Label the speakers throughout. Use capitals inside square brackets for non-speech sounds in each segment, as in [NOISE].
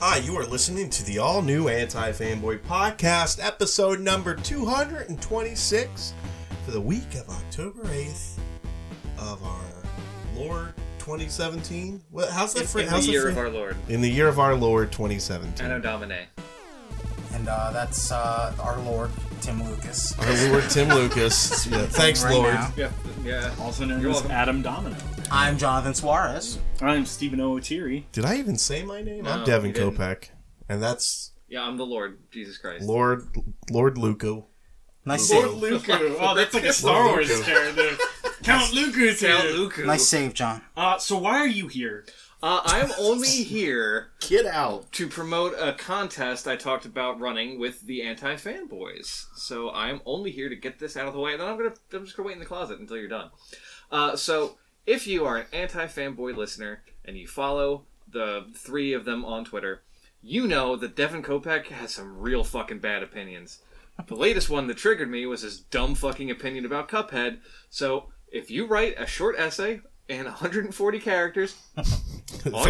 Speaker 1: Hi, you are listening to the all new Anti Fanboy Podcast, episode number 226 for the week of October 8th of our Lord 2017. What, how's that
Speaker 2: In,
Speaker 1: phrase?
Speaker 2: in the
Speaker 1: how's that
Speaker 2: year of
Speaker 1: phrase?
Speaker 2: our Lord,
Speaker 1: in the year of our Lord 2017.
Speaker 2: Anno Domine.
Speaker 3: And uh, that's uh, our Lord, Tim Lucas.
Speaker 1: [LAUGHS] Our Lord Tim
Speaker 2: [LAUGHS]
Speaker 1: Lucas. Yeah, thanks,
Speaker 3: Right
Speaker 1: Lord.
Speaker 3: now.
Speaker 2: Yeah, yeah.
Speaker 4: Also known
Speaker 2: You're
Speaker 4: as
Speaker 2: welcome.
Speaker 4: Adam Domino.
Speaker 3: I'm Jonathan Suarez.
Speaker 4: I'm Stephen O'Teary.
Speaker 1: Did I even say my name? I'm
Speaker 2: No,
Speaker 1: Devin
Speaker 2: you didn't.
Speaker 1: Kopeck. And that's
Speaker 2: Yeah, I'm the Lord, Jesus Christ.
Speaker 1: Lord Lord Luco.
Speaker 3: Nice
Speaker 2: Lord
Speaker 3: save.
Speaker 4: Luku. [LAUGHS] Oh, that's like a Star
Speaker 1: Lord
Speaker 4: Wars
Speaker 1: Luku.
Speaker 4: character. Count Luku's here.
Speaker 2: Count Dooku.
Speaker 3: Nice save, John.
Speaker 4: Uh, so why are you here?
Speaker 2: Uh, I'm only here
Speaker 1: Get [LAUGHS] out.
Speaker 2: to promote a contest I talked about running with the anti fanboys. So I'm only here to get this out of the way, and then I'm gonna I'm just gonna wait in the closet until you're done. Uh, so if you are an anti fanboy listener and you follow the three of them on Twitter, you know that Devin Kopeck has some real fucking bad opinions. The latest one that triggered me was his dumb fucking opinion about Cuphead. So if you write a short essay in 140 characters on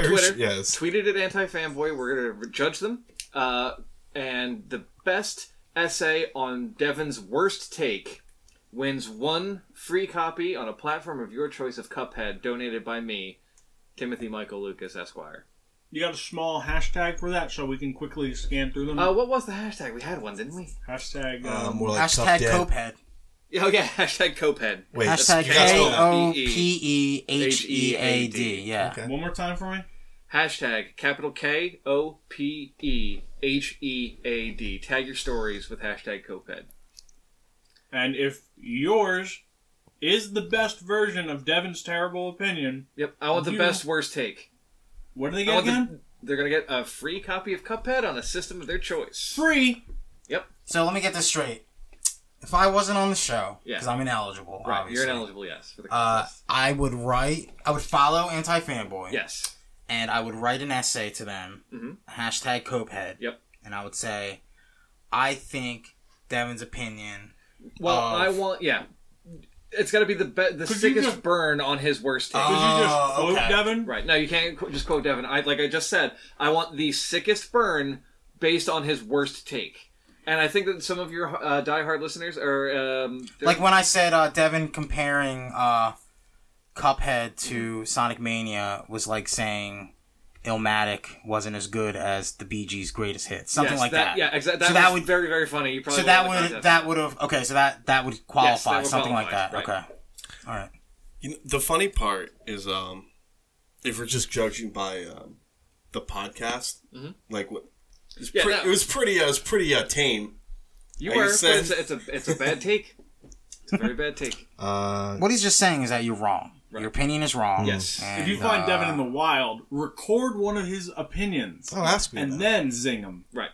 Speaker 2: Twitter.
Speaker 1: Yes.
Speaker 2: Tweeted at Anti Fanboy. We're going to judge them. Uh, and the best essay on Devin's worst take wins one free copy on a platform of your choice of Cuphead, donated by me, Timothy Michael Lucas Esquire.
Speaker 4: You got a small hashtag for that, so we can quickly scan through them.
Speaker 2: Uh, what was the hashtag? We had one, didn't we? [LAUGHS]
Speaker 4: hashtag.
Speaker 1: Uh,
Speaker 4: Um,
Speaker 1: more like
Speaker 3: Hashtag
Speaker 1: Cuphead.
Speaker 3: Copehead.
Speaker 2: Oh yeah, hashtag Coped.
Speaker 1: Wait,
Speaker 3: Hashtag
Speaker 1: you gotta spell
Speaker 3: K
Speaker 1: that.
Speaker 3: O P E H E A
Speaker 2: H-E-A-D.
Speaker 3: D. Yeah.
Speaker 1: Okay.
Speaker 4: one more time for me.
Speaker 2: Hashtag capital K O P E H E A D. Tag your stories with hashtag Coped.
Speaker 4: And if yours is the best version of Devin's terrible opinion,
Speaker 2: Yep, I want the
Speaker 4: You-
Speaker 2: best worst take.
Speaker 4: what do they
Speaker 2: I
Speaker 4: get
Speaker 2: want Oh, the-
Speaker 4: again?
Speaker 2: they're gonna get a free copy of Cuphead on a system of their choice.
Speaker 4: Free.
Speaker 3: So let me get this straight. If I wasn't on the show,
Speaker 2: Yeah.
Speaker 3: because I'm ineligible,
Speaker 2: Right,
Speaker 3: obviously,
Speaker 2: you're ineligible, yes, for the
Speaker 3: uh,
Speaker 2: contest.
Speaker 3: I would write, I would follow Anti Fanboy,
Speaker 2: yes,
Speaker 3: and I would write an essay to them,
Speaker 2: Mhm.
Speaker 3: hashtag Copehead,
Speaker 2: yep.
Speaker 3: and I would say, I think Devin's opinion.
Speaker 2: Well,
Speaker 3: of-
Speaker 2: I want yeah. It's got to be the be- the
Speaker 4: Could you
Speaker 2: sickest
Speaker 4: just-
Speaker 2: burn on his worst take.
Speaker 4: Did
Speaker 3: Oh.
Speaker 4: you just quote
Speaker 3: okay.
Speaker 4: Devin?
Speaker 2: right. No, you can't qu- just quote Devin. I like I just said. I want the sickest burn based on his worst take. And I think that some of your uh, diehard listeners are um, they're-
Speaker 3: Like when I said uh, Devin comparing uh, Cuphead to Sonic Mania was like saying Illmatic wasn't as good as the Bee Gees' greatest hit, something
Speaker 2: yes,
Speaker 3: like that.
Speaker 2: Yeah, exactly. That,
Speaker 3: So that
Speaker 2: was
Speaker 3: would-
Speaker 2: very very funny. You probably
Speaker 3: So that
Speaker 2: won the
Speaker 3: would
Speaker 2: contest.
Speaker 3: that would have okay. So that that would qualify
Speaker 2: would
Speaker 3: something like
Speaker 2: qualify,
Speaker 3: that.
Speaker 2: right.
Speaker 3: Okay, all right.
Speaker 1: You know, the funny part is, um, if we're just judging by um, the podcast, like what, it was,
Speaker 2: Yeah,
Speaker 1: pre-
Speaker 2: no.
Speaker 1: it was pretty, uh, it was pretty uh, tame.
Speaker 2: you
Speaker 1: like
Speaker 2: were.
Speaker 1: you
Speaker 2: but
Speaker 1: said-
Speaker 2: It's a, it's a it's a bad take. It's a very bad take.
Speaker 1: Uh,
Speaker 3: What he's just saying is that you're wrong. Your opinion is wrong.
Speaker 2: Yes.
Speaker 3: and,
Speaker 4: If you find
Speaker 3: uh,
Speaker 4: Devin in the wild, record one of his opinions
Speaker 1: oh, ask me.
Speaker 4: and then zing him.
Speaker 2: Right.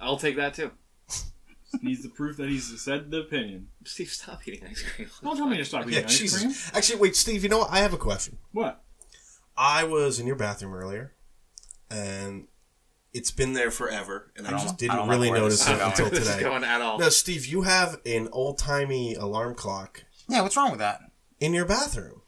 Speaker 2: I'll take that too.
Speaker 4: Needs the proof that he's said the opinion.
Speaker 2: Steve, stop eating ice cream.
Speaker 4: [LAUGHS] Don't tell me
Speaker 2: [LAUGHS]
Speaker 4: to stop eating
Speaker 1: yeah,
Speaker 4: ice
Speaker 1: Jesus.
Speaker 4: cream.
Speaker 1: Actually, wait, Steve. You know what? I have a question.
Speaker 4: What?
Speaker 1: I was in your bathroom earlier, and it's been there forever, and I,
Speaker 3: don't-
Speaker 1: just
Speaker 3: I
Speaker 1: didn't
Speaker 3: don't
Speaker 1: really
Speaker 3: like where
Speaker 1: notice
Speaker 3: this
Speaker 1: it
Speaker 3: is going.
Speaker 1: until
Speaker 2: this is
Speaker 1: today.
Speaker 2: going at all.
Speaker 1: No, Steve, you have an old timey alarm clock
Speaker 3: Yeah, what's wrong with that?
Speaker 1: in your bathroom.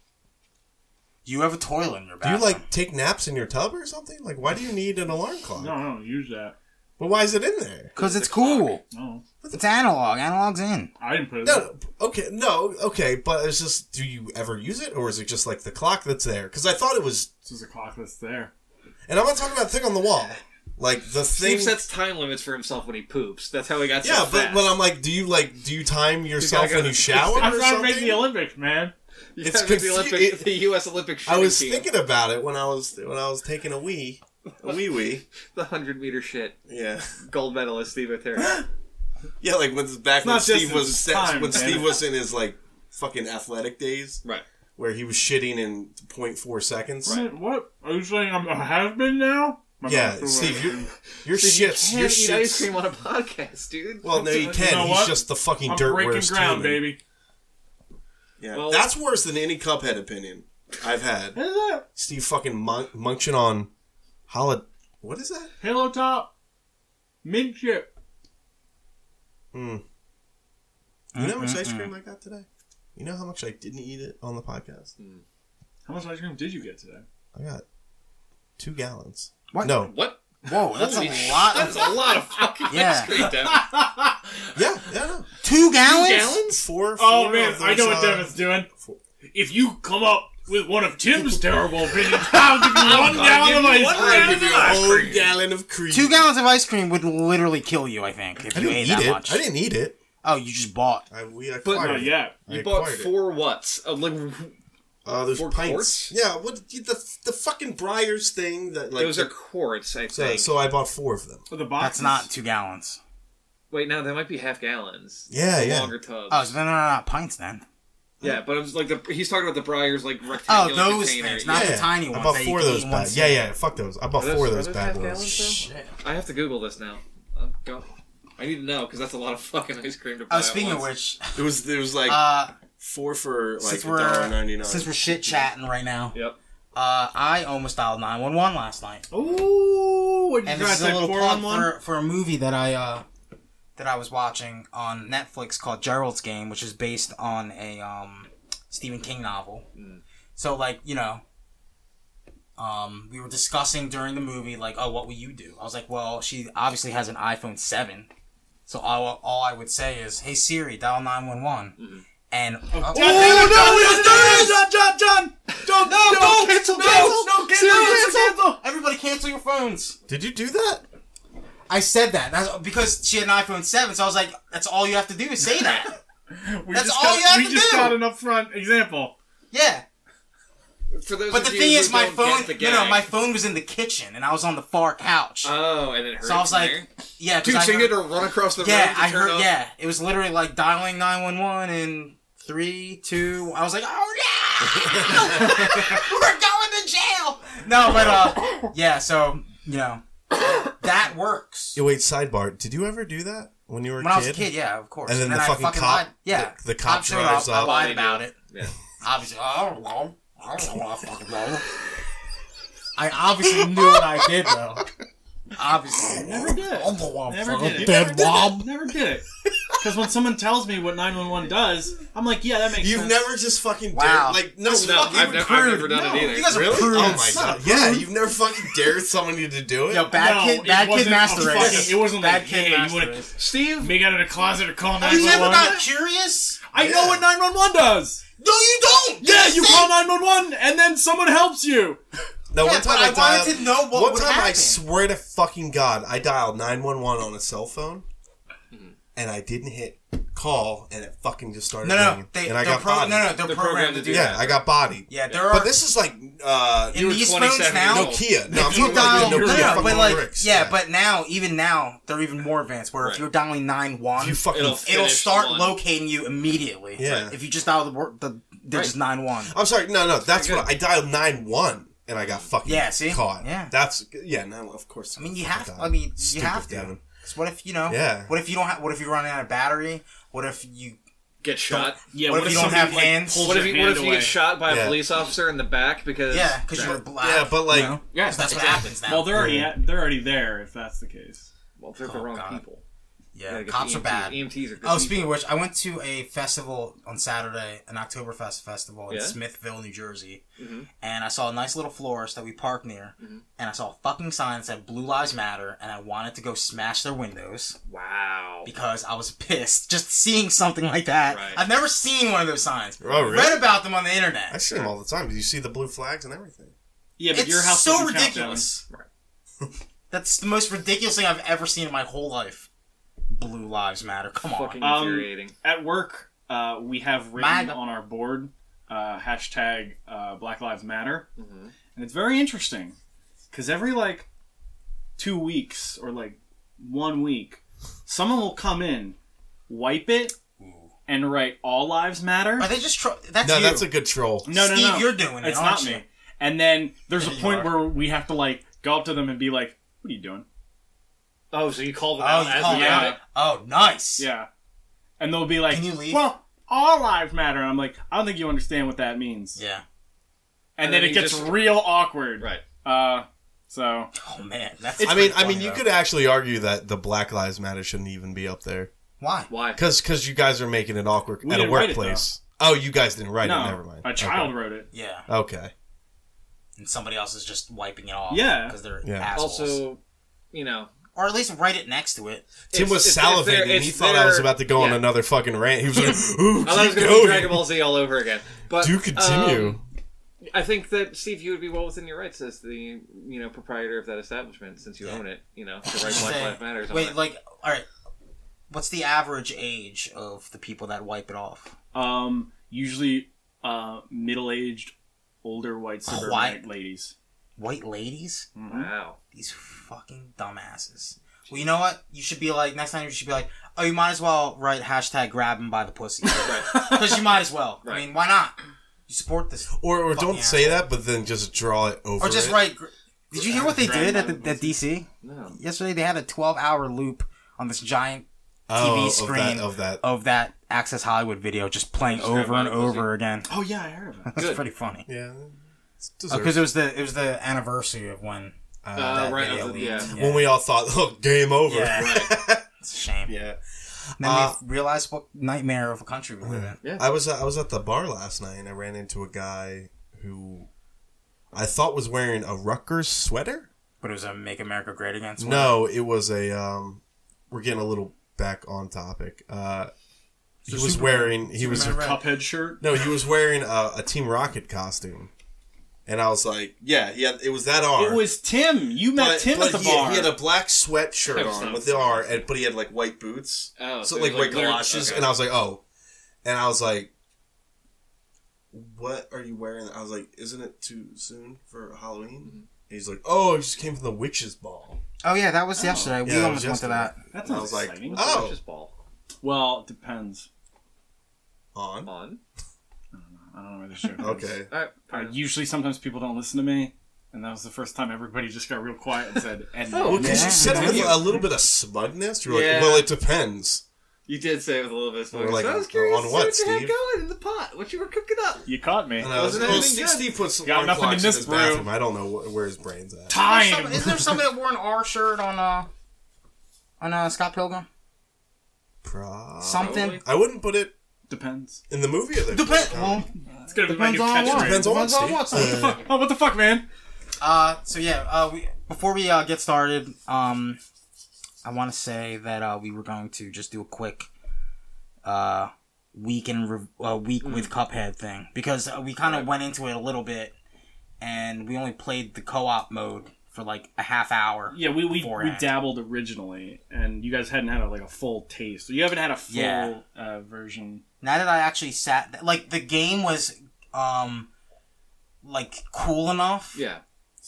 Speaker 3: You have a toilet in your
Speaker 1: Do you
Speaker 3: bathroom.
Speaker 1: like take naps in your tub or something? Like, why do you need an alarm clock?
Speaker 4: No, I don't use that.
Speaker 1: But why is it in there?
Speaker 3: Because
Speaker 2: the
Speaker 3: it's cool.
Speaker 2: clock.
Speaker 4: No,
Speaker 3: It's analog. Analog's in.
Speaker 4: I didn't put it.
Speaker 1: No, no, okay, no, okay, but it's just, do you ever use it, or is it just like the clock that's there? Because I thought it was,
Speaker 4: This is a clock that's there.
Speaker 1: and I'm not talking about the thing on the wall, like the thing.
Speaker 2: Steve sets time limits for himself when he poops. That's how he got
Speaker 1: yeah,
Speaker 2: so
Speaker 1: but
Speaker 2: fast.
Speaker 1: but I'm like, do you like do you time yourself
Speaker 2: go
Speaker 1: when
Speaker 2: to
Speaker 1: you
Speaker 2: the-
Speaker 1: shower
Speaker 4: I'm
Speaker 1: or
Speaker 4: trying to make the
Speaker 1: something?
Speaker 4: Olympics, man.
Speaker 2: [LAUGHS] You
Speaker 1: it's
Speaker 2: gotta make the,
Speaker 1: confu-
Speaker 2: Olympic,
Speaker 1: it-
Speaker 2: the U.S. Olympic shooting
Speaker 1: I was
Speaker 2: team.
Speaker 1: thinking about it when I was when I was taking a wee, a wee wee.
Speaker 2: the hundred meter shit.
Speaker 1: Yeah, [LAUGHS]
Speaker 2: Gold medalist Steve
Speaker 1: [GASPS]
Speaker 2: Otero.
Speaker 1: yeah, like when back when
Speaker 4: not just
Speaker 1: Steve
Speaker 4: in
Speaker 1: was
Speaker 4: time,
Speaker 1: when
Speaker 4: man.
Speaker 1: Steve was in his like fucking athletic days,
Speaker 2: right.
Speaker 1: where he was shitting in 0.4 seconds.
Speaker 4: What are you saying? I'm a has been now? My
Speaker 1: Yeah,
Speaker 4: mouth is
Speaker 1: Steve,
Speaker 4: like-
Speaker 1: your your shits,
Speaker 2: Can't
Speaker 1: your
Speaker 2: eat ice
Speaker 1: shits.
Speaker 2: cream on a podcast, dude.
Speaker 1: Well, no,
Speaker 2: [LAUGHS]
Speaker 1: you can.
Speaker 4: know
Speaker 1: He's
Speaker 4: what?
Speaker 1: just the fucking
Speaker 4: I'm
Speaker 1: dirt
Speaker 4: breaking
Speaker 1: worst human.
Speaker 4: ground, baby.
Speaker 1: Yeah,
Speaker 2: Well-
Speaker 1: that's worse than any Cuphead opinion I've had.
Speaker 4: Is it
Speaker 1: Steve fucking mun- munching on holiday. What is that?
Speaker 4: Halo Top midship?
Speaker 1: Hmm. You know how much
Speaker 3: Mm-hmm.
Speaker 1: ice cream I got today? You know how much I didn't eat it on the podcast?
Speaker 4: How much ice cream did you get today?
Speaker 1: I got two gallons.
Speaker 3: What?
Speaker 1: No,
Speaker 2: What?
Speaker 3: Whoa, that's
Speaker 2: Holy
Speaker 3: a lot.
Speaker 2: That's
Speaker 3: Of,
Speaker 2: a lot
Speaker 1: [LAUGHS]
Speaker 2: of fucking
Speaker 3: Yeah.
Speaker 2: excrete, Devin.
Speaker 1: Yeah, yeah. no.
Speaker 3: two gallons.
Speaker 2: Gallons?
Speaker 1: Four, four
Speaker 4: Oh man,
Speaker 1: of
Speaker 4: I
Speaker 1: those,
Speaker 4: know what
Speaker 1: uh,
Speaker 4: Devin's doing.
Speaker 1: four-
Speaker 4: If you come up with one of Tim's terrible [LAUGHS] opinions, I'll give you one gallon of ice
Speaker 2: one gallon
Speaker 4: cream.
Speaker 2: of
Speaker 1: A
Speaker 2: ice
Speaker 1: whole
Speaker 2: cream.
Speaker 1: gallon of cream.
Speaker 3: Two gallons of ice cream would literally kill you. I think if
Speaker 1: I
Speaker 3: you
Speaker 1: didn't
Speaker 3: ate
Speaker 1: eat
Speaker 3: that
Speaker 1: it.
Speaker 3: much.
Speaker 1: I didn't eat it.
Speaker 3: Oh, you just bought.
Speaker 1: I, we acquired
Speaker 2: But not
Speaker 4: Not
Speaker 1: it.
Speaker 4: yet.
Speaker 1: I
Speaker 2: You bought
Speaker 1: acquired it.
Speaker 2: four what's? Of like, it
Speaker 1: Uh, there's
Speaker 2: four
Speaker 1: pints.
Speaker 2: quarts?
Speaker 1: Yeah, what the the fucking Briars thing that like.
Speaker 2: was
Speaker 1: the-
Speaker 2: a quarts, I
Speaker 1: so,
Speaker 2: think.
Speaker 1: so I bought four of them.
Speaker 4: For the
Speaker 3: That's
Speaker 4: boxes.
Speaker 3: not two gallons.
Speaker 2: Wait, no, that might be half gallons.
Speaker 1: Yeah,
Speaker 2: The
Speaker 1: yeah.
Speaker 2: Longer tubs.
Speaker 3: Oh, so then they're not pints then.
Speaker 2: yeah, but it was like the he's talking about the Briars like
Speaker 3: Oh,
Speaker 2: rectangular
Speaker 3: those
Speaker 2: container.
Speaker 3: things, not
Speaker 1: yeah,
Speaker 3: the tiny
Speaker 1: I
Speaker 3: ones.
Speaker 1: bought
Speaker 3: that you
Speaker 1: four of
Speaker 3: can
Speaker 1: those
Speaker 3: eat in one
Speaker 1: bad. Yeah,
Speaker 3: sitting.
Speaker 1: yeah. Fuck those. I bought
Speaker 2: Are those-
Speaker 1: four of
Speaker 2: are
Speaker 1: those
Speaker 2: those
Speaker 1: bad
Speaker 2: half
Speaker 1: ones.
Speaker 2: gallons, though?
Speaker 1: Shit.
Speaker 2: I have to Google this now. I'm go- I need to know because that's a lot of fucking ice cream to buy.
Speaker 1: Uh,
Speaker 3: Oh,
Speaker 2: at
Speaker 3: speaking of
Speaker 2: once.
Speaker 3: which,
Speaker 5: It was it was like
Speaker 3: uh,
Speaker 5: four for like
Speaker 3: since
Speaker 5: a dollar ninety
Speaker 3: we're uh,
Speaker 5: nine.
Speaker 3: since we're shit chatting right now,
Speaker 2: Yep.
Speaker 3: uh, I almost dialed nine one one last night.
Speaker 4: Ooh, what you
Speaker 3: and
Speaker 4: try
Speaker 3: this is
Speaker 4: to
Speaker 3: a
Speaker 4: say,
Speaker 3: little
Speaker 4: four
Speaker 3: plug
Speaker 4: on one?
Speaker 3: for, for a movie that I uh, that I was watching on Netflix called Gerald's Game, which is based on a um, Stephen King novel. So, like you know, um, we were discussing during the movie, like, oh, what will you do? I was like, well, she obviously has an iPhone seven, so all, all I would say is, hey Siri, dial nine one one, and oh,
Speaker 4: John, John, John, John, John, John, John, John,
Speaker 3: no, no, cancel,
Speaker 4: no,
Speaker 3: cancel,
Speaker 4: no,
Speaker 3: cancel,
Speaker 4: cancel,
Speaker 3: cancel,
Speaker 4: cancel.
Speaker 3: Everybody cancel your phones.
Speaker 1: Did you do that?
Speaker 3: I said that. That's because she had an iPhone 7, so I was like, that's all you have to do is say [LAUGHS] that.
Speaker 4: We
Speaker 3: That's
Speaker 4: just
Speaker 3: all
Speaker 4: got,
Speaker 3: you have
Speaker 4: we
Speaker 3: to
Speaker 4: just
Speaker 3: do.
Speaker 4: got an upfront example.
Speaker 3: yeah.
Speaker 2: For those
Speaker 3: But
Speaker 2: of
Speaker 3: the
Speaker 2: you
Speaker 3: thing
Speaker 2: who
Speaker 3: is, my
Speaker 2: don't
Speaker 3: phone,
Speaker 2: get the
Speaker 3: you know,
Speaker 2: gag-
Speaker 3: my phone was in the kitchen, and I was on the far couch.
Speaker 2: Oh, and it hurt.
Speaker 3: so I was
Speaker 2: from
Speaker 3: like,
Speaker 2: there.
Speaker 3: yeah, 'cause
Speaker 2: dude,
Speaker 3: I
Speaker 2: so you
Speaker 3: heard-
Speaker 2: had to run across the road.
Speaker 3: yeah,
Speaker 2: to
Speaker 3: I
Speaker 2: turn
Speaker 3: heard,
Speaker 2: off?
Speaker 3: yeah. It was literally like dialing 911 in three, two. I was like, oh, yeah! [LAUGHS] We're going to jail! No, but, uh, yeah, so, you know, that works.
Speaker 1: Yeah, wait, sidebar. Did you ever do that when you were
Speaker 3: When
Speaker 1: a
Speaker 3: I
Speaker 1: kid?
Speaker 3: was a kid, yeah, of course.
Speaker 1: And then the
Speaker 3: I
Speaker 1: fucking cop-
Speaker 3: lied. Yeah,
Speaker 1: the- the cop
Speaker 3: showed
Speaker 1: drives
Speaker 3: up. I
Speaker 1: up.
Speaker 3: lied about it.
Speaker 2: Yeah.
Speaker 3: Obviously, I don't know. I don't know what I fucking know. I obviously knew what I did though. Obviously,
Speaker 4: Never did.
Speaker 3: I'm the one
Speaker 4: Never
Speaker 3: fucking
Speaker 4: did it.
Speaker 3: dead
Speaker 4: I
Speaker 3: wob.
Speaker 4: never did it. Because when someone tells me what 911 does, I'm like, yeah, that makes
Speaker 1: You've
Speaker 4: sense.
Speaker 1: never just fucking
Speaker 3: Wow.
Speaker 1: dared, like no,
Speaker 2: No,
Speaker 1: fucking
Speaker 2: I've, ne-
Speaker 3: [LAUGHS]
Speaker 2: I've
Speaker 1: crude.
Speaker 2: never done
Speaker 4: No,
Speaker 2: it either.
Speaker 3: You guys are
Speaker 1: Really?
Speaker 3: prudes.
Speaker 1: Oh my god! Yeah, you've never fucking dared somebody to do it.
Speaker 3: Yo, bad
Speaker 4: No,
Speaker 3: kid,
Speaker 4: it
Speaker 3: bad kid
Speaker 4: wasn't a
Speaker 3: master race.
Speaker 4: fucking- it wasn't
Speaker 3: bad
Speaker 4: like,
Speaker 3: kid
Speaker 4: hey, you
Speaker 3: master
Speaker 4: wanna-
Speaker 3: race.
Speaker 2: Steve,
Speaker 4: Make out of the closet or call
Speaker 3: You never
Speaker 4: 911.
Speaker 3: got curious?
Speaker 4: I know what 911 does.
Speaker 3: No, you don't.
Speaker 4: Yeah, you
Speaker 3: See?
Speaker 4: call 911 and then someone helps you.
Speaker 1: No,
Speaker 3: Yeah,
Speaker 1: one time
Speaker 3: but I wanted to know what
Speaker 1: one
Speaker 3: would
Speaker 1: time I
Speaker 3: happen.
Speaker 1: swear to fucking god, I dialed nine one one on a cell phone,
Speaker 3: Mm-hmm.
Speaker 1: and I didn't hit call, and it fucking just started.
Speaker 3: No, no,
Speaker 1: ringing,
Speaker 3: they,
Speaker 1: and I
Speaker 3: they're
Speaker 1: got
Speaker 3: pro-
Speaker 1: bodied.
Speaker 3: no, no, they're,
Speaker 2: They're
Speaker 3: programmed to do that.
Speaker 1: yeah, I got bodied.
Speaker 3: Yeah, there are.
Speaker 1: but this is like uh,
Speaker 3: in
Speaker 2: were
Speaker 3: these
Speaker 2: 27
Speaker 3: phones now,
Speaker 2: years
Speaker 1: no Kia. No, I'm
Speaker 3: if you
Speaker 1: talking about the
Speaker 3: dial, no,
Speaker 1: Nokia
Speaker 3: no, no,
Speaker 1: fucking
Speaker 3: but like,
Speaker 1: bricks.
Speaker 3: yeah, but now, even now, they're even more advanced. Where
Speaker 2: Right.
Speaker 3: if you're dialing nine one,
Speaker 1: you fucking.
Speaker 2: It'll-
Speaker 3: it'll
Speaker 2: finish
Speaker 3: start
Speaker 2: one.
Speaker 3: locating you immediately.
Speaker 1: Yeah.
Speaker 3: If you just dial the wor- the digits nine one.
Speaker 1: I'm sorry. No, no, that's what I dialed nine one, and I got fucking
Speaker 3: Yeah, see?
Speaker 1: caught.
Speaker 3: Yeah.
Speaker 1: that's yeah. No, of course.
Speaker 3: I mean, you
Speaker 1: fucking
Speaker 3: have.
Speaker 1: dialed.
Speaker 3: I mean, you
Speaker 1: Stupid
Speaker 3: have to.
Speaker 1: Devin.
Speaker 3: 'Cause what if you know?
Speaker 1: Yeah.
Speaker 3: What if you don't have? What if you're running out of battery? What if you?
Speaker 2: get shot.
Speaker 4: Yeah,
Speaker 3: What if you don't
Speaker 4: somebody,
Speaker 3: have
Speaker 4: like,
Speaker 3: hands?
Speaker 4: pulls
Speaker 2: What if
Speaker 4: your
Speaker 2: you, what
Speaker 4: hand
Speaker 2: if you
Speaker 4: away?
Speaker 2: get shot by a
Speaker 1: Yeah.
Speaker 2: police officer in the back because
Speaker 3: Yeah, because
Speaker 2: that-
Speaker 3: you're black.
Speaker 1: Yeah, but, like-
Speaker 3: you know?
Speaker 2: yeah
Speaker 3: 'Cause that's
Speaker 2: exactly.
Speaker 3: what happens now.
Speaker 4: Well, they're already at, they're already there if that's the case.
Speaker 2: Well, they're the
Speaker 3: Oh,
Speaker 2: wrong
Speaker 3: God.
Speaker 2: people. You
Speaker 3: yeah,
Speaker 2: gotta get
Speaker 3: cops
Speaker 2: the
Speaker 3: are bad.
Speaker 2: EMTs are good.
Speaker 3: Oh, speaking of which, I went to a festival on Saturday, an Oktoberfest festival in
Speaker 2: Yeah?
Speaker 3: Smithville, New Jersey,
Speaker 2: Mm-hmm.
Speaker 3: and I saw a nice little florist that we parked near, and I saw a fucking sign that said "Blue Lives Matter," and I wanted to go smash their windows
Speaker 2: people. wow.
Speaker 3: because I was pissed just seeing something like that.
Speaker 2: Right.
Speaker 3: I've never seen one of those signs.
Speaker 1: Oh, really?
Speaker 3: Read about them on the
Speaker 1: I
Speaker 3: internet.
Speaker 1: see them all the time. You see the blue flags and everything.
Speaker 4: Yeah, but
Speaker 3: It's
Speaker 4: your house
Speaker 3: so
Speaker 4: doesn't count,
Speaker 3: ridiculous.
Speaker 2: Devin.
Speaker 1: [LAUGHS]
Speaker 3: That's the most ridiculous thing I've ever seen in my whole life. Blue Lives Matter. Come on.
Speaker 2: Fucking
Speaker 4: Um,
Speaker 2: infuriating.
Speaker 4: Devin. At work, uh, we have written
Speaker 3: Mag-
Speaker 4: on our board uh, hashtag uh, Black Lives Matter,
Speaker 2: Mhm.
Speaker 4: and it's very interesting because every like two weeks or like one week, someone will come in, wipe it, and write "All Lives Matter."
Speaker 3: Are they just? Tro- that's
Speaker 1: No,
Speaker 3: you.
Speaker 1: that's a good troll.
Speaker 4: No, no,
Speaker 3: Steve,
Speaker 4: no.
Speaker 3: you're doing it,
Speaker 4: It's
Speaker 3: aren't
Speaker 4: not
Speaker 3: you?
Speaker 4: me. And then there's a
Speaker 3: Yeah, you
Speaker 4: point
Speaker 3: are.
Speaker 4: where we have to like go up to them and be like, "What are you doing?"
Speaker 2: Oh, so you called them
Speaker 3: Oh,
Speaker 2: out
Speaker 3: you
Speaker 2: as
Speaker 3: call
Speaker 2: the
Speaker 3: them out.
Speaker 2: guy?
Speaker 3: Oh, nice.
Speaker 4: Yeah. And they'll be like,
Speaker 3: Can you leave?
Speaker 4: Well, all lives matter. And I'm like, I don't think you understand what that means.
Speaker 3: Yeah.
Speaker 2: And
Speaker 4: And, then,
Speaker 2: then
Speaker 4: it
Speaker 2: you
Speaker 4: gets
Speaker 2: just-
Speaker 4: real awkward.
Speaker 2: Right.
Speaker 4: Uh, so
Speaker 3: Oh man, that's.
Speaker 1: I mean,
Speaker 3: pretty
Speaker 1: I mean,
Speaker 3: funny,
Speaker 1: you
Speaker 3: though.
Speaker 1: could actually argue that the Black Lives Matter shouldn't even be up there
Speaker 3: Why?
Speaker 2: Why?
Speaker 1: because because you guys are making it awkward
Speaker 4: We
Speaker 1: at a
Speaker 4: didn't write it,
Speaker 1: workplace. oh, you guys didn't write
Speaker 4: no,
Speaker 1: it. Never mind.
Speaker 4: a child wrote it.
Speaker 3: Yeah,
Speaker 1: Okay. okay.
Speaker 3: and somebody else is just wiping it off.
Speaker 4: Yeah.
Speaker 3: because they're
Speaker 1: Yeah.
Speaker 3: assholes.
Speaker 2: Also, you know,
Speaker 3: or at least write it next to it.
Speaker 1: Tim was
Speaker 2: It's- it's- it's their-
Speaker 1: salivating. He
Speaker 2: it's
Speaker 1: thought I was
Speaker 2: their-
Speaker 1: about to go on
Speaker 2: yeah.
Speaker 1: another fucking rant. He was
Speaker 2: [LAUGHS]
Speaker 1: like, "Ooh,
Speaker 2: I thought it was
Speaker 1: keep
Speaker 2: going to be Dragon
Speaker 1: going."
Speaker 2: Ball Z all over again. But
Speaker 1: Do continue.
Speaker 2: um, I think that Steve, you would be well within your rights as the you know proprietor of that establishment, since you
Speaker 3: Yeah.
Speaker 2: own it. You know, the right
Speaker 3: Just
Speaker 2: to Black
Speaker 3: say-
Speaker 2: Lives Matters. on
Speaker 3: Wait,
Speaker 2: it.
Speaker 3: like, all right. What's the average age of the people that wipe it off?
Speaker 4: Um, usually uh, middle-aged, older white suburbanite ladies.
Speaker 3: White ladies?
Speaker 4: hmm?
Speaker 2: wow.
Speaker 3: These fucking dumbasses. Well, you know what? You should be like next time. You should be like, oh, you might as well write hashtag grab him by the
Speaker 2: [LAUGHS]
Speaker 3: pussy
Speaker 2: Right.
Speaker 3: because you might as well. I
Speaker 2: Right.
Speaker 3: mean, why not? You support this,
Speaker 1: Or, or
Speaker 3: Fucking
Speaker 1: don't say that, but then just draw it over.
Speaker 3: or just
Speaker 1: it.
Speaker 3: write. gr- Did you hear what they
Speaker 4: Grab
Speaker 3: did
Speaker 4: by
Speaker 3: at
Speaker 4: the
Speaker 3: the, at DC
Speaker 2: No.
Speaker 3: yesterday? They had a twelve-hour loop on this giant
Speaker 1: Oh,
Speaker 3: TV
Speaker 1: of
Speaker 3: screen
Speaker 1: that, of that.
Speaker 3: of that Access Hollywood video just playing
Speaker 2: Just grab
Speaker 3: over
Speaker 2: by
Speaker 3: and
Speaker 2: the pussy.
Speaker 3: over again.
Speaker 4: Oh yeah, I heard about. It.
Speaker 3: That's
Speaker 2: Good.
Speaker 3: pretty funny.
Speaker 1: Yeah, it's deserved.
Speaker 3: Because it was the it was the anniversary of when
Speaker 1: Uh,
Speaker 2: Uh,
Speaker 3: that
Speaker 2: right.
Speaker 3: video
Speaker 2: of the-
Speaker 3: leaked.
Speaker 2: yeah.
Speaker 1: when we all thought, "Look, game over."
Speaker 3: Yeah.
Speaker 2: Right.
Speaker 3: [LAUGHS] it's a shame.
Speaker 1: Yeah.
Speaker 3: Then
Speaker 1: Uh, Mm.
Speaker 3: we realized what nightmare of a country we live in.
Speaker 2: Yeah.
Speaker 1: I was I was at the bar last night and I ran into a guy who I thought was wearing a Rutgers sweater.
Speaker 3: But it was a Make America Great Again. sweater.
Speaker 1: No, it was a. Um, we're getting a little back on topic. Uh, he was wearing. He was.
Speaker 3: Superman red.
Speaker 4: Cuphead shirt.
Speaker 1: No, he was wearing a, a Team Rocket costume, and I was like, "Yeah, yeah, it was that R."
Speaker 4: It was Tim. You met
Speaker 5: But-
Speaker 4: Tim
Speaker 5: but
Speaker 4: at the
Speaker 5: he,
Speaker 4: bar.
Speaker 5: he had a black
Speaker 2: That
Speaker 5: sweatshirt
Speaker 2: was
Speaker 5: on
Speaker 2: not-
Speaker 5: with the R, and but he had like white boots,
Speaker 2: Oh,
Speaker 5: so
Speaker 2: it
Speaker 5: like
Speaker 2: was
Speaker 5: white
Speaker 2: clear-
Speaker 5: galoshes,
Speaker 2: okay.
Speaker 5: and
Speaker 1: and I was like, "Oh," and I was like, "What are you wearing?" I was like, "Isn't it too soon for Halloween?" And he's like, "Oh, it just came from the witch's ball."
Speaker 3: Oh yeah, that was yesterday.
Speaker 1: yeah,
Speaker 3: we
Speaker 1: it
Speaker 3: almost
Speaker 1: was
Speaker 3: went to that.
Speaker 1: yesterday. and
Speaker 4: That
Speaker 1: I
Speaker 4: sounds
Speaker 1: was like,
Speaker 4: exciting.
Speaker 1: oh.
Speaker 2: Precious ball
Speaker 4: Well, it depends.
Speaker 1: On
Speaker 2: on.
Speaker 4: I don't know where the shirt. goes.
Speaker 1: okay,
Speaker 2: All right.
Speaker 4: Uh,
Speaker 2: fair enough.
Speaker 4: usually, sometimes people don't listen to me, and that was the first time everybody just got real quiet and said, "And
Speaker 2: Oh,
Speaker 1: well, because
Speaker 3: Yeah.
Speaker 1: you said it with a little bit of smugness. You're like,
Speaker 2: Yeah.
Speaker 1: "Well, it depends."
Speaker 2: You did say it with a little bit of
Speaker 1: We're
Speaker 2: smoke.
Speaker 1: like,
Speaker 2: so I was
Speaker 1: on
Speaker 2: curious
Speaker 1: what,
Speaker 2: what, you had
Speaker 1: Steve?
Speaker 2: going in the pot, what you were cooking up.
Speaker 4: you caught me."
Speaker 1: And I was
Speaker 2: Wasn't
Speaker 1: well,
Speaker 2: anything
Speaker 1: Steve-
Speaker 2: good?
Speaker 1: Steve puts
Speaker 4: Got
Speaker 1: alarm
Speaker 4: nothing in
Speaker 1: clocks
Speaker 4: this
Speaker 1: his
Speaker 4: room.
Speaker 1: bathroom. I don't know wh- where his brain's at.
Speaker 3: There's
Speaker 4: Time.
Speaker 3: some- Isn't there somebody that wore an R shirt on uh on uh, Scott Pilgrim?
Speaker 1: Pro-
Speaker 3: Something.
Speaker 1: I wouldn't put it
Speaker 4: Depends.
Speaker 1: in the movie. Or the
Speaker 3: Depends. Well,
Speaker 4: It's gonna be my new
Speaker 3: depends on what.
Speaker 4: catchphrase.
Speaker 1: Depends on what, Steve.
Speaker 3: Steve.
Speaker 4: Oh, what the fuck, man?
Speaker 3: Uh, so yeah, uh, we, before we uh, get started, um, I want to say that uh, we were going to just do a quick uh, week in rev- uh, week with
Speaker 2: Mm.
Speaker 3: Cuphead thing because uh, we kind of went into it a little bit, and we only played the co-op mode for like a half hour.
Speaker 4: Yeah, we we, we
Speaker 3: beforehand.
Speaker 4: dabbled originally, and you guys hadn't had a, like a full taste. You haven't had a full
Speaker 3: Yeah.
Speaker 4: uh, version.
Speaker 3: Now that I actually sat, like the game was, um, like cool enough.
Speaker 2: Yeah.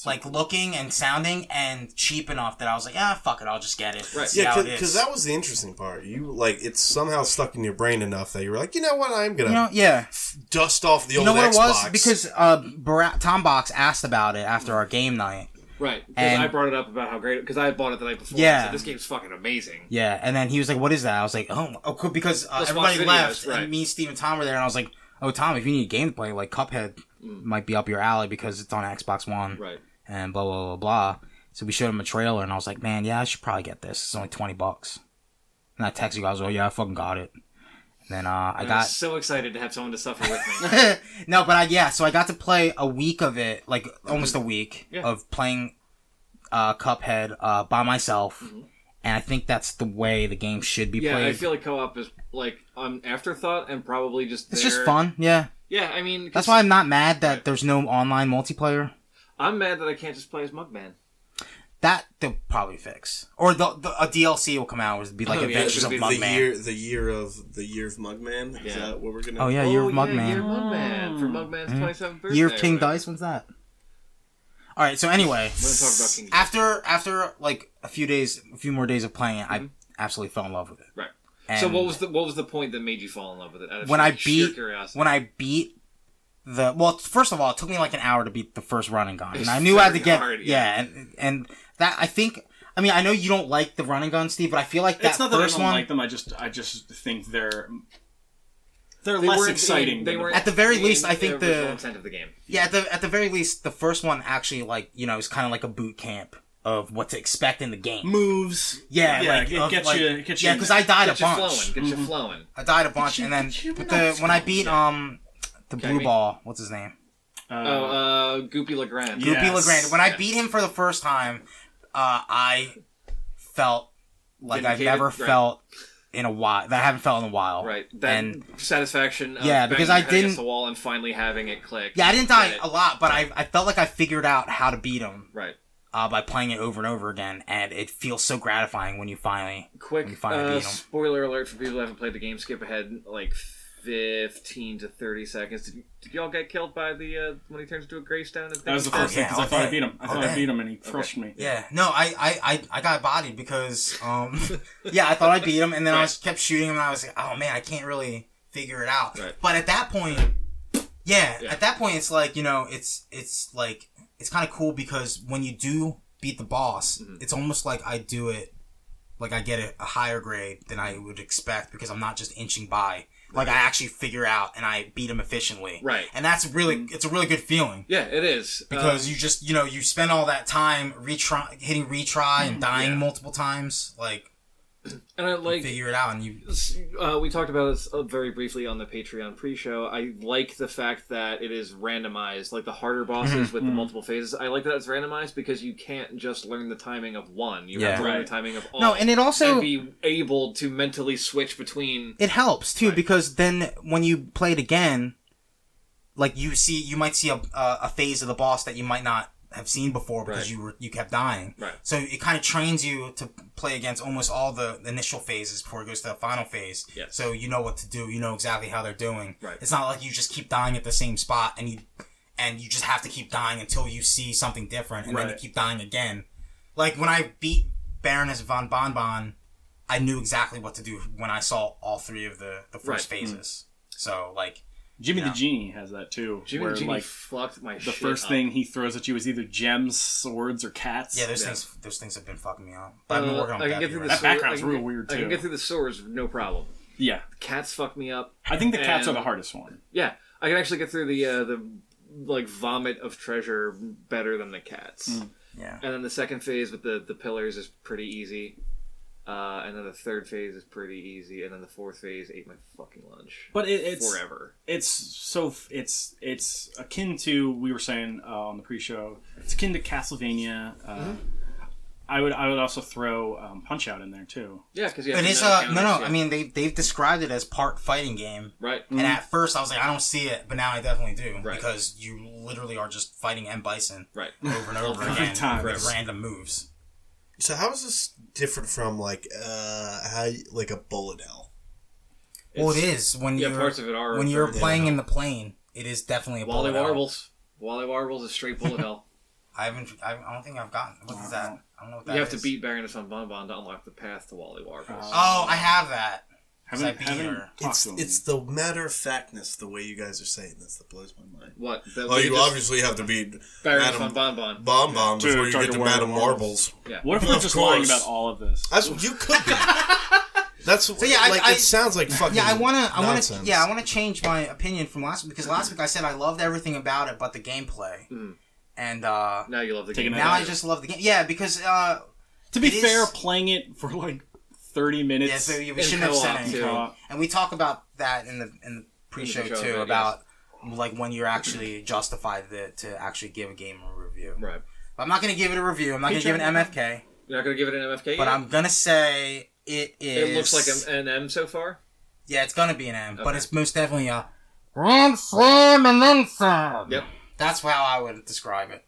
Speaker 3: Like looking and sounding and cheap enough that I was like, ah, fuck it, I'll just get it.
Speaker 2: Right.
Speaker 3: See
Speaker 1: Yeah,
Speaker 3: how it
Speaker 1: because
Speaker 3: is.
Speaker 1: that was the interesting part. You like it's somehow stuck in your brain enough that you were like, you know what, I'm gonna
Speaker 3: you know, yeah.
Speaker 1: dust off the
Speaker 3: You
Speaker 1: old
Speaker 3: know what
Speaker 1: Xbox.
Speaker 3: it was? Because uh, Bar- Tom Box asked about it after our game night.
Speaker 2: Right. Because
Speaker 3: And-
Speaker 2: I brought it up about how great. Because I had bought it the night before.
Speaker 3: Yeah.
Speaker 2: So this game's fucking amazing.
Speaker 3: Yeah, and then he was like, "What is that?" I was like, "Oh, oh cool," because uh,
Speaker 2: Let's
Speaker 3: everybody
Speaker 2: watch videos,
Speaker 3: left,
Speaker 2: right.
Speaker 3: and me, Steve, and Tom were there, and I was like, "Oh, Tom, if you need a game to play, like Cuphead might be up your alley because it's on Xbox One
Speaker 2: Mm. Right.
Speaker 3: and blah blah blah blah." So we showed him a trailer, and I was like, "Man, yeah, I should probably get this. It's only twenty bucks." And I texted you guys, "Oh yeah, I fucking got it." And then uh, I
Speaker 2: I
Speaker 3: got
Speaker 2: was so excited to have someone to suffer with me.
Speaker 3: [LAUGHS] no, but I yeah, so I got to play a week of it, like almost a week
Speaker 2: Mm-hmm. Yeah.
Speaker 3: of playing uh, Cuphead uh, by myself, and I think that's the way the game should be
Speaker 2: Mm-hmm. yeah,
Speaker 3: played.
Speaker 2: I feel like co-op is like an afterthought and probably just.
Speaker 3: it's
Speaker 2: there-
Speaker 3: just fun, yeah.
Speaker 2: Yeah, I mean, 'cause
Speaker 3: That's why I'm not mad that there's no online multiplayer.
Speaker 2: I'm mad that I can't just play as Mugman.
Speaker 3: That they'll probably fix, or the, the a DLC will come out. Would be like
Speaker 2: Oh, yeah,
Speaker 3: Adventures
Speaker 2: it'll
Speaker 3: of
Speaker 2: be the
Speaker 5: the
Speaker 3: Mugman.
Speaker 5: year, the year of the year of Mugman. Is
Speaker 2: Yeah.
Speaker 5: that what we're gonna?
Speaker 3: Oh yeah, year of
Speaker 2: yeah, Year of
Speaker 3: Mugman.
Speaker 2: Mugman for Mugman's 27th birthday.
Speaker 3: Year of King
Speaker 2: We're gonna
Speaker 3: Dice. When's that? All right. So anyway,
Speaker 2: talk about King Dice.
Speaker 3: after after like a few days, a few more days of playing it,
Speaker 4: Mm-hmm.
Speaker 3: I absolutely fell in love with it.
Speaker 2: Right.
Speaker 3: And
Speaker 2: So what was the what was the point that made you fall in love with it? Out of
Speaker 3: when I
Speaker 2: sheer
Speaker 3: beat
Speaker 2: curiosity.
Speaker 3: when I beat the well? First of all, it took me like an hour to beat the first run and gun, and I knew I had to
Speaker 2: very
Speaker 3: get
Speaker 2: hard,
Speaker 3: yeah. and and that I think I mean I know you don't like the run and gun, Steve, but I feel like that
Speaker 4: It's not that I
Speaker 3: first
Speaker 4: don't
Speaker 3: one
Speaker 4: like them. I just I just think they're they're
Speaker 2: They
Speaker 4: less
Speaker 2: weren't
Speaker 4: exciting.
Speaker 2: being- They
Speaker 4: than the-
Speaker 2: were
Speaker 3: At the very least, I think the-
Speaker 2: intent of the game.
Speaker 3: yeah. At the at the very least, the first one actually like you know is kind of like a boot camp of what to expect in the game.
Speaker 4: [LAUGHS] moves.
Speaker 3: Yeah,
Speaker 4: Yeah,
Speaker 3: like,
Speaker 4: it
Speaker 3: of,
Speaker 4: gets
Speaker 3: like-
Speaker 4: you- it gets you
Speaker 3: yeah,
Speaker 4: in
Speaker 3: because
Speaker 4: there.
Speaker 3: I died
Speaker 2: Get
Speaker 3: a
Speaker 2: you
Speaker 3: bunch.
Speaker 2: flowing. Get
Speaker 3: Mm-hmm.
Speaker 2: you flowing.
Speaker 3: I died a bunch, and then
Speaker 2: get you
Speaker 3: but the,
Speaker 2: nuts,
Speaker 3: when I
Speaker 2: go.
Speaker 3: beat um the blue
Speaker 2: me.
Speaker 3: ball, what's his name?
Speaker 2: Oh,
Speaker 4: Um,
Speaker 2: uh, Goopy Legrand.
Speaker 4: Yeah.
Speaker 3: Goopy
Speaker 4: Yes.
Speaker 3: Legrand. When I beat him for the first time, uh, I felt like I've
Speaker 2: Vindicated,
Speaker 3: never
Speaker 2: right.
Speaker 3: felt in a while. That I haven't felt in a while.
Speaker 2: Right. That
Speaker 3: and
Speaker 2: satisfaction. Of
Speaker 3: Yeah,
Speaker 2: banging
Speaker 3: because
Speaker 2: your
Speaker 3: I
Speaker 2: head against
Speaker 3: didn't-
Speaker 2: the wall and finally having it click.
Speaker 3: yeah, I didn't die
Speaker 2: Right.
Speaker 3: a lot, but I I felt like I figured out how to beat him
Speaker 2: Right.
Speaker 3: uh, by playing it over and over again, and it feels so gratifying when you finally. We
Speaker 2: Quick
Speaker 3: finally beat
Speaker 2: uh,
Speaker 3: 'em.
Speaker 2: spoiler alert for people who haven't played the game. Skip ahead like fifteen to thirty seconds. Did, did y'all get killed by the uh, when he turns into a gravestone? And
Speaker 4: That was the first
Speaker 3: yeah,
Speaker 4: thing 'cause I
Speaker 3: all
Speaker 4: thought I
Speaker 3: day.
Speaker 4: beat him. I
Speaker 3: All
Speaker 4: thought
Speaker 3: day.
Speaker 4: I beat him, and he crushed me.
Speaker 3: Yeah, no, I, I, I, I got bodied because, um, [LAUGHS] yeah, I thought I beat him, and then I was, kept shooting him, and I was like, oh man, I can't really figure it out.
Speaker 2: Right.
Speaker 3: But at that point, yeah,
Speaker 2: Yeah.
Speaker 3: at that point, it's like you know, it's it's like it's kind of cool because when you do beat the boss,
Speaker 2: Mm-hmm.
Speaker 3: it's almost like I do it, like I get a, a higher grade than I would expect because I'm not just inching by. Like I actually figure out and I beat him efficiently.
Speaker 2: Right. Mm-hmm.
Speaker 3: And that's really, it's a really good feeling
Speaker 2: Yeah, it is Uh,
Speaker 3: because you just you know you spend all that time retry hitting retry
Speaker 2: Mm,
Speaker 3: and dying multiple times like
Speaker 2: Uh, and I like
Speaker 3: figure it out and you
Speaker 2: uh, we talked about this uh, very briefly on the Patreon pre-show. I like the fact that it is randomized, like the harder
Speaker 4: Mm-hmm.
Speaker 2: bosses
Speaker 3: Mm-hmm.
Speaker 2: with the multiple phases. I like that it's randomized because you can't just learn the timing of one; you
Speaker 3: Yeah.
Speaker 2: have to learn
Speaker 4: Right.
Speaker 2: the timing of all.
Speaker 3: no and it
Speaker 2: and
Speaker 3: also
Speaker 2: be able to mentally switch between.
Speaker 3: it helps too
Speaker 2: Right.
Speaker 3: because then when you play it again like you see you might see a, a, a phase of the boss that you might not have seen before because
Speaker 2: Right.
Speaker 3: you were you kept dying
Speaker 2: Right.
Speaker 3: so it kind of trains you to play against almost all the initial phases before it goes to the final phase
Speaker 2: Yes.
Speaker 3: so you know what to do you know exactly how they're doing
Speaker 2: Right.
Speaker 3: it's not like you just keep dying at the same spot and you and you just have to keep dying until you see something different and then you
Speaker 4: Right.
Speaker 3: keep dying again like when i beat baroness von bonbon I knew exactly what to do when I saw all three of the, the first
Speaker 2: Right. Mm.
Speaker 3: phases. So like,
Speaker 4: Jimmy
Speaker 3: Yeah.
Speaker 4: the Genie has that too.
Speaker 2: Jimmy
Speaker 4: where
Speaker 2: Genie
Speaker 4: like
Speaker 2: fucked my
Speaker 4: the first thing he throws at you is either gems, swords, or cats.
Speaker 3: yeah, those
Speaker 2: Yeah.
Speaker 3: things those things have been fucking me up. But I've been working on
Speaker 2: Uh, I can
Speaker 3: that.
Speaker 2: get through
Speaker 3: you're
Speaker 2: the
Speaker 3: right.
Speaker 4: That background's
Speaker 2: I can
Speaker 4: real
Speaker 2: get-
Speaker 4: weird,
Speaker 2: I can
Speaker 4: too.
Speaker 2: get through the swords, no problem.
Speaker 4: Yeah.
Speaker 2: Cats fuck me up.
Speaker 4: I think the cats
Speaker 2: And-
Speaker 4: are the hardest one.
Speaker 2: Yeah, I can actually get through the uh, the like vomit of treasure better than the cats.
Speaker 3: Hmm, Yeah.
Speaker 2: And then the second phase with the the pillars is pretty easy. Uh, and then the third phase is pretty easy, and then the fourth phase ate my fucking lunch
Speaker 4: But it, it's
Speaker 2: forever.
Speaker 4: it's so f- it's it's akin to we were saying uh, on the pre-show. It's akin to Castlevania. Uh, I would I would also throw um, Punch Out in there too.
Speaker 2: Yeah, because
Speaker 3: It is uh no no. I mean they they've described it as part fighting game,
Speaker 2: right.
Speaker 3: and at first I was like I don't see it, but now I definitely do
Speaker 2: Mm. Right.
Speaker 3: because you literally are just fighting M Bison [LAUGHS]
Speaker 2: Right. [LAUGHS]
Speaker 3: over and over
Speaker 4: Every
Speaker 3: again
Speaker 4: time.
Speaker 3: with random moves.
Speaker 1: So how is this different from like uh how you- like a bullet hell?
Speaker 3: well, it is when
Speaker 2: yeah,
Speaker 3: you're
Speaker 2: parts of it are
Speaker 3: when you're
Speaker 2: very-
Speaker 3: playing in the plane. It is definitely a
Speaker 2: Wally
Speaker 3: bullet hell.
Speaker 2: Warbles. Wally Warbles is straight bullet
Speaker 3: [LAUGHS]
Speaker 2: hell.
Speaker 3: I haven't. I, I don't think I've gotten. What is that? I don't know what that
Speaker 2: you have to
Speaker 3: is.
Speaker 2: beat Baroness on Bonbon to unlock the path to Wally Warbles.
Speaker 3: Oh, I have that.
Speaker 4: Haven't,
Speaker 3: Zapier.
Speaker 4: haven't talked
Speaker 1: It's
Speaker 4: to him.
Speaker 1: it's the matter of factness the way you guys are saying this that blows my mind.
Speaker 2: what? The,
Speaker 1: Oh, you obviously have to beat
Speaker 2: Baroness
Speaker 1: Madam
Speaker 2: on Bonbon.
Speaker 1: Bomb Bomb
Speaker 4: To
Speaker 1: before you
Speaker 4: try
Speaker 1: get
Speaker 4: to
Speaker 1: to
Speaker 4: wear
Speaker 1: Madam
Speaker 4: the
Speaker 1: Marbles.
Speaker 4: marbles.
Speaker 2: Yeah.
Speaker 4: what if we're
Speaker 1: Of
Speaker 4: just
Speaker 1: course.
Speaker 4: lying about all of this?
Speaker 1: That's you could be. [LAUGHS] That's so
Speaker 3: yeah, I-
Speaker 1: like
Speaker 3: I-
Speaker 1: it sounds like fucking.
Speaker 3: Yeah, I wanna, I wanna,
Speaker 1: nonsense.
Speaker 3: yeah, I wanna change my opinion from last week because last week I said I loved everything about it, but the gameplay,
Speaker 2: Hmm.
Speaker 3: and uh,
Speaker 2: Now you love the
Speaker 4: Take
Speaker 2: game.
Speaker 4: it
Speaker 3: now
Speaker 4: out.
Speaker 3: I just love the game. Yeah, because uh,
Speaker 4: to be
Speaker 3: it is-
Speaker 4: fair, playing it for like thirty minutes.
Speaker 3: yeah, so we
Speaker 2: in
Speaker 3: shouldn't have
Speaker 2: co-op,
Speaker 3: said anything.
Speaker 2: too.
Speaker 4: co-op.
Speaker 3: And we talk about that in the in the pre-show
Speaker 2: In the show,
Speaker 3: too
Speaker 2: yes.
Speaker 3: about like when you're actually justified to, to actually give a game a review.
Speaker 2: Right.
Speaker 3: But I'm not gonna give it a review. I'm not gonna
Speaker 4: Feature-
Speaker 3: give it MFK,
Speaker 2: You're not gonna give it an MFK.
Speaker 3: but
Speaker 2: yet?
Speaker 3: I'm gonna say it is.
Speaker 2: It looks like an, an M so far.
Speaker 3: yeah, it's gonna be an M, but
Speaker 2: Okay.
Speaker 3: it's most definitely a grand slam and then some.
Speaker 2: Yep.
Speaker 3: That's how I would describe it.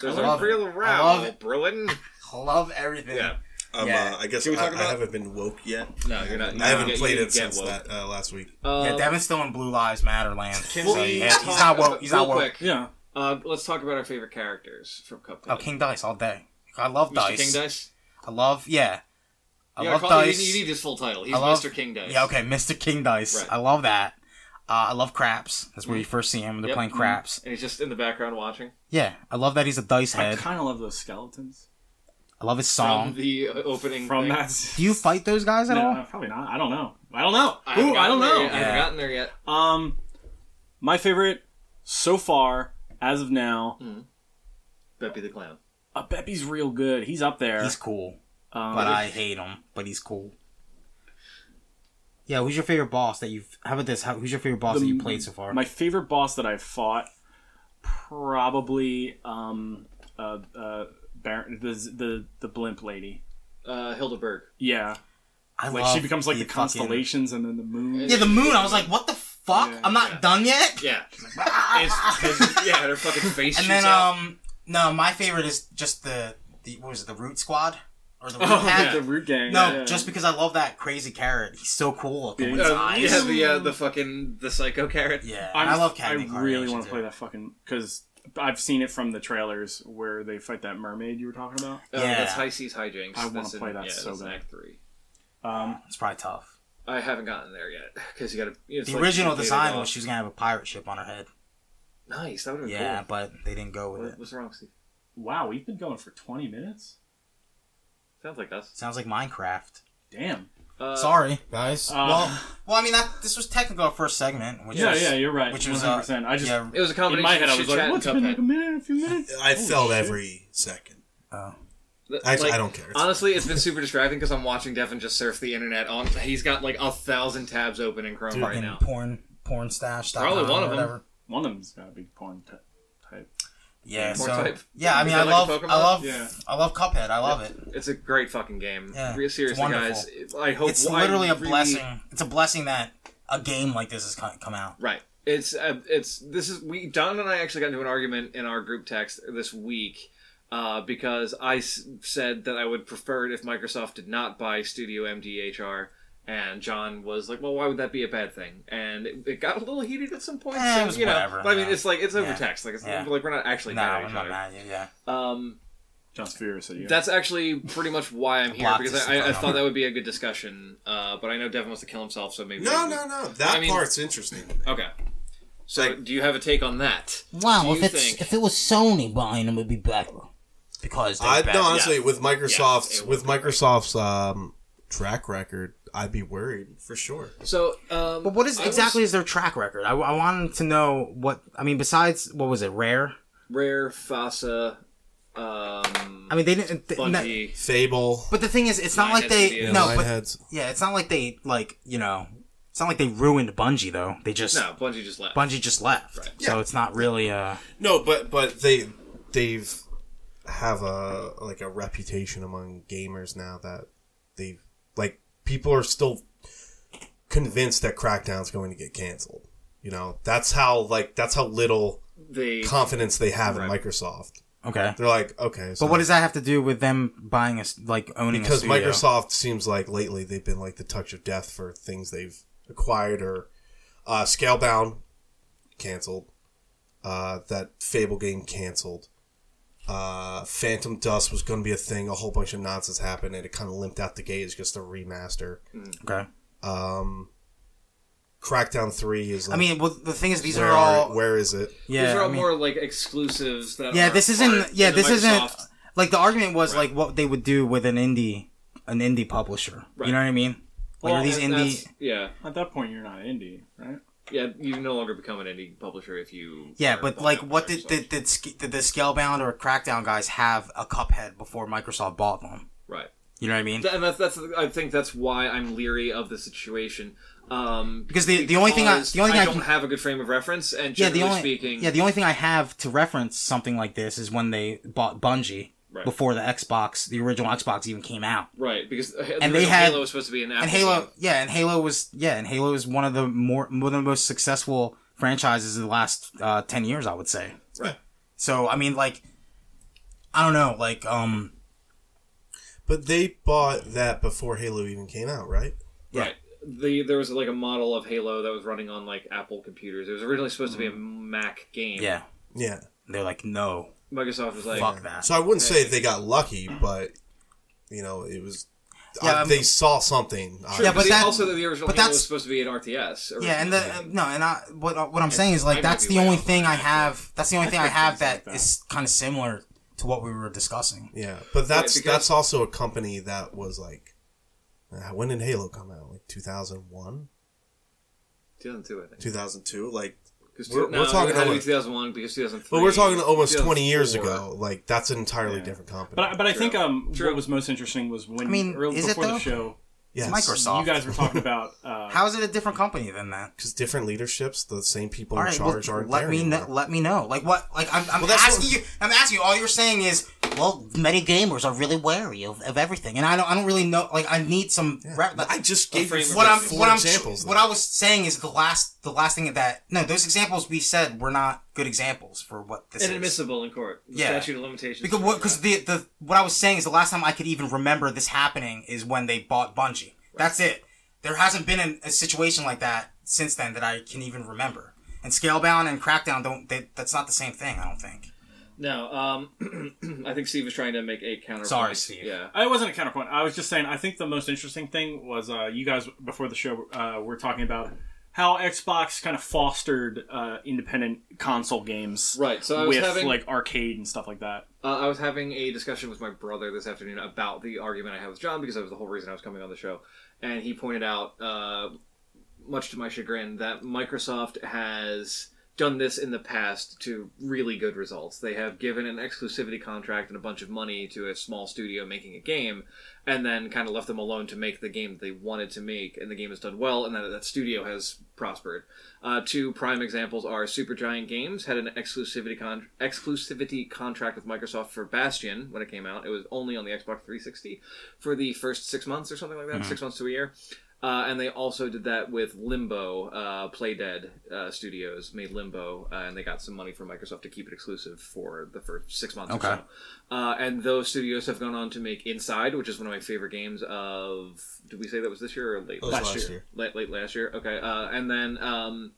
Speaker 2: There's
Speaker 3: I
Speaker 2: a
Speaker 3: love it.
Speaker 2: real
Speaker 3: I love
Speaker 2: row
Speaker 3: it.
Speaker 2: brewing.
Speaker 3: I love everything.
Speaker 2: Yeah.
Speaker 1: Um,
Speaker 3: Yeah.
Speaker 1: uh, I guess
Speaker 2: Can we
Speaker 1: I,
Speaker 2: talk
Speaker 1: I
Speaker 2: about-
Speaker 1: haven't been woke yet.
Speaker 2: No, you're not.
Speaker 1: I haven't
Speaker 2: you
Speaker 1: played
Speaker 2: get- you
Speaker 1: it
Speaker 2: get
Speaker 1: since
Speaker 2: woke.
Speaker 1: that uh, last week.
Speaker 2: Um,
Speaker 3: Yeah, Devin's still in Blue Lives Matter land.
Speaker 2: can
Speaker 3: so
Speaker 2: we
Speaker 3: he has- he's
Speaker 2: talk
Speaker 3: not woke.
Speaker 2: about-
Speaker 3: He's not
Speaker 2: real
Speaker 3: woke.
Speaker 2: quick,
Speaker 4: Yeah,
Speaker 2: uh, let's talk about our favorite characters from Cuphead.
Speaker 3: Oh, King Dice all day. I love
Speaker 2: Mr.
Speaker 3: Dice.
Speaker 2: King Dice.
Speaker 3: I love, yeah. I
Speaker 2: yeah,
Speaker 3: love
Speaker 2: call- you-
Speaker 3: Dice.
Speaker 2: You, need his full title. He's
Speaker 3: I love,
Speaker 2: Mr. King Dice.
Speaker 3: Yeah, okay, Mr. King Dice.
Speaker 2: Right. Mm.
Speaker 3: I love that. Uh, I love Craps. That's where you first see him. They're
Speaker 2: Yep.
Speaker 3: playing Craps.
Speaker 2: And he's just in the background watching
Speaker 3: Yeah, I love that he's a dice
Speaker 4: I
Speaker 3: head.
Speaker 4: kind of love those skeletons
Speaker 3: I love his
Speaker 2: from
Speaker 3: song.
Speaker 2: the uh, opening.
Speaker 4: from
Speaker 2: thing.
Speaker 4: that.
Speaker 3: Do you fight those guys at all?
Speaker 4: No, probably not. I don't know. I don't know.
Speaker 2: I haven't
Speaker 4: Ooh, I
Speaker 2: gotten
Speaker 4: don't
Speaker 2: there
Speaker 4: know.
Speaker 2: yet. I
Speaker 3: Yeah.
Speaker 2: haven't gotten there yet.
Speaker 4: Um, my favorite so far, as of now,
Speaker 2: Beppy the Clown.
Speaker 4: uh, Beppy's real good. He's up there.
Speaker 3: He's cool,
Speaker 4: um,
Speaker 3: but I hate him. But he's cool. Yeah, who's your favorite boss that you've? How about this? How, who's your favorite boss that you played so far?
Speaker 4: my favorite boss that I fought probably um uh, uh Baron, the the the blimp lady.
Speaker 2: uh, Hildeberg.
Speaker 4: Yeah,
Speaker 3: I
Speaker 4: like she
Speaker 3: love
Speaker 4: becomes like the,
Speaker 3: fucking-
Speaker 4: constellations and then the moon.
Speaker 3: Yeah, the moon. I was like, what the fuck?
Speaker 4: Yeah,
Speaker 3: I'm not
Speaker 2: yeah.
Speaker 3: done yet. [LAUGHS]
Speaker 2: Yeah, It's- it's- yeah, her fucking face
Speaker 3: And
Speaker 2: shoots
Speaker 3: then
Speaker 2: out.
Speaker 3: um, no, my favorite is just the the what was it? The Root Squad or the Root
Speaker 4: [LAUGHS] Oh,
Speaker 3: Pack?
Speaker 4: the root gang.
Speaker 3: No,
Speaker 4: yeah.
Speaker 3: just because I love that crazy carrot. He's so cool looking
Speaker 4: Yeah,
Speaker 3: with his
Speaker 2: Uh,
Speaker 3: eyes.
Speaker 2: yeah,
Speaker 3: Yeah,
Speaker 2: the uh, the fucking the psycho carrot.
Speaker 3: and I love Cat.
Speaker 4: I really want to play that fucking because I've seen it from the trailers where they fight that mermaid you were talking about.
Speaker 2: Uh,
Speaker 3: Yeah.
Speaker 2: that's High Seas Hijinks.
Speaker 4: I wanna
Speaker 2: That's in-
Speaker 4: play that
Speaker 2: yeah,
Speaker 4: so
Speaker 2: that's in
Speaker 4: bad.
Speaker 2: Act Three.
Speaker 4: Um,
Speaker 3: It's probably tough.
Speaker 2: I haven't gotten there yet because you got to.
Speaker 3: The original design was she was gonna have a pirate ship on her head.
Speaker 2: nice. That would have been
Speaker 3: Yeah,
Speaker 2: cool.
Speaker 3: but they didn't go with
Speaker 2: What,
Speaker 3: it.
Speaker 2: what's wrong, Steve?
Speaker 4: wow, we've been going for twenty minutes.
Speaker 2: Sounds like us.
Speaker 3: Sounds like Minecraft.
Speaker 4: Damn.
Speaker 2: Uh,
Speaker 3: Sorry, guys.
Speaker 4: uh,
Speaker 3: well, well, I mean, that this was technically our first segment. Which
Speaker 4: yeah,
Speaker 3: was,
Speaker 4: yeah, you're right.
Speaker 3: Which
Speaker 4: one
Speaker 3: was
Speaker 4: hundred
Speaker 3: uh,
Speaker 4: percent. I just
Speaker 3: yeah,
Speaker 2: It was a
Speaker 4: in
Speaker 2: combination
Speaker 4: my head I was
Speaker 2: of
Speaker 4: like,
Speaker 2: chit
Speaker 4: what's
Speaker 2: chat
Speaker 4: been
Speaker 2: and
Speaker 4: like a
Speaker 2: Cuphead.
Speaker 4: minute, a few minutes.
Speaker 1: I
Speaker 4: Holy
Speaker 1: felt
Speaker 4: shit.
Speaker 1: every second.
Speaker 3: oh.
Speaker 2: Th-
Speaker 1: Actually,
Speaker 2: like,
Speaker 1: I don't care. It's
Speaker 2: Honestly,
Speaker 3: [LAUGHS]
Speaker 2: it's been super distracting because I'm watching Devin just surf the internet. On he's got like a thousand tabs open in Chrome right
Speaker 3: Fucking
Speaker 2: now.
Speaker 3: porn, porn stash.
Speaker 2: Probably one of 'em.
Speaker 4: One of them's got to be porn t- type.
Speaker 3: Yeah,
Speaker 2: Porn
Speaker 3: so
Speaker 2: type.
Speaker 3: yeah, I
Speaker 2: Is
Speaker 3: mean, I
Speaker 2: that like
Speaker 3: love,
Speaker 2: a
Speaker 3: I
Speaker 2: Pokemon?
Speaker 3: love,
Speaker 4: Yeah.
Speaker 3: I love Cuphead. I love it.
Speaker 2: It's a great fucking game.
Speaker 3: Yeah,
Speaker 2: Re-
Speaker 3: it's
Speaker 2: Seriously, guys, I hope
Speaker 3: It's
Speaker 2: I
Speaker 3: literally a
Speaker 2: really-
Speaker 3: blessing. It's a blessing that a game like this has co- come out.
Speaker 2: Right. It's uh, it's this is we Don and I actually got into an argument in our group text this week uh, because I s- said that I would prefer it if Microsoft did not buy Studio MDHR, and John was like, "Well, why would that be a bad thing?" And it, it got a little heated at some point.
Speaker 3: Eh,
Speaker 2: so,
Speaker 3: it was
Speaker 2: you know,
Speaker 3: whatever,
Speaker 2: but I mean,
Speaker 3: yeah.
Speaker 2: it's like it's over
Speaker 3: Yeah.
Speaker 2: text. Like it's
Speaker 3: Yeah.
Speaker 2: like we're not actually
Speaker 3: No,
Speaker 2: mad at
Speaker 3: I'm
Speaker 2: each
Speaker 3: not
Speaker 2: other.
Speaker 3: mad. at you, Yeah,
Speaker 2: Um,
Speaker 4: John's furious at you.
Speaker 2: that's actually pretty much why I'm here
Speaker 3: Blocked
Speaker 2: because
Speaker 3: us
Speaker 2: I, I, I
Speaker 3: from
Speaker 2: thought
Speaker 3: number.
Speaker 2: that would be a good discussion. Uh, but I know Devin wants to kill himself, so maybe
Speaker 1: No, no, no. That
Speaker 2: I mean-
Speaker 1: part's interesting.
Speaker 2: Okay. So,
Speaker 1: Like-
Speaker 2: do you have a take on that? Do
Speaker 3: Wow,
Speaker 2: you
Speaker 3: if it's
Speaker 2: think-
Speaker 3: if it was Sony buying them, it'd be better because they're
Speaker 1: I,
Speaker 3: better.
Speaker 1: no, honestly, with
Speaker 2: Yeah,
Speaker 1: Microsoft's
Speaker 2: it
Speaker 1: with
Speaker 2: would be
Speaker 1: Microsoft's um, track record, I'd be worried for sure.
Speaker 2: So, um,
Speaker 3: But what is
Speaker 2: I was-
Speaker 3: exactly is their track record? I, I wanted to know what I mean. Besides, what was it? Rare.
Speaker 2: rare FASA? Um,
Speaker 3: I mean, they didn't. They, no-
Speaker 2: Bungie.
Speaker 1: Fable,
Speaker 3: but the thing is, it's not
Speaker 2: Nine
Speaker 3: like
Speaker 2: Heads
Speaker 3: they
Speaker 2: Studios.
Speaker 3: no.
Speaker 1: Nine
Speaker 3: But
Speaker 1: Heads.
Speaker 3: yeah, it's not like they like you know. It's not like they ruined Bungie though. They just
Speaker 2: No, Bungie just left.
Speaker 3: Bungie just left,
Speaker 2: Right.
Speaker 3: so it's not really uh
Speaker 1: No, but but they they've have a like a reputation among gamers now that they like people are still convinced that Crackdown's going to get canceled. You know, that's how like that's how little
Speaker 2: they
Speaker 1: confidence they have in
Speaker 2: Right.
Speaker 1: Microsoft.
Speaker 3: okay.
Speaker 1: They're like, okay, so
Speaker 3: But what does that have to do with them buying us like owning a
Speaker 1: because
Speaker 3: studio?
Speaker 1: Microsoft seems like lately they've been like the touch of death for things they've acquired or uh, Scalebound canceled, uh, that Fable game canceled, uh, Phantom Dust was going to be a thing. A whole bunch of nonsense happened, and it kind of limped out the gate. It's just a remaster.
Speaker 3: Okay.
Speaker 1: Um, Crackdown Three is. Like,
Speaker 3: I mean, well, the thing is, these
Speaker 1: where
Speaker 3: are all
Speaker 1: where is it?
Speaker 3: yeah.
Speaker 2: these are all
Speaker 3: I mean-
Speaker 2: more like exclusives that
Speaker 3: yeah
Speaker 2: are
Speaker 3: this
Speaker 2: part
Speaker 3: isn't yeah
Speaker 2: of the
Speaker 3: this isn't
Speaker 2: Microsoft-
Speaker 3: like the argument was like what they would do with an indie an indie publisher
Speaker 2: Right.
Speaker 3: you know what i mean like
Speaker 2: Well,
Speaker 3: are these
Speaker 2: and
Speaker 3: indie
Speaker 2: that's- Yeah,
Speaker 4: At that point, you're not indie, right?
Speaker 2: yeah. You no longer become an indie publisher if you. are
Speaker 3: yeah but
Speaker 2: bought
Speaker 3: like
Speaker 2: out by
Speaker 3: what did
Speaker 2: Microsoft.
Speaker 3: did, did, Sc- did the scalebound or crackdown guys have a cuphead before microsoft bought them
Speaker 2: right?
Speaker 3: you know what i mean
Speaker 2: Th- and that's that's I think that's why I'm leery of the situation. Um,
Speaker 3: Because the- the only thing I-
Speaker 2: because
Speaker 3: the only thing I
Speaker 2: don't
Speaker 3: can-
Speaker 2: have a good frame of reference, and
Speaker 3: yeah
Speaker 2: generally
Speaker 3: the only
Speaker 2: speaking,
Speaker 3: yeah the only thing i have to reference something like this is when they bought bungie
Speaker 2: Right.
Speaker 3: before the xbox the original xbox even came out
Speaker 2: right because
Speaker 3: And
Speaker 2: and they
Speaker 3: they had-
Speaker 2: Halo was supposed to be an Apple
Speaker 3: and Halo,
Speaker 2: game.
Speaker 3: yeah, and Halo was yeah, and Halo is one of the more one of the most successful franchises in the last uh, ten years, I would say.
Speaker 2: Right.
Speaker 3: So I mean, like, I don't know, like, um,
Speaker 1: But they bought that before Halo even came out, right?
Speaker 3: yeah.
Speaker 2: Right. The there was like a model of Halo that was running on like Apple computers. It was originally supposed to be a Mac game.
Speaker 3: yeah,
Speaker 1: Yeah.
Speaker 3: they're like, no,
Speaker 2: Microsoft was like, uh,
Speaker 3: fuck that.
Speaker 1: So I wouldn't say they got lucky, but you know, it was
Speaker 3: Yeah,
Speaker 1: I-
Speaker 3: I'm-
Speaker 1: they saw something.
Speaker 2: Sure,
Speaker 3: Yeah, but
Speaker 2: because
Speaker 3: that-
Speaker 2: also the original
Speaker 3: but
Speaker 2: Halo
Speaker 3: that's-
Speaker 2: was supposed to be an RTS. or-
Speaker 3: yeah, and the, uh, no, and I what uh, what I'm saying is
Speaker 2: I
Speaker 3: like
Speaker 2: might
Speaker 3: that's
Speaker 2: be
Speaker 3: the
Speaker 2: way
Speaker 3: only
Speaker 2: off.
Speaker 3: thing I have. That's the only thing I have
Speaker 4: like
Speaker 3: that
Speaker 4: that.
Speaker 3: is kind of similar to what we were discussing.
Speaker 1: yeah, but that's
Speaker 2: because-
Speaker 1: that's also a company that was like uh, when did Halo come out? Like 2001,
Speaker 2: 2002, I think.
Speaker 1: 2002, like
Speaker 2: 'Cause
Speaker 1: We're-
Speaker 2: two-
Speaker 1: we're
Speaker 2: it
Speaker 1: talking
Speaker 2: had to be
Speaker 1: almost-
Speaker 2: 2001 because 2003.
Speaker 1: but we're talking almost 20 years
Speaker 2: 2004.
Speaker 1: ago. Like that's an entirely
Speaker 4: Yeah.
Speaker 3: uh,
Speaker 1: different company.
Speaker 4: But I, but I think um
Speaker 2: True.
Speaker 4: what was most interesting was when
Speaker 3: I mean,
Speaker 4: early
Speaker 3: is it
Speaker 4: before the
Speaker 3: though?
Speaker 4: show
Speaker 1: Yes.
Speaker 3: Microsoft.
Speaker 4: You guys were
Speaker 3: [LAUGHS]
Speaker 4: talking about uh,
Speaker 3: How is it a different company than that?
Speaker 1: Because different leaderships, the same people
Speaker 3: All
Speaker 1: in
Speaker 3: right,
Speaker 1: charge
Speaker 3: well,
Speaker 1: aren't
Speaker 3: let
Speaker 1: there
Speaker 3: me know.
Speaker 1: anymore.
Speaker 3: Let me know. Like what? Like I'm, I'm
Speaker 1: Well, that's
Speaker 3: asking you. I'm asking you. All you're saying is, well, many gamers are really wary of, of everything, and I don't. I don't really know. Like I need some. Re- like,
Speaker 1: I just gave
Speaker 2: frame
Speaker 1: you
Speaker 2: of
Speaker 1: four
Speaker 3: what I'm
Speaker 1: examples.
Speaker 3: what I'm
Speaker 1: examples,
Speaker 3: what I was saying is the last the last thing that no those examples we said were not good examples for what this is.
Speaker 2: Inadmissible in court. The
Speaker 3: Yeah.
Speaker 2: Statute of limitations.
Speaker 3: Because what? Because the the what I was saying is the last time I could even remember this happening is when they bought Bungie. That's it. There hasn't been an, a situation like that since then that I can even remember. And Scalebound and Crackdown don't. They, that's not the same thing. I don't think.
Speaker 2: No, um, [CLEARS THROAT] I think Steve was trying to make a counterpoint.
Speaker 3: Sorry, Steve.
Speaker 2: Yeah.
Speaker 4: I wasn't a counterpoint. I was just saying. I think the most interesting thing was uh, you guys before the show uh, were talking about how Xbox kind of fostered uh, independent console games,
Speaker 2: Right, so I was
Speaker 4: with
Speaker 2: having-
Speaker 4: like arcade and stuff like that.
Speaker 2: Uh, I was having a discussion with my brother this afternoon about the argument I had with John because that was the whole reason I was coming on the show, and he pointed out, uh, much to my chagrin, that Microsoft has done this in the past to really good results. They have given an exclusivity contract and a bunch of money to a small studio making a game, and then kind of left them alone to make the game that they wanted to make, and the game has done well, and that, that studio has prospered. Uh, two prime examples are Supergiant Games had an exclusivity con- exclusivity contract with Microsoft for Bastion when it came out. It was only on the Xbox 360 for the first six months or something like that, six months to a year. Uh, and they also did that with Limbo, uh, Playdead uh, Studios made Limbo, uh, and they got some money from Microsoft to keep it exclusive for the first six months or
Speaker 3: Okay.
Speaker 2: so. Uh, and those studios have gone on to make Inside, which is one of my favorite games of. Did we say that was this year or
Speaker 1: That
Speaker 2: late?
Speaker 1: was
Speaker 2: last
Speaker 1: last
Speaker 2: year?
Speaker 1: year.
Speaker 2: Late, late last year. Okay. Uh, and then. Um,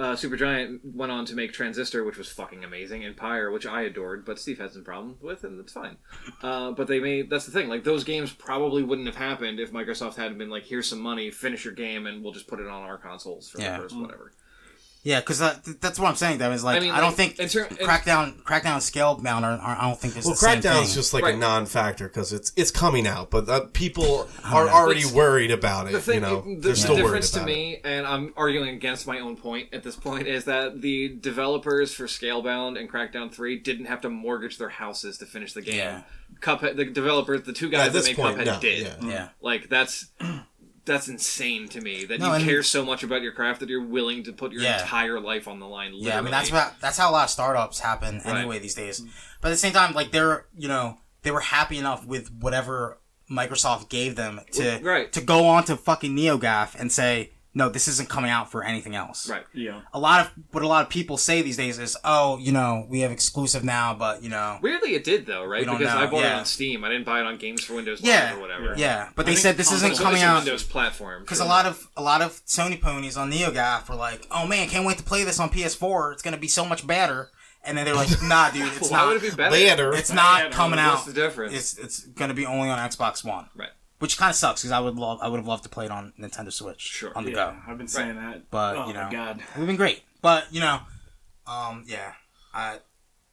Speaker 2: uh, Supergiant went on to make Transistor, which was fucking amazing, and Pyre, which I adored, but Steve had some problems with, and it's
Speaker 3: [LAUGHS]
Speaker 2: fine. Uh, but they made that's the thing. Like those games probably wouldn't have happened if Microsoft hadn't been like, "Here's some money, finish your game, and we'll just put it on our consoles for
Speaker 3: Yeah.
Speaker 2: the first
Speaker 1: Mm.
Speaker 2: whatever."
Speaker 3: Yeah, because that, th- that's what I'm saying. Though is like I,
Speaker 2: I mean,
Speaker 3: don't
Speaker 2: like,
Speaker 3: think
Speaker 2: in ter- in-
Speaker 3: Crackdown, Crackdown, and Scalebound are, are. I don't think it's
Speaker 1: Well,
Speaker 3: the same thing.
Speaker 1: Crackdown's just like
Speaker 2: Right.
Speaker 1: a non-factor because it's it's coming out, but uh, people
Speaker 3: Oh,
Speaker 1: are already
Speaker 2: It's-
Speaker 1: worried about it.
Speaker 2: The thing,
Speaker 1: you know,
Speaker 2: the,
Speaker 1: they're
Speaker 2: the
Speaker 1: still worried
Speaker 2: difference to
Speaker 1: about it.
Speaker 2: me, and I'm arguing against my own point at this point, is that the developers for Scalebound and Crackdown Three didn't have to mortgage their houses to finish the game.
Speaker 3: Yeah.
Speaker 2: Cuphead, the developers, the two guys
Speaker 1: At
Speaker 2: that
Speaker 1: this
Speaker 2: made
Speaker 1: point,
Speaker 2: Cuphead
Speaker 1: no,
Speaker 2: did.
Speaker 1: yeah.
Speaker 3: yeah.
Speaker 2: Like that's that's insane to me that
Speaker 3: No,
Speaker 2: you
Speaker 3: and-
Speaker 2: care so much about your craft that you're willing to put your
Speaker 3: Yeah.
Speaker 2: entire life on the line. Literally.
Speaker 3: Yeah, I mean that's what, that's how a lot of startups happen anyway these days. But at the same time, like they're you know they were happy enough with whatever Microsoft gave them to
Speaker 2: Right.
Speaker 3: to go on to fucking NeoGAF and say no, this isn't coming out for anything else.
Speaker 2: right.
Speaker 4: Yeah,
Speaker 3: A lot of what a lot of people say these days is oh you know we have exclusive now, but you know
Speaker 2: Weirdly, it did though, right?
Speaker 3: We don't
Speaker 2: Because
Speaker 3: know,
Speaker 2: I bought
Speaker 3: yeah.
Speaker 2: it on Steam. I didn't buy it on Games for Windows
Speaker 3: yeah
Speaker 2: Live or whatever.
Speaker 3: yeah. But
Speaker 4: I
Speaker 3: they
Speaker 4: think
Speaker 3: said this
Speaker 4: it's
Speaker 3: isn't
Speaker 2: So
Speaker 3: coming
Speaker 2: it's a
Speaker 3: out
Speaker 2: Windows platform.
Speaker 3: Because a lot of a lot of Sony ponies on NeoGAF were like, "Oh man, can't wait to play this on PS4. It's gonna be so much better." And then
Speaker 2: [LAUGHS]
Speaker 3: they're like, "Nah, dude, it's
Speaker 2: why
Speaker 3: not.
Speaker 2: would it be better?
Speaker 1: Later,
Speaker 3: it's not
Speaker 4: Yeah,
Speaker 3: coming
Speaker 2: what's
Speaker 3: out.
Speaker 2: the difference?
Speaker 3: It's it's gonna be only on Xbox One,
Speaker 2: Right.
Speaker 3: which kind of sucks because I would love I would have loved to play it on Nintendo Switch
Speaker 2: Sure.
Speaker 3: on the
Speaker 4: yeah.
Speaker 3: go.
Speaker 4: I've been saying that,
Speaker 3: But,
Speaker 4: oh
Speaker 3: you know.
Speaker 4: my
Speaker 3: It
Speaker 4: god,
Speaker 3: would have been great, but you know, um, yeah, I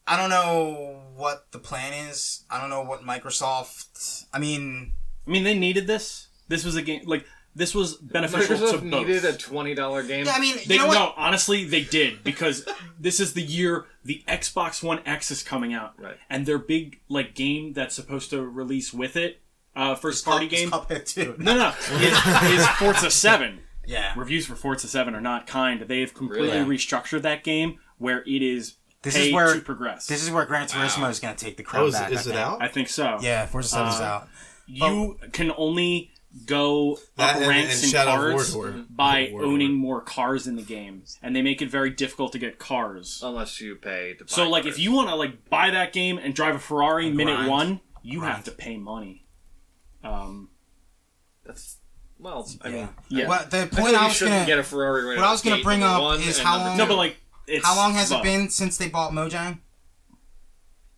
Speaker 3: I don't know what the plan is. I don't know what Microsoft. I mean,
Speaker 4: I mean, they needed this. This was a game like this was beneficial
Speaker 2: Microsoft
Speaker 4: to both.
Speaker 2: needed a twenty dollar game.
Speaker 3: yeah, I mean, you
Speaker 4: They,
Speaker 3: know what?
Speaker 4: No, honestly, they did because [LAUGHS] this is the year the Xbox One X is coming out,
Speaker 2: Right.
Speaker 4: And their big like game that's supposed to release with it, uh, first
Speaker 3: Cup-
Speaker 4: party game.
Speaker 3: [LAUGHS] Cuphead too.
Speaker 4: No, no, is, is Forza Seven.
Speaker 3: Yeah,
Speaker 4: Reviews for Forza Seven are not kind. They have completely
Speaker 3: Really?
Speaker 4: restructured that game where it is
Speaker 3: This
Speaker 4: pay
Speaker 3: is where-
Speaker 4: to progress.
Speaker 3: This is where Gran Turismo is going to take the crown
Speaker 1: Oh, is,
Speaker 3: back. I
Speaker 1: is it
Speaker 3: think.
Speaker 1: out?
Speaker 4: I think so.
Speaker 3: Yeah, Forza 7
Speaker 2: Uh,
Speaker 3: is out.
Speaker 4: you
Speaker 3: Oh.
Speaker 4: can only go
Speaker 3: Uh,
Speaker 1: That
Speaker 4: up
Speaker 1: and-
Speaker 4: ranks
Speaker 1: and
Speaker 4: in
Speaker 1: Shadow of
Speaker 4: cars
Speaker 1: Mordor.
Speaker 2: Mm-hmm.
Speaker 4: by
Speaker 1: Shadow of Mordor.
Speaker 4: owning more cars in the game, and they make it very difficult to get cars.
Speaker 2: Unless you pay to Uh, buy
Speaker 4: So like if
Speaker 2: cars.
Speaker 4: you want to like buy that game and drive a Ferrari minute
Speaker 3: grind.
Speaker 4: one, you have
Speaker 3: Grind.
Speaker 4: to pay money. Um,
Speaker 2: that's well, I mean,
Speaker 3: Yeah.
Speaker 4: yeah.
Speaker 3: Well, the
Speaker 2: I feel
Speaker 3: point
Speaker 2: like
Speaker 3: I,
Speaker 2: you
Speaker 3: was
Speaker 2: shouldn't
Speaker 3: going
Speaker 2: get
Speaker 3: to.
Speaker 2: a Ferrari. Right
Speaker 3: what
Speaker 2: out
Speaker 3: I was
Speaker 2: the
Speaker 3: gonna
Speaker 2: gate,
Speaker 3: bring
Speaker 2: number
Speaker 3: up
Speaker 2: one
Speaker 3: is
Speaker 2: and
Speaker 3: how
Speaker 2: number
Speaker 3: long-
Speaker 4: no, but like it's
Speaker 3: Um, How long has
Speaker 4: but,
Speaker 3: it been since they bought Mojang?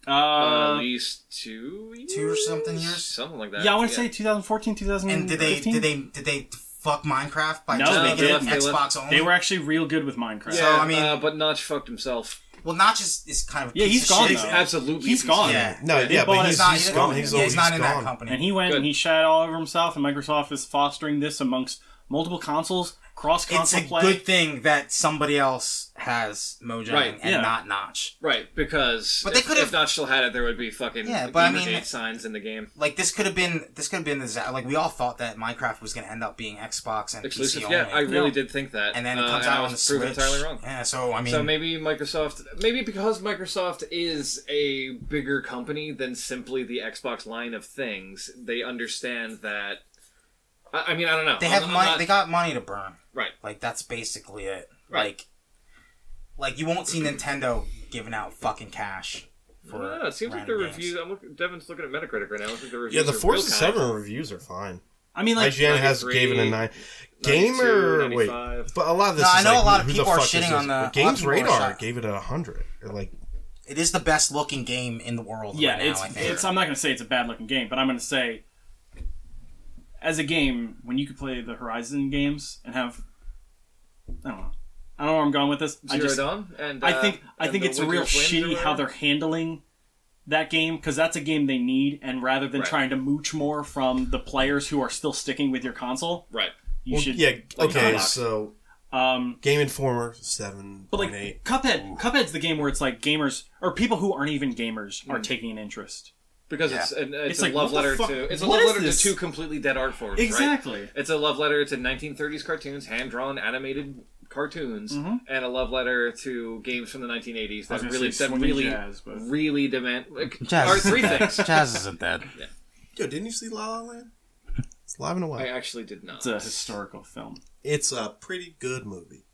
Speaker 2: Uh, at
Speaker 4: Uh,
Speaker 2: least two, years?
Speaker 3: two or something years?
Speaker 2: something like that.
Speaker 4: yeah, I want to say 2014, 2015.
Speaker 1: Mm,
Speaker 3: And did they did they did they fuck Minecraft by
Speaker 4: No,
Speaker 3: just
Speaker 4: they
Speaker 3: making it
Speaker 4: left-
Speaker 2: they
Speaker 3: Xbox only?
Speaker 4: They were actually real good with Minecraft.
Speaker 2: Yeah,
Speaker 3: So, I mean-
Speaker 2: uh, but Notch fucked himself.
Speaker 3: well, not just is kind of a
Speaker 4: Yeah,
Speaker 3: piece
Speaker 4: he's
Speaker 3: of
Speaker 4: gone,
Speaker 3: shit.
Speaker 4: though.
Speaker 2: Absolutely,
Speaker 4: He's gone.
Speaker 3: Yeah.
Speaker 1: no,
Speaker 4: They
Speaker 1: yeah,
Speaker 4: bought
Speaker 1: but
Speaker 4: it.
Speaker 1: he's,
Speaker 3: He's not,
Speaker 1: he's gone. He's,
Speaker 3: yeah, he's not
Speaker 1: always
Speaker 3: in
Speaker 1: gone.
Speaker 3: that company.
Speaker 4: And he went
Speaker 2: Good.
Speaker 4: and he shat all over himself, and Microsoft is fostering this amongst multiple consoles cross
Speaker 3: It's a
Speaker 4: console play.
Speaker 3: good thing that somebody else has Mojang
Speaker 2: Right,
Speaker 3: and
Speaker 4: yeah.
Speaker 3: not Notch.
Speaker 2: Right, because
Speaker 3: But they
Speaker 2: if-
Speaker 3: could
Speaker 2: if
Speaker 3: have-
Speaker 2: Notch still had it, there would be fucking
Speaker 3: Yeah,
Speaker 2: like,
Speaker 3: but I
Speaker 2: Gamergate
Speaker 3: mean-
Speaker 2: signs in the game.
Speaker 3: Like this could have been this could have been the disa- like we all thought that Minecraft was going to end up being Xbox and
Speaker 2: Exclusive.
Speaker 3: PC
Speaker 2: Yeah, I
Speaker 3: only,
Speaker 2: really
Speaker 4: No.
Speaker 2: did think that.
Speaker 3: and then
Speaker 2: uh,
Speaker 3: it comes
Speaker 2: I
Speaker 3: out
Speaker 2: was
Speaker 3: on the
Speaker 2: proven
Speaker 3: Switch.
Speaker 2: entirely wrong.
Speaker 3: Yeah, so I mean,
Speaker 2: so maybe Microsoft, maybe because Microsoft is a bigger company than simply the Xbox line of things, they understand that. I, I mean, I don't know.
Speaker 3: they
Speaker 2: I'm-
Speaker 3: have
Speaker 2: I'm
Speaker 3: money.
Speaker 2: not-
Speaker 3: They got money to burn.
Speaker 2: Right.
Speaker 3: Like that's basically it.
Speaker 2: Right.
Speaker 3: Like, like you won't see Nintendo giving out fucking cash. For
Speaker 2: I don't know, it seems like the
Speaker 3: random games.
Speaker 2: reviews. I'm looking, Devin's looking at Metacritic right now. Looks like the
Speaker 1: Yeah,
Speaker 2: reviews
Speaker 1: the
Speaker 2: are
Speaker 1: Forza
Speaker 2: real kind.
Speaker 1: Seven reviews are fine.
Speaker 4: I mean, like,
Speaker 1: IGN has
Speaker 2: 93,
Speaker 1: gave it a nine.
Speaker 2: 92,
Speaker 1: Gamer, wait,
Speaker 2: 95.
Speaker 1: but a lot of this.
Speaker 3: No,
Speaker 1: is
Speaker 3: I know
Speaker 1: like,
Speaker 3: a lot of
Speaker 1: who the
Speaker 3: people are
Speaker 1: fuck is
Speaker 3: shitting
Speaker 1: this?
Speaker 3: on the-
Speaker 1: But
Speaker 3: a lot of
Speaker 1: Games
Speaker 3: people are
Speaker 1: Radar
Speaker 3: shot-
Speaker 1: gave it a hundred. Like,
Speaker 3: It is the best looking game in the world.
Speaker 4: yeah,
Speaker 3: right now,
Speaker 4: it's,
Speaker 3: I think.
Speaker 4: it's. I'm not gonna say it's a bad looking game, but I'm gonna say, as a game, when you could play the Horizon games and have, I don't know, I don't know where I'm going with this. I
Speaker 2: Zero
Speaker 4: just,
Speaker 2: Dawn, and
Speaker 4: I
Speaker 2: uh,
Speaker 4: think, I
Speaker 2: and
Speaker 4: think
Speaker 2: the
Speaker 4: it's a
Speaker 2: Winter
Speaker 4: real
Speaker 2: of Winds or
Speaker 4: shitty how
Speaker 2: whatever.
Speaker 4: they're handling that game because that's a game they need, and rather than
Speaker 2: Right.
Speaker 4: trying to mooch more from the players who are still sticking with your console,
Speaker 2: right.
Speaker 4: you
Speaker 1: well,
Speaker 4: should.
Speaker 1: yeah, okay,
Speaker 4: Cuphead.
Speaker 1: so
Speaker 4: Um,
Speaker 1: Game Informer seven
Speaker 4: But
Speaker 1: point
Speaker 4: like
Speaker 1: eight.
Speaker 4: Cuphead, Cuphead's the game where it's like gamers or people who aren't even gamers
Speaker 2: Hmm.
Speaker 4: are taking an interest.
Speaker 2: because it's an, it's,
Speaker 4: It's
Speaker 2: a
Speaker 4: like,
Speaker 2: love
Speaker 4: what the
Speaker 2: letter
Speaker 4: fuck-
Speaker 2: to it's a
Speaker 4: what
Speaker 2: love
Speaker 4: is
Speaker 2: letter
Speaker 4: this?
Speaker 2: to two completely dead art forms.
Speaker 4: Exactly.
Speaker 2: Right? It's a love letter to 1930s cartoons, hand drawn animated cartoons, and a love letter to games from the 1980s that
Speaker 4: Mm-hmm. was gonna
Speaker 2: really
Speaker 4: say
Speaker 2: that
Speaker 4: swinging
Speaker 2: really
Speaker 4: jazz, but-
Speaker 2: really demand like,
Speaker 3: Jazz.
Speaker 2: are
Speaker 4: [LAUGHS]
Speaker 2: three things.
Speaker 3: Jazz isn't dead.
Speaker 1: Yo, didn't you see La La Land? It's live and away.
Speaker 2: I actually did not.
Speaker 4: It's a historical film.
Speaker 1: It's a pretty good movie.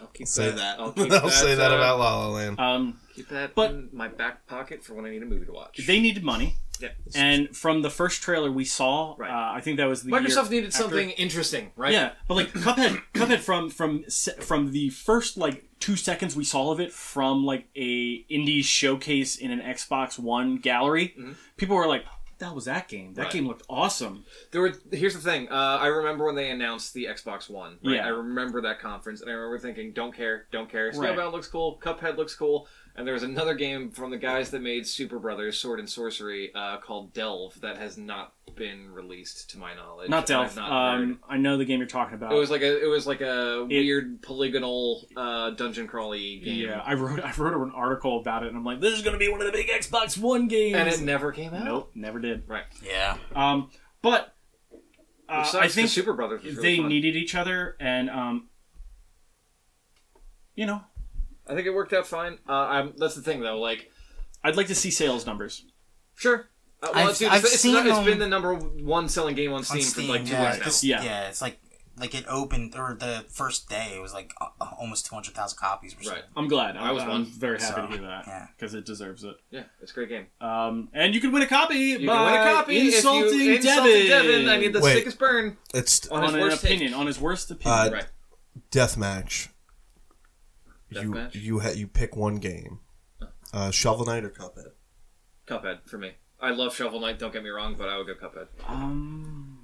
Speaker 2: I'll keep
Speaker 1: Say that. [LAUGHS]
Speaker 2: I'll,
Speaker 1: I'll,
Speaker 2: keep
Speaker 1: say that
Speaker 2: uh,
Speaker 1: about La La Land.
Speaker 4: Um,
Speaker 2: keep that
Speaker 4: But-
Speaker 2: in my back pocket for when I need a movie to watch.
Speaker 4: they needed money,
Speaker 2: yeah.
Speaker 4: and from the first trailer we saw,
Speaker 2: Right.
Speaker 4: uh, I think that was the year
Speaker 2: Microsoft needed
Speaker 4: after-
Speaker 2: something interesting, right?
Speaker 4: Yeah, but like Cuphead, Cuphead from from se- from the first like two seconds we saw of it from like a indie showcase in an Xbox One gallery, people were like, "That was that game. That
Speaker 2: Mm-hmm. Right.
Speaker 4: game looked awesome."
Speaker 2: There were. Here's the thing. Uh, I remember when they announced the Xbox One. Right?
Speaker 4: Yeah.
Speaker 2: I remember that conference, and I remember thinking, "Don't care, don't care."
Speaker 4: Right.
Speaker 2: Snowbound looks cool. Cuphead looks cool. And there was another game from the guys that made Super Brothers Sword and Sorcery uh, called Delve that has not been released to my knowledge.
Speaker 4: Not
Speaker 2: and I've
Speaker 4: Delph.
Speaker 2: not heard.
Speaker 4: Um, I know the game you're talking about.
Speaker 2: it was like a. It was like a weird polygonal uh, dungeon crawly game.
Speaker 4: Yeah, I wrote I wrote an article about it, and I'm like, this is gonna be one of the big Xbox One games.
Speaker 2: And it never came out.
Speaker 4: nope, never did.
Speaker 2: Right.
Speaker 3: Yeah.
Speaker 4: Um, but
Speaker 2: Which
Speaker 4: uh,
Speaker 2: sucks,
Speaker 4: I
Speaker 2: 'cause
Speaker 4: think
Speaker 2: Super Brothers. Was really
Speaker 4: they
Speaker 2: fun.
Speaker 4: needed each other, and um, you know,
Speaker 2: I think it worked out fine. Uh, I'm, that's the thing though. Like
Speaker 4: I'd like to see sales numbers.
Speaker 2: Sure. Uh, well,
Speaker 3: I've-
Speaker 2: dude,
Speaker 3: I've
Speaker 2: it's, it's
Speaker 3: seen
Speaker 2: not- it's
Speaker 3: them-
Speaker 2: been the number one selling game on Steam,
Speaker 3: On Steam,
Speaker 2: for like two
Speaker 3: yeah,
Speaker 2: years now.
Speaker 3: this-
Speaker 4: Yeah.
Speaker 3: yeah. It's like like it opened or the first day it was like uh, uh, almost two hundred thousand copies. Or something.
Speaker 2: Right.
Speaker 4: I'm glad.
Speaker 2: I was
Speaker 4: I'm
Speaker 2: one,
Speaker 4: very happy
Speaker 3: so,
Speaker 4: to hear that
Speaker 3: yeah.
Speaker 4: because it deserves it.
Speaker 2: Yeah, it's a great game.
Speaker 4: Um, and you can win a copy
Speaker 2: You
Speaker 4: by
Speaker 2: can win a copy
Speaker 4: insulting,
Speaker 2: if you
Speaker 4: Devin.
Speaker 2: insulting Devin. I need the
Speaker 1: Wait.
Speaker 2: sickest burn
Speaker 1: It's
Speaker 2: on,
Speaker 4: on
Speaker 2: his
Speaker 4: an
Speaker 2: worst
Speaker 4: opinion, on his worst opinion.
Speaker 1: Uh,
Speaker 2: Take. Right.
Speaker 1: Deathmatch. You
Speaker 2: Deathmatch?
Speaker 1: you ha- you pick one game. Uh, Shovel Knight or Cuphead.
Speaker 2: Cuphead for me. I love Shovel Knight. Don't get me wrong, but I would go Cuphead.
Speaker 4: Um,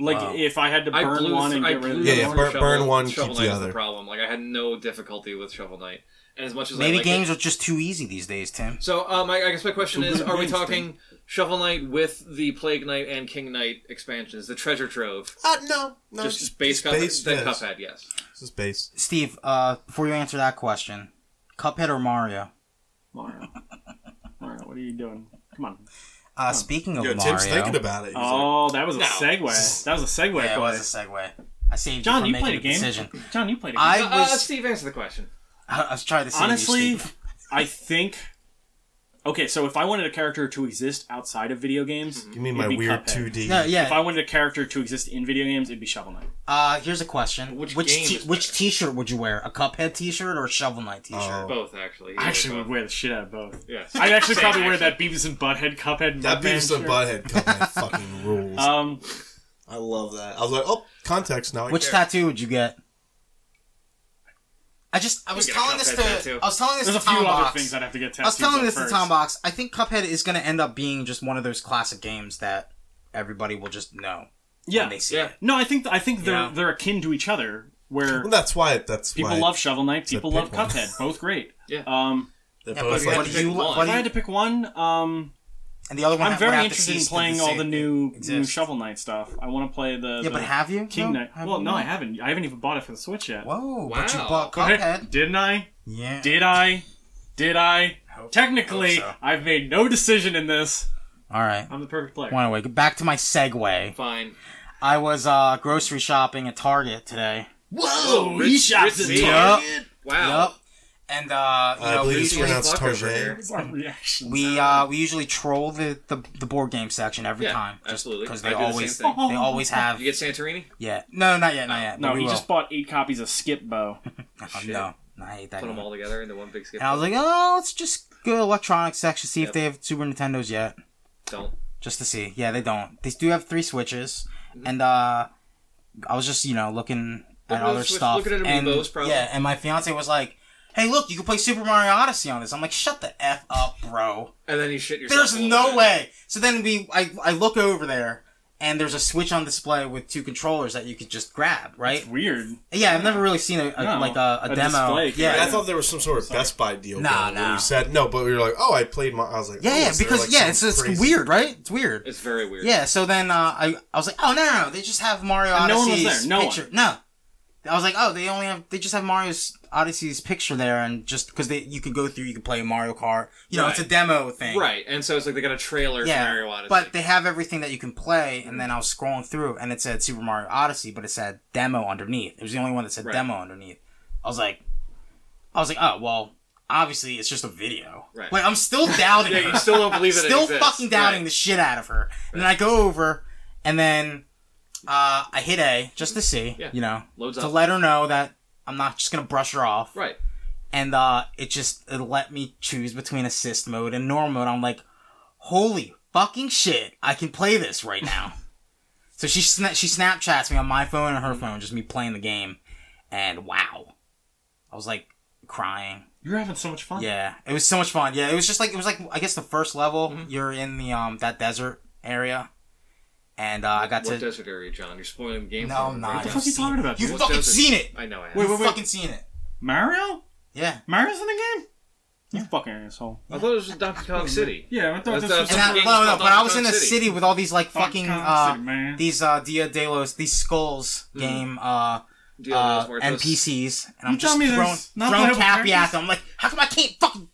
Speaker 4: like
Speaker 3: Wow.
Speaker 4: if I had to
Speaker 2: I
Speaker 4: burn
Speaker 2: blew
Speaker 4: one
Speaker 2: th-
Speaker 4: and
Speaker 2: I
Speaker 4: get rid
Speaker 2: blew
Speaker 4: of
Speaker 1: Yeah,
Speaker 4: the
Speaker 1: yeah,
Speaker 4: other.
Speaker 2: through
Speaker 1: burn-
Speaker 2: Shovel,
Speaker 1: burn one,
Speaker 2: Shovel
Speaker 1: keep
Speaker 2: Knight
Speaker 1: the
Speaker 2: was
Speaker 1: other.
Speaker 2: problem. Like I had no difficulty with Shovel Knight, and as much as I
Speaker 3: Maybe
Speaker 2: like
Speaker 3: games
Speaker 2: It,
Speaker 3: are just too easy these days, Tim.
Speaker 2: so um, I, I guess my question is: Are we
Speaker 4: Wednesday.
Speaker 2: talking Shovel Knight with the Plague Knight and King Knight expansions, the treasure trove,
Speaker 1: Uh, no, no,
Speaker 2: just, base, Cuphead, then
Speaker 1: yes.
Speaker 2: Cuphead? Yes.
Speaker 1: Just base.
Speaker 3: Steve, uh, before you answer that question, Cuphead or Mario?
Speaker 4: Mario, Mario, what are you doing? Come on.
Speaker 3: Uh,
Speaker 2: Hmm.
Speaker 3: speaking of
Speaker 1: Yo,
Speaker 3: Mario,
Speaker 1: Tim's thinking about it. He's like,
Speaker 4: Oh, that was a
Speaker 2: No.
Speaker 4: segue. That was a segue.
Speaker 3: yeah, it
Speaker 4: question.
Speaker 3: was a segue. I saved you
Speaker 4: John, you
Speaker 3: from
Speaker 4: played
Speaker 3: making
Speaker 4: a game.
Speaker 3: decision.
Speaker 4: John, you played a game.
Speaker 3: I
Speaker 2: Uh, uh,
Speaker 3: [LAUGHS] was.
Speaker 2: Steve, answer the question.
Speaker 3: I, I was trying to save
Speaker 4: Honestly,
Speaker 3: you, Steve.
Speaker 4: I think. Okay, so if I wanted a character to exist outside of video games,
Speaker 1: Give me
Speaker 4: it'd
Speaker 1: my
Speaker 4: be
Speaker 1: weird
Speaker 4: Cuphead.
Speaker 1: two D.
Speaker 3: No,
Speaker 4: If I
Speaker 3: yeah.
Speaker 4: wanted a character to exist in video games, it'd be Shovel Knight.
Speaker 3: Uh, here's a question:
Speaker 2: Which
Speaker 3: Which
Speaker 2: game
Speaker 3: t-
Speaker 2: is
Speaker 3: which
Speaker 2: better?
Speaker 3: T-shirt would you wear? A Cuphead T-shirt or a Shovel Knight T-shirt?
Speaker 2: Both actually.
Speaker 4: I actually
Speaker 2: Both.
Speaker 4: would wear the shit out of both.
Speaker 2: Yes.
Speaker 4: [LAUGHS] I'd actually
Speaker 2: Same,
Speaker 4: probably wear that Beavis and Butthead Cuphead.
Speaker 1: That
Speaker 4: Mudman
Speaker 1: Beavis and
Speaker 3: [LAUGHS]
Speaker 4: shirt.
Speaker 1: Butthead Cuphead fucking rules.
Speaker 4: Um,
Speaker 1: I love that. I was like, oh, context now. I
Speaker 3: Which
Speaker 1: care.
Speaker 3: tattoo would you get? I just I was
Speaker 2: get a
Speaker 3: telling this
Speaker 2: Cuphead
Speaker 3: to
Speaker 2: tattoo.
Speaker 3: I was telling this
Speaker 4: there's a
Speaker 3: to Tom
Speaker 4: few other
Speaker 3: Box.
Speaker 4: things I'd have to get tattoos
Speaker 3: I was telling
Speaker 4: of
Speaker 3: this
Speaker 4: first.
Speaker 3: to Tom Box. I think Cuphead is going to end up being just one of those classic games that everybody will just know
Speaker 4: Yeah,
Speaker 3: when they see
Speaker 2: yeah.
Speaker 3: it.
Speaker 4: no, I think I think they're
Speaker 3: Yeah.
Speaker 4: they're akin to each other. Where
Speaker 1: Well, that's why. That's
Speaker 4: people
Speaker 1: why
Speaker 4: love Shovel Knight, people
Speaker 1: pick
Speaker 4: love
Speaker 1: one.
Speaker 4: Cuphead, both great.
Speaker 2: Yeah.
Speaker 4: Um,
Speaker 1: They're
Speaker 3: Yeah,
Speaker 1: both
Speaker 3: but
Speaker 2: like-
Speaker 3: what do you
Speaker 2: Pick one.
Speaker 3: what
Speaker 4: if I had
Speaker 3: do
Speaker 4: to
Speaker 3: you,
Speaker 4: pick one, um,
Speaker 3: And the other one
Speaker 4: I'm
Speaker 3: ha- would
Speaker 4: very
Speaker 3: have to
Speaker 4: interested in
Speaker 3: cease to
Speaker 4: playing all
Speaker 3: exist-
Speaker 4: the new new
Speaker 3: exist.
Speaker 4: Shovel Knight stuff. I want to play the
Speaker 3: Yeah,
Speaker 4: the
Speaker 3: but have you?
Speaker 4: King
Speaker 3: No,
Speaker 4: Knight.
Speaker 3: have
Speaker 4: well,
Speaker 3: you
Speaker 4: no,
Speaker 3: not?
Speaker 4: I haven't. I haven't even bought it for the Switch yet.
Speaker 3: Whoa! But you
Speaker 2: Wow.
Speaker 3: bought Cuphead.
Speaker 4: Didn't I?
Speaker 3: Yeah.
Speaker 4: Did I? Did I?
Speaker 3: Hope-
Speaker 4: [LAUGHS] Technically,
Speaker 3: hope so.
Speaker 4: I've made no decision in this.
Speaker 3: All right.
Speaker 4: I'm the perfect player.
Speaker 3: Well, anyway, back to my segue.
Speaker 2: Fine.
Speaker 3: I was uh, grocery shopping at Target today.
Speaker 2: Whoa,
Speaker 4: he shops at
Speaker 3: Target?
Speaker 2: Wow.
Speaker 3: Yup. And uh, you
Speaker 1: I
Speaker 3: know,
Speaker 1: believe
Speaker 3: we
Speaker 1: it's
Speaker 3: usually,
Speaker 1: pronounced
Speaker 2: fuckers right
Speaker 1: Target.
Speaker 2: here.
Speaker 4: What's our reaction?
Speaker 3: we uh, we usually troll the, the, the board game section every
Speaker 2: Yeah,
Speaker 3: time, just
Speaker 2: absolutely.
Speaker 3: because
Speaker 2: I
Speaker 3: they
Speaker 2: do the
Speaker 3: always
Speaker 2: same
Speaker 4: thing.
Speaker 3: they
Speaker 4: [LAUGHS]
Speaker 3: always have
Speaker 2: You get Santorini?
Speaker 3: yeah. No, not yet, not yet.
Speaker 4: No,
Speaker 3: but we
Speaker 4: he
Speaker 3: will.
Speaker 4: just bought eight copies of Skip Bow.
Speaker 3: [LAUGHS] Oh,
Speaker 2: Shit.
Speaker 3: no, I hate that.
Speaker 2: Put them
Speaker 3: game.
Speaker 2: all together into one big skip.
Speaker 3: And I was like, oh, let's just go to electronics section, see if
Speaker 2: Yep.
Speaker 3: they have Super Nintendos yet.
Speaker 2: Don't.
Speaker 3: just to see. Yeah, they don't. They do have three switches, and uh, I was just you know looking
Speaker 2: Looking
Speaker 3: at
Speaker 2: at
Speaker 3: other
Speaker 2: the Switch,
Speaker 3: stuff.
Speaker 2: looking at
Speaker 3: and,
Speaker 2: Amiibos, probably.
Speaker 3: Yeah, and my fiance was like, "Hey, look, you can play Super Mario Odyssey on this." I'm like, "Shut the f up, bro."
Speaker 2: And then you shit yourself.
Speaker 3: There's
Speaker 2: a little
Speaker 3: no
Speaker 2: bit.
Speaker 3: way. So then we, I, I look over there. And there's a switch on display with two controllers that you could just grab, right?
Speaker 4: It's weird.
Speaker 3: Yeah, I've never really seen a, a
Speaker 4: No,
Speaker 3: like a, a,
Speaker 4: a
Speaker 3: demo.
Speaker 4: display,
Speaker 3: Yeah,
Speaker 1: I thought there was some sort of Best Buy deal.
Speaker 3: Nah,
Speaker 1: going where
Speaker 3: nah.
Speaker 1: You said no, but we were like, oh, I played my. I was like,
Speaker 3: yeah,
Speaker 1: oh,
Speaker 3: yeah,
Speaker 1: is there,
Speaker 3: because
Speaker 1: like,
Speaker 3: yeah,
Speaker 1: some
Speaker 3: it's it's
Speaker 1: crazy-
Speaker 3: weird, right? It's weird.
Speaker 2: It's very weird.
Speaker 3: Yeah, so then uh, I I was like, oh no, no, no, they just have Mario
Speaker 4: And no one was
Speaker 3: Odyssey's
Speaker 4: there, no one.
Speaker 3: picture. No, I was like, oh, they only have they just have Mario's Odyssey's picture there, and just because they you could go through, you could play Mario Kart. You know, it's a
Speaker 2: Right.
Speaker 3: demo thing,
Speaker 2: Right. And so it's like they got a trailer
Speaker 3: Yeah,
Speaker 2: for Mario Odyssey.
Speaker 3: but they have everything that you can play. And then I was scrolling through, and it said Super Mario Odyssey, but it said demo underneath. It was the only one that said
Speaker 2: Right.
Speaker 3: demo underneath. I was like, I was like, oh well, obviously it's just a video.
Speaker 2: Right.
Speaker 3: Like
Speaker 2: [LAUGHS]
Speaker 3: I'm still doubting.
Speaker 2: yeah,
Speaker 3: it
Speaker 2: you still don't believe that
Speaker 3: still
Speaker 2: it exists.
Speaker 3: fucking doubting
Speaker 2: Right.
Speaker 3: the shit out of her. And then I go over, and then uh, I hit A just to see,
Speaker 2: Yeah.
Speaker 3: you know,
Speaker 2: Loads
Speaker 3: to
Speaker 2: up.
Speaker 3: let her know that I'm not just gonna brush her off.
Speaker 2: Right.
Speaker 3: And uh, it just it let me choose between assist mode and normal mode. I'm like, holy fucking shit, I can play this right
Speaker 4: [LAUGHS]
Speaker 3: now. so she sna- she Snapchats me on my phone and her phone, just me playing the game, and wow, I was like crying.
Speaker 4: You're having so much fun.
Speaker 3: Yeah, it was so much fun. Yeah, it was just like it was like I guess the first level
Speaker 4: Mm-hmm.
Speaker 3: you're in the um that desert area, and uh, I got
Speaker 2: What
Speaker 3: to
Speaker 2: desert area, John? You're spoiling the game.
Speaker 3: No,
Speaker 2: for me.
Speaker 3: I'm not.
Speaker 4: What the
Speaker 3: I've
Speaker 4: fuck are you
Speaker 3: seen
Speaker 4: talking
Speaker 3: it.
Speaker 4: about?
Speaker 3: You
Speaker 4: dude?
Speaker 2: What
Speaker 3: fucking
Speaker 2: desert-
Speaker 3: seen it.
Speaker 2: I know I have.
Speaker 4: Wait,
Speaker 3: you
Speaker 4: wait, wait.
Speaker 3: fucking seen it.
Speaker 4: Mario?
Speaker 3: Yeah,
Speaker 4: Mario's in the game? You fucking asshole.
Speaker 2: I thought it was Donkey Kong City.
Speaker 4: Yeah, I thought
Speaker 2: That's
Speaker 4: this
Speaker 2: the-
Speaker 4: was
Speaker 3: and
Speaker 2: Some
Speaker 3: I,
Speaker 2: game's
Speaker 3: no, no,
Speaker 2: called
Speaker 3: but I was
Speaker 2: Donkey
Speaker 3: in
Speaker 2: Kong
Speaker 3: the
Speaker 2: City.
Speaker 3: city with all these like fucking
Speaker 4: Kong City,
Speaker 3: uh,
Speaker 4: man.
Speaker 3: these uh, Dia de los these skulls
Speaker 2: Mm-hmm.
Speaker 3: game uh,
Speaker 2: Deal
Speaker 3: uh
Speaker 2: with Muertos.
Speaker 3: NPCs, and I'm
Speaker 4: You tell
Speaker 3: just
Speaker 4: me there's
Speaker 3: throwing
Speaker 4: not
Speaker 3: throwing
Speaker 4: playable
Speaker 3: Cappy at
Speaker 4: characters?
Speaker 3: them. I'm like, how come I can't fucking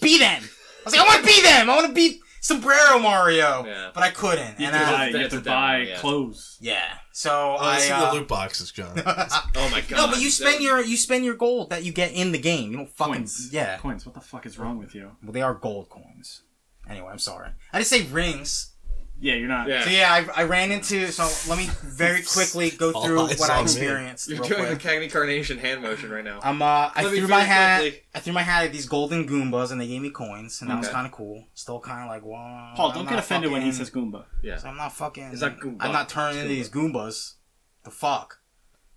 Speaker 3: be them? I was like, I want to be them. I want to be Sombrero Mario,
Speaker 2: Yeah.
Speaker 3: but I couldn't.
Speaker 4: You
Speaker 3: And
Speaker 4: have to buy,
Speaker 3: I,
Speaker 4: you have
Speaker 2: that's
Speaker 4: to
Speaker 2: a demo,
Speaker 4: buy
Speaker 2: yeah.
Speaker 4: clothes.
Speaker 3: yeah, so
Speaker 1: Oh, I
Speaker 3: I
Speaker 1: see
Speaker 3: uh,
Speaker 1: the
Speaker 3: [LAUGHS]
Speaker 1: loot boxes, John.
Speaker 2: Oh my god.
Speaker 3: No, but you spend
Speaker 2: That-
Speaker 3: your you spend your gold that you get in the game. You don't fucking
Speaker 4: Coins.
Speaker 3: yeah.
Speaker 4: Coins. What the fuck is wrong with you?
Speaker 3: Well, they are gold coins. Anyway, I'm sorry. I just say rings.
Speaker 4: Yeah, you're not.
Speaker 2: Yeah.
Speaker 3: So yeah, I, I ran into. So let me very
Speaker 4: [LAUGHS]
Speaker 3: quickly go
Speaker 1: All
Speaker 3: through
Speaker 1: eyes
Speaker 3: what I
Speaker 1: on me.
Speaker 3: experienced.
Speaker 2: You're
Speaker 3: real
Speaker 2: doing the
Speaker 3: quick.
Speaker 2: Cagney Carnation hand motion right now.
Speaker 3: I'm uh, I
Speaker 2: Let me
Speaker 3: threw my
Speaker 2: finish
Speaker 3: hat.
Speaker 2: quickly.
Speaker 3: I threw my hat at these golden goombas, and they gave me coins, and that was
Speaker 2: Okay.
Speaker 3: kind of cool. Still kind of like, wow.
Speaker 4: Paul,
Speaker 3: I'm
Speaker 4: don't
Speaker 3: not
Speaker 4: get offended when he
Speaker 3: fucking-
Speaker 4: says Goomba.
Speaker 2: Yeah.
Speaker 3: I'm not fucking.
Speaker 2: It's not Goomba.
Speaker 3: I'm not turning into
Speaker 2: It's
Speaker 3: these Goombas. The fuck.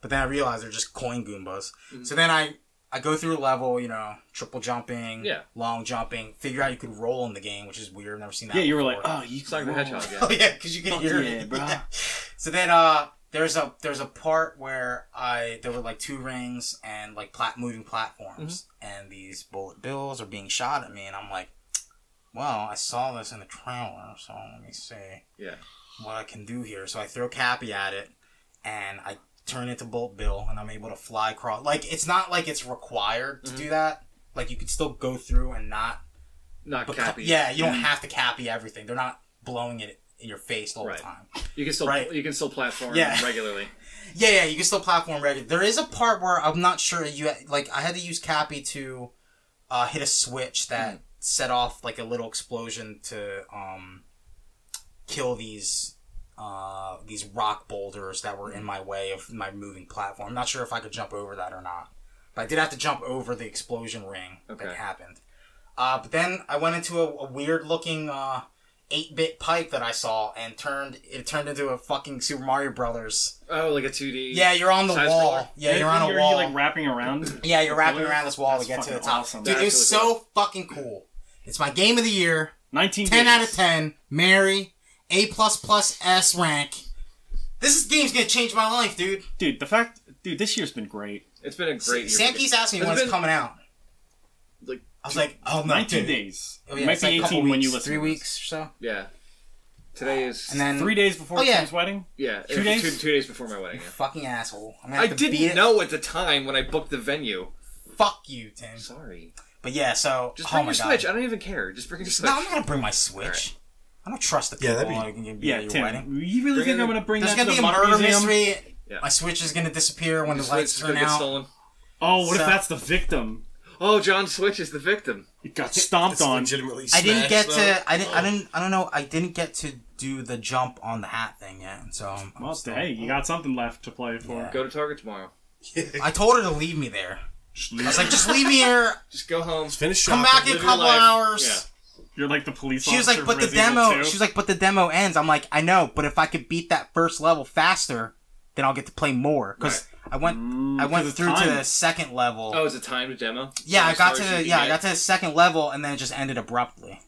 Speaker 3: But then I realized they're just coin Goombas.
Speaker 2: Mm-hmm.
Speaker 3: So then I I go through a level, you know, triple jumping,
Speaker 2: Yeah.
Speaker 3: long jumping, figure out you could roll in the game, which is weird. I've never seen that.
Speaker 4: Yeah, you were like,
Speaker 3: before.
Speaker 4: oh, you
Speaker 2: It's like the Hedgehog. Yeah.
Speaker 3: oh yeah, because you can
Speaker 4: Fuck
Speaker 3: hear
Speaker 4: yeah,
Speaker 3: it.
Speaker 4: bruh.
Speaker 3: Yeah. [LAUGHS] So then uh, there's a there's a part where I there were like two rings and like plat moving platforms, and these bullet bills are being shot at me, and I'm like, well, I saw this in the trailer, so let me see
Speaker 2: Yeah.
Speaker 3: what I can do here. So I throw Cappy at it, and I turn into Bolt Bill, and I'm able to fly across. Like it's not like it's required to do that. Like you could still go through and not.
Speaker 2: Not
Speaker 3: But
Speaker 2: Cappy. Mm.
Speaker 3: Yeah, you don't have to Cappy everything. They're not blowing it in your face all
Speaker 2: Right.
Speaker 3: the time.
Speaker 2: You can still
Speaker 3: Right.
Speaker 2: you can still platform
Speaker 3: Yeah.
Speaker 2: regularly.
Speaker 3: Yeah, yeah, you can still platform regular. There is a part where I'm not sure you like. I had to use Cappy to uh, hit a switch that set off like a little explosion to um, kill these uh, these rock boulders that were in my way of my moving platform. I'm not sure if I could jump over that or not, but I did have to jump over the explosion ring
Speaker 2: Okay.
Speaker 3: that happened. Uh, but then I went into a, a weird looking. Uh, 8-bit pipe that I saw and turned it turned into a fucking Super Mario Brothers
Speaker 2: Oh, like a 2D.
Speaker 3: yeah, you're on the
Speaker 2: Side
Speaker 3: wall.
Speaker 2: scroller?
Speaker 3: Yeah, you're
Speaker 4: Are
Speaker 3: on a
Speaker 4: you-
Speaker 3: wall.
Speaker 4: Are you like wrapping around?
Speaker 3: yeah, you're wrapping
Speaker 4: Really?
Speaker 3: around this wall
Speaker 4: That's
Speaker 3: to get to the
Speaker 4: fucking
Speaker 3: top.
Speaker 4: awesome.
Speaker 3: Dude,
Speaker 2: That's
Speaker 3: it was
Speaker 2: really
Speaker 3: so fucking cool. It's my game of the year.
Speaker 4: 19
Speaker 3: Ten out of
Speaker 4: games.
Speaker 3: ten. Mary, A plus plus S rank. This is- game's gonna change my life, dude.
Speaker 4: Dude, the fact. Dude, this year's been great.
Speaker 2: It's been a great year.
Speaker 3: Sam keeps asking me
Speaker 2: Has
Speaker 3: when
Speaker 2: it
Speaker 3: it's
Speaker 2: been-
Speaker 3: coming out.
Speaker 2: Like
Speaker 3: I was like, oh no,
Speaker 4: 19
Speaker 3: dude.
Speaker 4: days.
Speaker 3: Oh,
Speaker 4: it
Speaker 3: yeah,
Speaker 4: might
Speaker 3: it's
Speaker 4: be
Speaker 3: like a
Speaker 4: 18
Speaker 3: couple
Speaker 4: when you
Speaker 3: weeks,
Speaker 4: listen.
Speaker 3: Three
Speaker 4: to this.
Speaker 3: weeks or so,
Speaker 2: Yeah. Today is
Speaker 3: and then
Speaker 4: Three days before
Speaker 3: Oh, yeah.
Speaker 4: Tim's wedding.
Speaker 2: yeah,
Speaker 4: Two
Speaker 2: it was
Speaker 4: days?
Speaker 2: Two, two days before my wedding. yeah.
Speaker 3: fucking asshole. I'm gonna
Speaker 2: I
Speaker 3: have to beat
Speaker 2: didn't
Speaker 3: it.
Speaker 2: know at the time when I booked the venue.
Speaker 3: Fuck you, Tim.
Speaker 2: Sorry.
Speaker 3: But yeah, so
Speaker 2: Just
Speaker 3: oh
Speaker 2: bring
Speaker 3: my
Speaker 2: your
Speaker 3: God.
Speaker 2: Switch. I don't even care. Just bring your Switch.
Speaker 3: No, I'm not gonna bring my Switch.
Speaker 2: Alright.
Speaker 3: I don't trust the people.
Speaker 1: Yeah, that'd
Speaker 3: who
Speaker 1: be-
Speaker 3: are gonna be
Speaker 4: Yeah,
Speaker 3: at your
Speaker 4: Tim.
Speaker 3: wedding.
Speaker 4: You
Speaker 2: Bring
Speaker 4: really think
Speaker 2: it-
Speaker 4: I'm going to bring
Speaker 3: There's
Speaker 4: that
Speaker 3: gonna
Speaker 4: to
Speaker 3: be
Speaker 4: the
Speaker 3: a
Speaker 4: Mutt
Speaker 3: murder
Speaker 4: Museum?
Speaker 3: mystery.
Speaker 2: Yeah.
Speaker 3: My Switch is gonna disappear when
Speaker 2: Your
Speaker 3: the lights
Speaker 2: Switch is
Speaker 3: turn
Speaker 2: gonna get
Speaker 3: out.
Speaker 2: stolen.
Speaker 4: Oh, what
Speaker 3: So-
Speaker 4: if that's the victim?
Speaker 2: Oh, John Switch is the victim.
Speaker 4: It got stomped
Speaker 5: It's
Speaker 4: on.
Speaker 5: legitimately
Speaker 3: I didn't
Speaker 5: smashed,
Speaker 3: get
Speaker 5: though.
Speaker 1: [LAUGHS]
Speaker 3: to. I didn't. I didn't. I don't know. I didn't get to do the jump on the hat thing yet. So I'm- I'm
Speaker 4: Well,
Speaker 3: still-
Speaker 4: hey, you got something left to play for.
Speaker 3: Yeah.
Speaker 2: Go to Target tomorrow.
Speaker 3: I told her to leave me there. I was like, just leave me here.
Speaker 2: Just go home.
Speaker 1: Finish
Speaker 3: Come
Speaker 1: shopping.
Speaker 3: back in a
Speaker 2: Live your
Speaker 3: couple
Speaker 2: life.
Speaker 3: hours.
Speaker 2: Yeah.
Speaker 4: You're like the police
Speaker 3: She was
Speaker 4: officer.
Speaker 3: like, but the
Speaker 4: Resident
Speaker 3: demo.
Speaker 4: Evil 2.
Speaker 3: She was like, but the demo ends. I'm like, I know, but if I could beat that first level faster, then I'll get to play more. Because I went, I went
Speaker 4: 'cause it's
Speaker 3: through to
Speaker 4: timed.
Speaker 3: the second level.
Speaker 2: Oh, is it time to demo?
Speaker 3: yeah,
Speaker 2: How
Speaker 3: I
Speaker 2: many
Speaker 3: got to,
Speaker 2: stars you
Speaker 3: the,
Speaker 2: can
Speaker 3: yeah, I
Speaker 2: get?
Speaker 3: got to the second level, and then it just ended abruptly,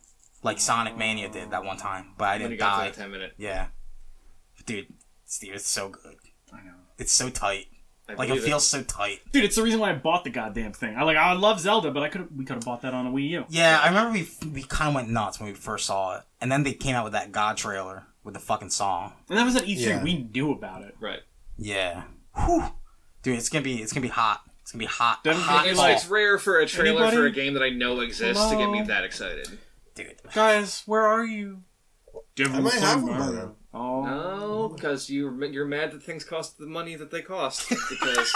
Speaker 3: like Sonic Mania did that one time. But I
Speaker 2: When you
Speaker 3: didn't
Speaker 2: got
Speaker 3: die.
Speaker 2: to the ten minute.
Speaker 3: Yeah, dude, Steve, it's so good.
Speaker 4: I know.
Speaker 3: It's so tight.
Speaker 2: I
Speaker 3: Like it
Speaker 2: believe
Speaker 3: feels so tight.
Speaker 4: Dude, it's the reason why I bought the goddamn thing. I like, I love Zelda, but I could we could have bought that on a Wii U.
Speaker 3: Yeah, I remember we we kind of went nuts when we first saw it, and then they came out with that God trailer with the fucking song.
Speaker 4: And that was at E3.
Speaker 1: Yeah.
Speaker 4: We knew about it.
Speaker 2: Right.
Speaker 3: Yeah. Whew. Dude, it's gonna be it's gonna be hot. It's gonna be hot.
Speaker 4: Doesn't
Speaker 3: hot
Speaker 4: think
Speaker 2: It's,
Speaker 3: hot.
Speaker 2: like, it's rare for a trailer for
Speaker 4: Anybody?
Speaker 2: a game that I know exists to get me
Speaker 4: Hello?
Speaker 2: that excited.
Speaker 3: dude.
Speaker 4: Guys, where are you?
Speaker 1: I might have one by then.
Speaker 4: Oh,
Speaker 2: No, because you're you're mad that things cost the money that they [LAUGHS] cost. Because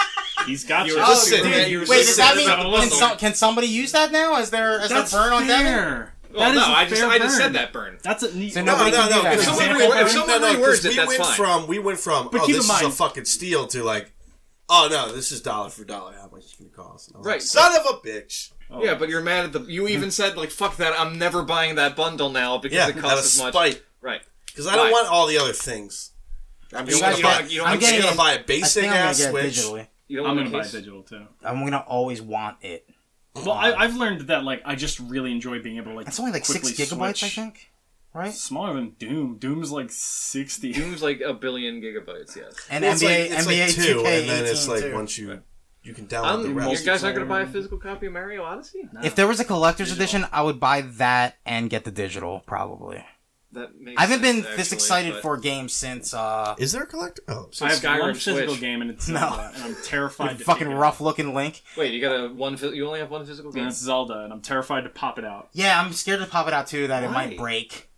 Speaker 4: he's got you.
Speaker 2: You're
Speaker 3: Oh,
Speaker 2: listening.
Speaker 3: dude,
Speaker 2: You're
Speaker 3: Wait,
Speaker 2: listening
Speaker 3: does that
Speaker 2: to
Speaker 3: mean
Speaker 2: the
Speaker 3: can,
Speaker 2: whistle.
Speaker 3: some, can somebody use that now? Is there is
Speaker 4: That's
Speaker 3: there burn on Devin?
Speaker 4: fair.
Speaker 2: well,
Speaker 4: That is
Speaker 2: no,
Speaker 4: a
Speaker 2: I just
Speaker 4: fair
Speaker 2: I just
Speaker 4: burn.
Speaker 2: said that burn.
Speaker 4: That's a neat.
Speaker 3: So
Speaker 1: No,
Speaker 3: nobody
Speaker 1: no,
Speaker 3: can do
Speaker 1: no.
Speaker 3: that.
Speaker 1: If
Speaker 3: Is
Speaker 1: someone,
Speaker 3: that
Speaker 2: a
Speaker 1: rewords- if
Speaker 2: burn?
Speaker 1: someone
Speaker 2: No, no, 'cause
Speaker 1: rewords it,
Speaker 2: we
Speaker 1: that's
Speaker 2: went
Speaker 1: fine. From, we went from,
Speaker 4: But
Speaker 1: oh,
Speaker 4: keep
Speaker 1: this
Speaker 4: in
Speaker 1: is a
Speaker 4: mind-
Speaker 1: fucking steal to like, oh, no, this is dollar for dollar. How much is it going to cost? And I was
Speaker 2: Right.
Speaker 1: Like, Son of a bitch.
Speaker 4: Oh.
Speaker 2: Yeah, but you're mad at the. You even said like, "Fuck that! I'm never buying that bundle now because
Speaker 1: Yeah,
Speaker 2: it
Speaker 1: out of
Speaker 2: costs as much."
Speaker 1: spite.
Speaker 2: Right.
Speaker 1: Because I don't
Speaker 2: Why?
Speaker 1: want all the other things. I'm just
Speaker 2: You guys
Speaker 1: going to
Speaker 2: don't-
Speaker 1: buy,
Speaker 2: you don't
Speaker 1: I'm
Speaker 2: like
Speaker 1: just
Speaker 3: getting
Speaker 1: gonna
Speaker 3: it.
Speaker 1: buy a
Speaker 3: I
Speaker 1: basic
Speaker 3: think I'm gonna
Speaker 1: ass
Speaker 3: get it
Speaker 1: Switch.
Speaker 3: digitally.
Speaker 2: You don't
Speaker 4: Oh. I'm
Speaker 2: want
Speaker 4: gonna buy
Speaker 2: case?
Speaker 4: digital too.
Speaker 3: I'm gonna always want it.
Speaker 4: Well, I, I've learned that like I just really enjoy being able to like.
Speaker 3: It's only like six
Speaker 4: quickly
Speaker 3: gigabytes,
Speaker 4: switch.
Speaker 3: I think. Right?
Speaker 4: Smaller than Doom. Doom's like sixty.
Speaker 2: Doom's like a billion gigabytes. Yes.
Speaker 3: And
Speaker 1: Well, it's
Speaker 3: NBA
Speaker 1: like, it's
Speaker 3: NBA
Speaker 1: like
Speaker 3: 2K
Speaker 1: two, and then it's like
Speaker 3: too.
Speaker 1: once you you can download
Speaker 2: I'm,
Speaker 1: the
Speaker 2: Um, you
Speaker 1: rest.
Speaker 2: guys aren't gonna buy a physical copy of Mario Odyssey?
Speaker 3: If there was a collector's
Speaker 2: Digital.
Speaker 3: edition, I would buy that and get the digital probably.
Speaker 2: That makes
Speaker 3: I haven't been
Speaker 2: sense,
Speaker 3: this
Speaker 2: actually,
Speaker 3: excited
Speaker 2: but-
Speaker 3: for a game since uh
Speaker 1: Is there a collector? Oh,
Speaker 4: I have
Speaker 2: Skyrim
Speaker 4: one physical
Speaker 2: Switch.
Speaker 4: game and it's
Speaker 3: No.
Speaker 4: Zelda,
Speaker 3: [LAUGHS]
Speaker 4: and I'm terrified. to
Speaker 3: fucking
Speaker 4: take it.
Speaker 3: rough looking Link.
Speaker 2: Wait, you got a one? phys- You only have one physical game.
Speaker 4: And it's Zelda, and I'm terrified to pop it out.
Speaker 3: Yeah, I'm scared to pop it out too that it
Speaker 2: Why?
Speaker 3: might break.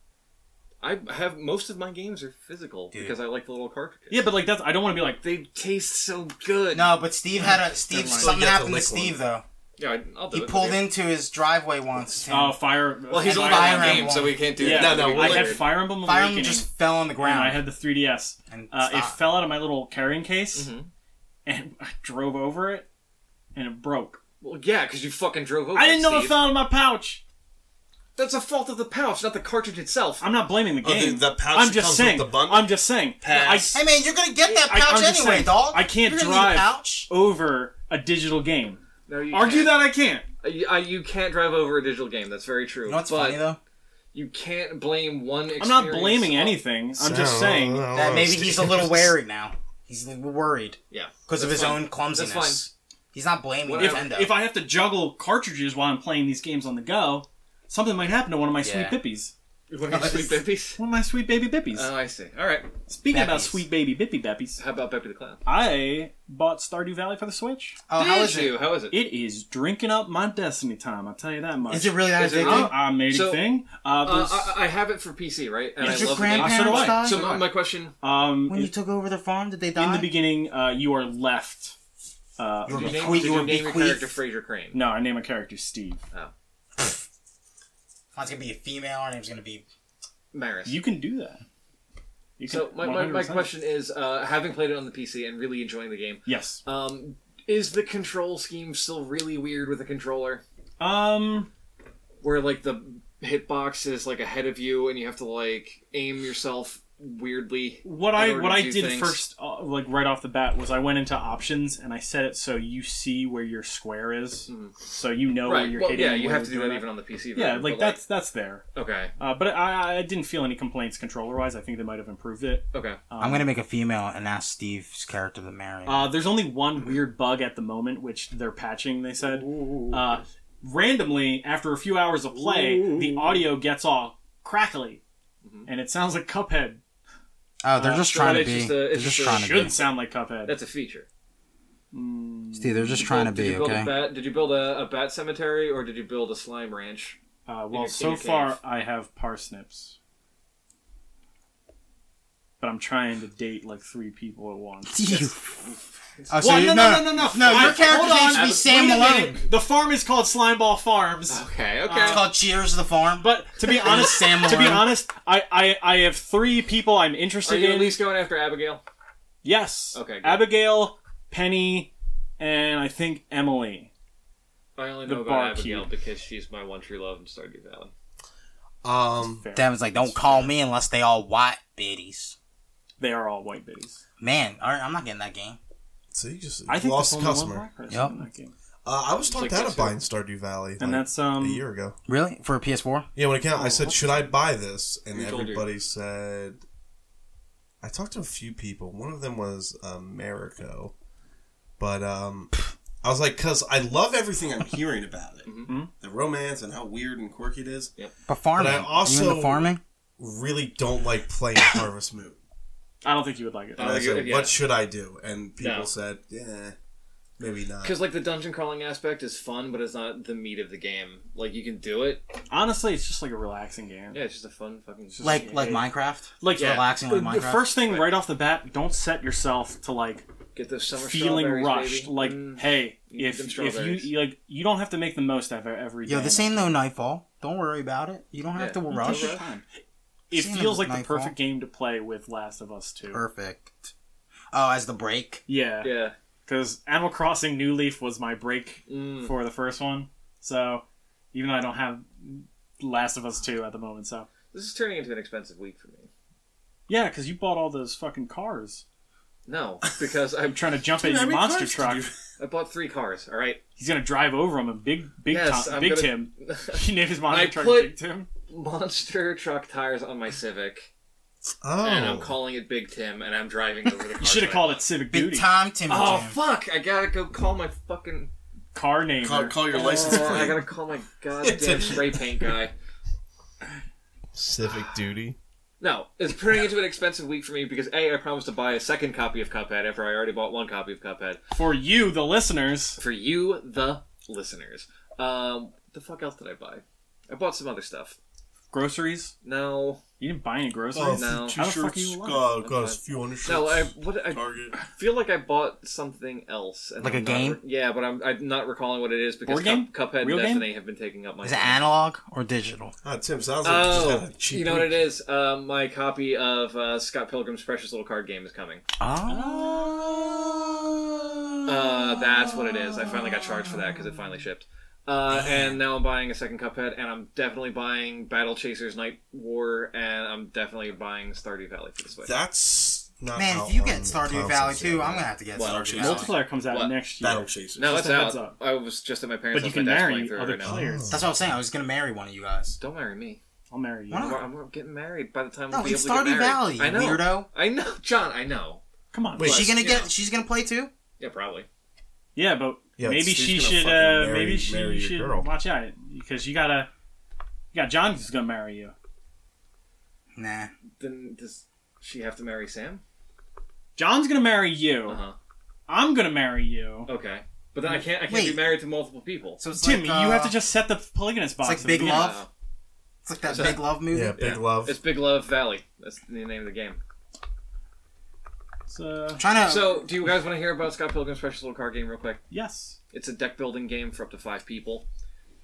Speaker 2: I have most of my games are physical because I like the little cartridges.
Speaker 4: Yeah, but like that's I don't want to be like
Speaker 2: They taste so good.
Speaker 3: No, but Steve had a Steve.
Speaker 1: Still
Speaker 3: Something
Speaker 1: get to
Speaker 3: happened to
Speaker 1: lick
Speaker 3: Steve
Speaker 1: one.
Speaker 3: though.
Speaker 2: Yeah, I- I'll do
Speaker 3: He
Speaker 2: it.
Speaker 3: pulled
Speaker 2: Yeah.
Speaker 3: into his driveway once. Tim.
Speaker 4: oh fire.
Speaker 2: Well, he's
Speaker 4: fire
Speaker 2: on
Speaker 3: only
Speaker 4: Emblem.
Speaker 2: Fire
Speaker 3: Fire
Speaker 2: Emblem,
Speaker 3: Emblem.
Speaker 2: so we can't do
Speaker 4: Yeah,
Speaker 2: that.
Speaker 1: No, no,
Speaker 4: I
Speaker 1: we're
Speaker 4: had
Speaker 1: later.
Speaker 4: Fire Emblem
Speaker 3: Fire
Speaker 4: Awakening,
Speaker 3: Emblem just fell on the
Speaker 4: and I
Speaker 3: ground.
Speaker 4: had the 3DS.
Speaker 3: And
Speaker 4: Uh, it
Speaker 3: stopped.
Speaker 4: fell out of my little carrying case,
Speaker 2: Mhm.
Speaker 4: and [LAUGHS] I drove over it, and it broke.
Speaker 2: Well, yeah, because you fucking drove over.
Speaker 4: I didn't know it
Speaker 2: Steve.
Speaker 4: fell out of my pouch.
Speaker 2: That's a fault of the pouch, not the cartridge itself.
Speaker 4: I'm not blaming the
Speaker 1: Oh,
Speaker 4: game.
Speaker 1: the- the pouch
Speaker 4: I'm
Speaker 1: that
Speaker 4: just
Speaker 1: comes with
Speaker 4: saying.
Speaker 1: the bun-
Speaker 4: I'm just saying.
Speaker 1: Pass.
Speaker 4: I,
Speaker 3: Hey man, you're gonna get that
Speaker 4: I-
Speaker 3: pouch
Speaker 4: I'm just
Speaker 3: anyway,
Speaker 4: saying,
Speaker 3: dog.
Speaker 4: I can't
Speaker 3: you're gonna
Speaker 4: drive
Speaker 3: Need a pouch.
Speaker 4: over a digital game.
Speaker 2: No, you
Speaker 4: Argue
Speaker 2: can't.
Speaker 4: that I can't.
Speaker 2: You, I, you can't drive over a digital game. That's very true.
Speaker 3: You know what's
Speaker 2: but
Speaker 3: funny though?
Speaker 2: You can't blame one.
Speaker 4: I'm
Speaker 2: Experience.
Speaker 4: not blaming anything. I'm just saying.
Speaker 1: Oh,
Speaker 3: That maybe he's
Speaker 1: [LAUGHS]
Speaker 3: a little wary now. He's a little worried
Speaker 2: Yeah,
Speaker 3: because of
Speaker 2: that's
Speaker 3: his
Speaker 2: fine.
Speaker 3: own clumsiness.
Speaker 2: That's
Speaker 3: He's not blaming
Speaker 2: Whatever.
Speaker 3: Nintendo.
Speaker 4: If I have to juggle cartridges while I'm playing these games on the go, something might happen to one of my
Speaker 3: Yeah.
Speaker 4: sweet bippies.
Speaker 2: fine. You want to sleep babies?
Speaker 4: One of my sweet baby bippies.
Speaker 2: Oh, I see. All right.
Speaker 4: Speaking about
Speaker 3: Bappies.
Speaker 4: sweet baby bippy bappies,
Speaker 2: How about Beppy the Clown?
Speaker 4: I bought Stardew Valley for the Switch.
Speaker 3: oh, how
Speaker 2: Did
Speaker 3: is
Speaker 2: you?
Speaker 3: it?
Speaker 2: How is it?
Speaker 4: It is drinking up my Destiny time. I'll tell you that much.
Speaker 3: Is it really that
Speaker 2: Is it
Speaker 3: addicting?
Speaker 2: really-
Speaker 4: I, I made
Speaker 2: So-
Speaker 4: a thing. Uh,
Speaker 2: Uh,
Speaker 4: there's-
Speaker 2: I, I have it for PC, right? And
Speaker 3: Did
Speaker 2: I
Speaker 3: your
Speaker 2: love the game.
Speaker 4: So do
Speaker 3: grandparents
Speaker 4: I.
Speaker 3: die?
Speaker 2: So my, my question:
Speaker 4: um,
Speaker 3: when you
Speaker 4: in
Speaker 3: took over the farm, did they die?
Speaker 4: the beginning, uh, you are left. Uh,
Speaker 3: You were
Speaker 2: Did you name,
Speaker 3: bequeath-
Speaker 2: did
Speaker 3: you
Speaker 2: you
Speaker 3: were
Speaker 2: name your
Speaker 3: bequeathed-
Speaker 2: character Fraser Crane?
Speaker 4: no, I name a character Steve.
Speaker 3: Mine's gonna be a female. Her name's gonna be.
Speaker 2: Maris.
Speaker 4: You can do that. You can,
Speaker 2: so my, my, my
Speaker 4: 100%.
Speaker 2: question is, uh, having played it on the PC and really enjoying the game,
Speaker 4: Yes.
Speaker 2: um, is the control scheme still really weird with a controller,
Speaker 4: Um.
Speaker 2: where like the hitbox is like ahead of you and you have to like aim yourself weirdly?
Speaker 4: What
Speaker 2: in
Speaker 4: I
Speaker 2: order
Speaker 4: what
Speaker 2: to
Speaker 4: I
Speaker 2: do
Speaker 4: did
Speaker 2: things?
Speaker 4: first, uh, like right off the bat, was I went into options and I set it so you see where your square is, so you know where
Speaker 2: Hmm. right?
Speaker 4: you're
Speaker 2: Well,
Speaker 4: hitting.
Speaker 2: yeah,
Speaker 4: and
Speaker 2: you
Speaker 4: where
Speaker 2: have to do
Speaker 4: you're
Speaker 2: that
Speaker 4: doing
Speaker 2: even on the PC.
Speaker 4: Yeah,
Speaker 2: version,
Speaker 4: like
Speaker 2: but,
Speaker 4: that's that's there.
Speaker 2: okay,
Speaker 4: Uh, but I, I didn't feel any complaints controller wise. I think they might have improved it. Um,
Speaker 2: okay.
Speaker 3: I'm gonna make a female and ask Steve's character to marry.
Speaker 4: Uh, there's only one weird bug at the moment, which they're patching. They said uh, randomly after a few hours of play, the audio gets all crackly,
Speaker 2: Mm-hmm.
Speaker 4: and it sounds like Cuphead.
Speaker 3: Oh, they're
Speaker 4: Uh,
Speaker 3: just
Speaker 2: so
Speaker 3: trying to
Speaker 2: it's
Speaker 3: be.
Speaker 2: just a-
Speaker 3: they're
Speaker 2: it's
Speaker 3: just
Speaker 2: just a
Speaker 3: trying to
Speaker 4: Shouldn't
Speaker 3: be.
Speaker 4: sound like Cuphead. Hmm.
Speaker 2: That's a feature.
Speaker 3: Steve, they're just trying to
Speaker 2: Well, did
Speaker 3: be.
Speaker 2: you build a
Speaker 3: [LAUGHS] Okay.
Speaker 2: bat, did you build a, a bat cemetery or did you build a slime ranch?
Speaker 4: Uh,
Speaker 2: your-
Speaker 4: well,
Speaker 2: in
Speaker 4: so
Speaker 2: your
Speaker 4: far
Speaker 2: cave.
Speaker 4: I have parsnips, but I'm trying to date like three people
Speaker 3: [LAUGHS]
Speaker 4: at once.
Speaker 3: Oh, so
Speaker 4: Well,
Speaker 3: you-
Speaker 4: no, no, no, no, no,
Speaker 3: no, your character
Speaker 4: hold on,
Speaker 3: needs to be
Speaker 4: wait a
Speaker 3: Sam
Speaker 4: minute.
Speaker 3: Malone.
Speaker 4: The farm is called Slimeball Farms.
Speaker 2: Okay, okay.
Speaker 3: It's called Cheers to the Farm.
Speaker 4: But
Speaker 2: [LAUGHS]
Speaker 4: to be honest,
Speaker 3: Sam
Speaker 4: to be
Speaker 3: Malone.
Speaker 4: honest, I, I, I have three people I'm
Speaker 2: Are
Speaker 4: interested
Speaker 2: you
Speaker 4: in.
Speaker 2: at least going after Abigail?
Speaker 4: yes.
Speaker 2: Okay, good.
Speaker 4: Abigail, Penny, and I think Emily.
Speaker 2: I only
Speaker 4: The
Speaker 2: know about
Speaker 4: barkeep.
Speaker 2: Abigail because she's my one true love in Stardew Valley.
Speaker 1: Um,
Speaker 4: Fair.
Speaker 3: That was like, don't call me unless they all white biddies.
Speaker 4: They are all white biddies.
Speaker 3: Man, all right, I'm not getting that game.
Speaker 1: so you just
Speaker 4: I think
Speaker 1: lost
Speaker 4: there's
Speaker 1: a
Speaker 4: only one
Speaker 1: customer.
Speaker 4: black person
Speaker 3: Yep.
Speaker 4: in that game.
Speaker 1: Uh, I was talked
Speaker 2: like
Speaker 1: out
Speaker 2: guess
Speaker 1: of
Speaker 2: who?
Speaker 1: buying Stardew Valley like,
Speaker 4: And that's um
Speaker 1: a year ago.
Speaker 3: Really? For a PS4?
Speaker 1: Yeah, when it came out, I said, "Should I buy this?" And
Speaker 2: Who told you?
Speaker 1: everybody said. I talked to a few people. One of them was Americo, but um, I was like, "Cause I love everything
Speaker 4: [LAUGHS]
Speaker 1: I'm hearing about it,
Speaker 4: Mhm.
Speaker 1: the romance and how weird and quirky it is."
Speaker 3: But farming.
Speaker 1: But I also-
Speaker 3: you into farming?
Speaker 1: Really don't like playing Harvest Moon.
Speaker 4: I don't think you would like it.
Speaker 1: And I
Speaker 2: like
Speaker 1: said,
Speaker 2: it, yeah.
Speaker 1: "What should I do?" And people
Speaker 2: No.
Speaker 1: said, "Yeah, maybe not."
Speaker 2: Because like the dungeon crawling aspect is fun, but it's not the meat of the game. Like you can do it.
Speaker 4: Honestly, it's just like a relaxing game.
Speaker 2: Yeah, it's just a fun fucking.
Speaker 3: Like like Minecraft?
Speaker 4: Like
Speaker 2: Yeah.
Speaker 3: Relaxing
Speaker 4: The,
Speaker 3: like
Speaker 4: the
Speaker 3: Minecraft?
Speaker 4: first thing right off the bat, don't set yourself to like
Speaker 2: get those summer
Speaker 4: feeling
Speaker 2: strawberries,
Speaker 4: rushed.
Speaker 2: baby.
Speaker 4: Like,
Speaker 2: Mm.
Speaker 4: hey,
Speaker 2: eat
Speaker 4: if
Speaker 2: them
Speaker 4: if
Speaker 2: strawberries.
Speaker 4: you like, you don't have to make the most out of every
Speaker 3: Yo,
Speaker 4: day.
Speaker 3: this ain't no Nightfall. Don't worry about it. You don't have
Speaker 2: Yeah.
Speaker 3: to
Speaker 4: Don't take
Speaker 3: rush.
Speaker 4: your time. It
Speaker 3: Seen
Speaker 4: feels
Speaker 3: a
Speaker 4: like the
Speaker 3: Nightfall.
Speaker 4: perfect game to play with Last of Us 2.
Speaker 3: Perfect. Oh, as the break?
Speaker 4: Yeah,
Speaker 2: yeah,
Speaker 4: because Animal Crossing New Leaf was my break
Speaker 2: Mm.
Speaker 4: for the first one. So even though I don't have Last of Us 2 at the moment, so
Speaker 2: this is turning into an expensive week for me.
Speaker 4: yeah, because you bought all those fucking cars. [LAUGHS]
Speaker 2: No, because
Speaker 4: I'm
Speaker 2: I
Speaker 4: trying to jump in
Speaker 1: Dude, how
Speaker 4: your
Speaker 1: many
Speaker 4: monster
Speaker 1: cars
Speaker 4: truck.
Speaker 1: did you-
Speaker 2: I bought three cars. All right, [LAUGHS]
Speaker 4: He's gonna drive over him and big big
Speaker 2: Yes,
Speaker 4: Tom,
Speaker 2: I'm
Speaker 4: big
Speaker 2: gonna-
Speaker 4: Tim. [LAUGHS] He named his monster
Speaker 2: I
Speaker 4: truck
Speaker 2: put-
Speaker 4: Big Tim.
Speaker 2: monster truck tires on my Civic,
Speaker 1: Oh,
Speaker 2: and I'm calling it Big Tim, and I'm driving
Speaker 4: [LAUGHS]
Speaker 2: over the.
Speaker 4: You should have called it Civic
Speaker 3: Big
Speaker 4: Duty.
Speaker 3: time Timmy
Speaker 2: Oh
Speaker 3: Jam.
Speaker 2: fuck! I gotta go call my fucking.
Speaker 4: Car name.
Speaker 5: Call, call your license
Speaker 2: Oh, I
Speaker 5: plate.
Speaker 2: gotta call
Speaker 4: [LAUGHS]
Speaker 2: my goddamn spray paint guy.
Speaker 1: civic duty.
Speaker 2: No, it's turning into an expensive week for me because a I promised to buy a second copy of Cuphead after I already bought one copy of Cuphead
Speaker 4: For you, the listeners.
Speaker 2: for you, the listeners. Um, the fuck else did I buy? I bought some other stuff.
Speaker 4: Groceries?
Speaker 2: No,
Speaker 4: You didn't buy any
Speaker 1: Oh,
Speaker 4: groceries.
Speaker 2: no.
Speaker 4: How the fuck are you
Speaker 1: t-shirts,
Speaker 4: alive?
Speaker 1: uh, got a few undershirts.
Speaker 2: no. I what I
Speaker 1: Target.
Speaker 2: feel like I bought something else. And
Speaker 3: Like
Speaker 2: I'm
Speaker 3: a
Speaker 2: not
Speaker 3: game?
Speaker 2: re- yeah, but I'm, I'm not recalling what it is because
Speaker 4: Board game?
Speaker 2: Cup, Cuphead
Speaker 4: Real
Speaker 2: and
Speaker 4: game?
Speaker 2: Destiny have been taking up my.
Speaker 3: Is it
Speaker 2: time.
Speaker 3: analog or digital?
Speaker 1: Ah, Tim sounds like you just
Speaker 2: Oh,
Speaker 1: got a cheap
Speaker 2: you know what
Speaker 1: week.
Speaker 2: it is? Um, my copy of uh, Scott Pilgrim's Precious Little Card Game is coming.
Speaker 3: Oh.
Speaker 2: Uh, that's what it is. I finally got charged for that because it finally shipped. Uh, and now I'm buying a second Cuphead, and I'm definitely buying Battle Chasers Night War, and I'm definitely buying Stardew Valley for the Switch.
Speaker 1: That's not
Speaker 3: Man,
Speaker 1: out
Speaker 3: if you
Speaker 1: on
Speaker 3: get Stardew
Speaker 1: consoles
Speaker 3: Valley too,
Speaker 1: yet.
Speaker 3: I'm gonna have to get
Speaker 5: Well,
Speaker 3: Stardew Valley.
Speaker 5: multiple-
Speaker 4: Multiplayer comes out
Speaker 2: What?
Speaker 4: next year.
Speaker 5: Battle Chasers.
Speaker 2: no,
Speaker 4: just
Speaker 2: it's
Speaker 4: a
Speaker 2: out.
Speaker 4: heads up.
Speaker 2: I was just at my parents'
Speaker 4: But you
Speaker 2: house. My
Speaker 4: can
Speaker 2: dad's playing
Speaker 4: marry
Speaker 2: through it
Speaker 4: other
Speaker 2: right now.
Speaker 4: players.
Speaker 3: That's what I was saying. I was gonna marry one of you guys.
Speaker 2: Don't marry me.
Speaker 4: I'll marry you.
Speaker 3: Why
Speaker 2: I'm,
Speaker 3: not?
Speaker 2: I'm getting married by the time
Speaker 3: No,
Speaker 2: we'll be
Speaker 3: it's
Speaker 2: able to
Speaker 3: Stardew
Speaker 2: get
Speaker 3: Valley.
Speaker 2: married.
Speaker 3: you
Speaker 2: I know.
Speaker 3: Weirdo.
Speaker 2: I know, [LAUGHS] John. I know.
Speaker 4: Come on.
Speaker 1: Wait,
Speaker 3: Is she
Speaker 1: Plus,
Speaker 3: gonna get?
Speaker 2: yeah.
Speaker 3: She's gonna play too.
Speaker 2: Yeah, probably.
Speaker 4: yeah, but
Speaker 1: Yeah,
Speaker 4: maybe
Speaker 1: she's
Speaker 4: she
Speaker 1: gonna
Speaker 4: should.
Speaker 1: fucking
Speaker 4: Uh,
Speaker 1: marry-
Speaker 4: maybe she
Speaker 1: marry your
Speaker 4: should
Speaker 1: girl.
Speaker 4: watch out because you gotta. You got John who's gonna marry you.
Speaker 3: Nah.
Speaker 2: Then does she have to marry Sam?
Speaker 4: John's gonna marry you.
Speaker 2: Uh huh.
Speaker 4: I'm gonna marry you.
Speaker 2: Okay. But then I can't. I can't
Speaker 3: Wait.
Speaker 2: be married to multiple people.
Speaker 3: So it's
Speaker 4: Timmy,
Speaker 3: like, uh,
Speaker 4: you have to just set the polygonist box.
Speaker 3: like
Speaker 4: at the
Speaker 3: Big
Speaker 4: beginning.
Speaker 3: Love? It's like that
Speaker 2: So-
Speaker 3: Big Love movie.
Speaker 1: Yeah, big
Speaker 2: Yeah.
Speaker 1: love.
Speaker 2: It's Big Love Valley. That's the name of the game.
Speaker 4: It's, uh,
Speaker 3: I'm trying to.
Speaker 2: So, do you guys want to hear about Scott Pilgrim's Precious Little Card Game real quick?
Speaker 4: yes.
Speaker 2: It's a deck building game for up to five people.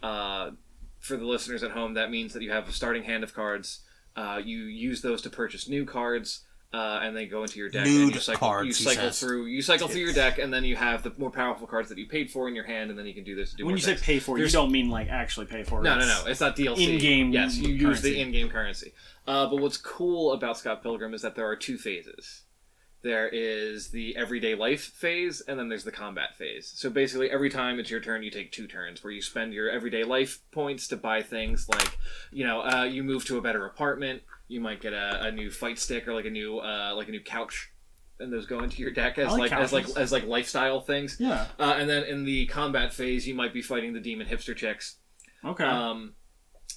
Speaker 2: Uh, for the listeners at home, that means that you have a starting hand of cards. Uh, you use those to purchase new cards, uh, and they go into your deck. and
Speaker 3: Nude
Speaker 2: you cycle,
Speaker 3: cards,
Speaker 2: you
Speaker 3: he
Speaker 2: cycle
Speaker 3: says.
Speaker 2: through. You cycle through your deck, and then you have the more powerful cards that you paid for in your hand, and then you can do this. To do
Speaker 4: When
Speaker 2: more
Speaker 4: you say
Speaker 2: things.
Speaker 4: pay for, it, you
Speaker 2: There's-
Speaker 4: don't mean like actually pay for. it.
Speaker 2: No, no,
Speaker 4: It's-
Speaker 2: no. It's not DLC.
Speaker 4: In-game
Speaker 2: Yes, you use the
Speaker 4: currency.
Speaker 2: in-game currency. Uh, but what's cool about Scott Pilgrim is that there are two phases. There is the everyday life phase, and then there's the combat phase. So basically, every time it's your turn, you take two turns where you spend your everyday life points to buy things like, you know, uh, you move to a better apartment, you might get a, a new fight stick or like a new uh, like a new couch and those go into your deck as
Speaker 4: I like
Speaker 2: like, as like
Speaker 4: counters.
Speaker 2: as like lifestyle things.
Speaker 4: Yeah.
Speaker 2: Uh, and then in the combat phase, you might be fighting the demon hipster chicks.
Speaker 4: Okay.
Speaker 2: Um,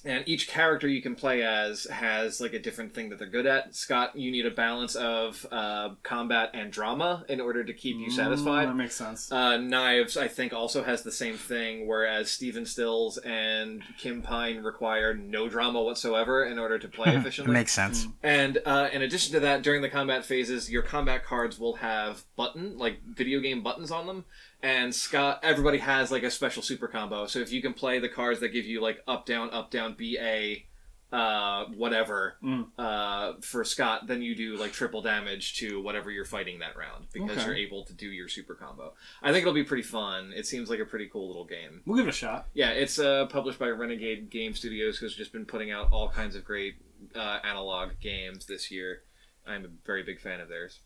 Speaker 2: and each character you can play as has like a different thing that they're good at. Scott, you need a balance of uh, combat and drama in order to keep you
Speaker 4: Mm,
Speaker 2: satisfied.
Speaker 4: that makes sense.
Speaker 2: Uh, Knives, I think, also has the same thing, whereas Steven Stills and Kim Pine require no drama whatsoever in order to play
Speaker 3: Hmm. It
Speaker 2: efficiently.
Speaker 3: makes sense.
Speaker 2: And uh, in addition to that, during the combat phases, your combat cards will have button, like video game buttons on them. And Scott, everybody has like a special super combo. So if you can play the cards that give you like up, down, up, down, B, A, uh, whatever
Speaker 4: Mm.
Speaker 2: uh, for Scott, then you do like triple damage to whatever you're fighting that round because
Speaker 4: Okay.
Speaker 2: you're able to do your super combo. I think it'll be pretty fun. It seems like a pretty cool little game.
Speaker 4: We'll give it a shot.
Speaker 2: Yeah, it's uh, published by Renegade Game Studios, who's just been putting out all kinds of great uh, analog games this year. I'm a very big fan of theirs.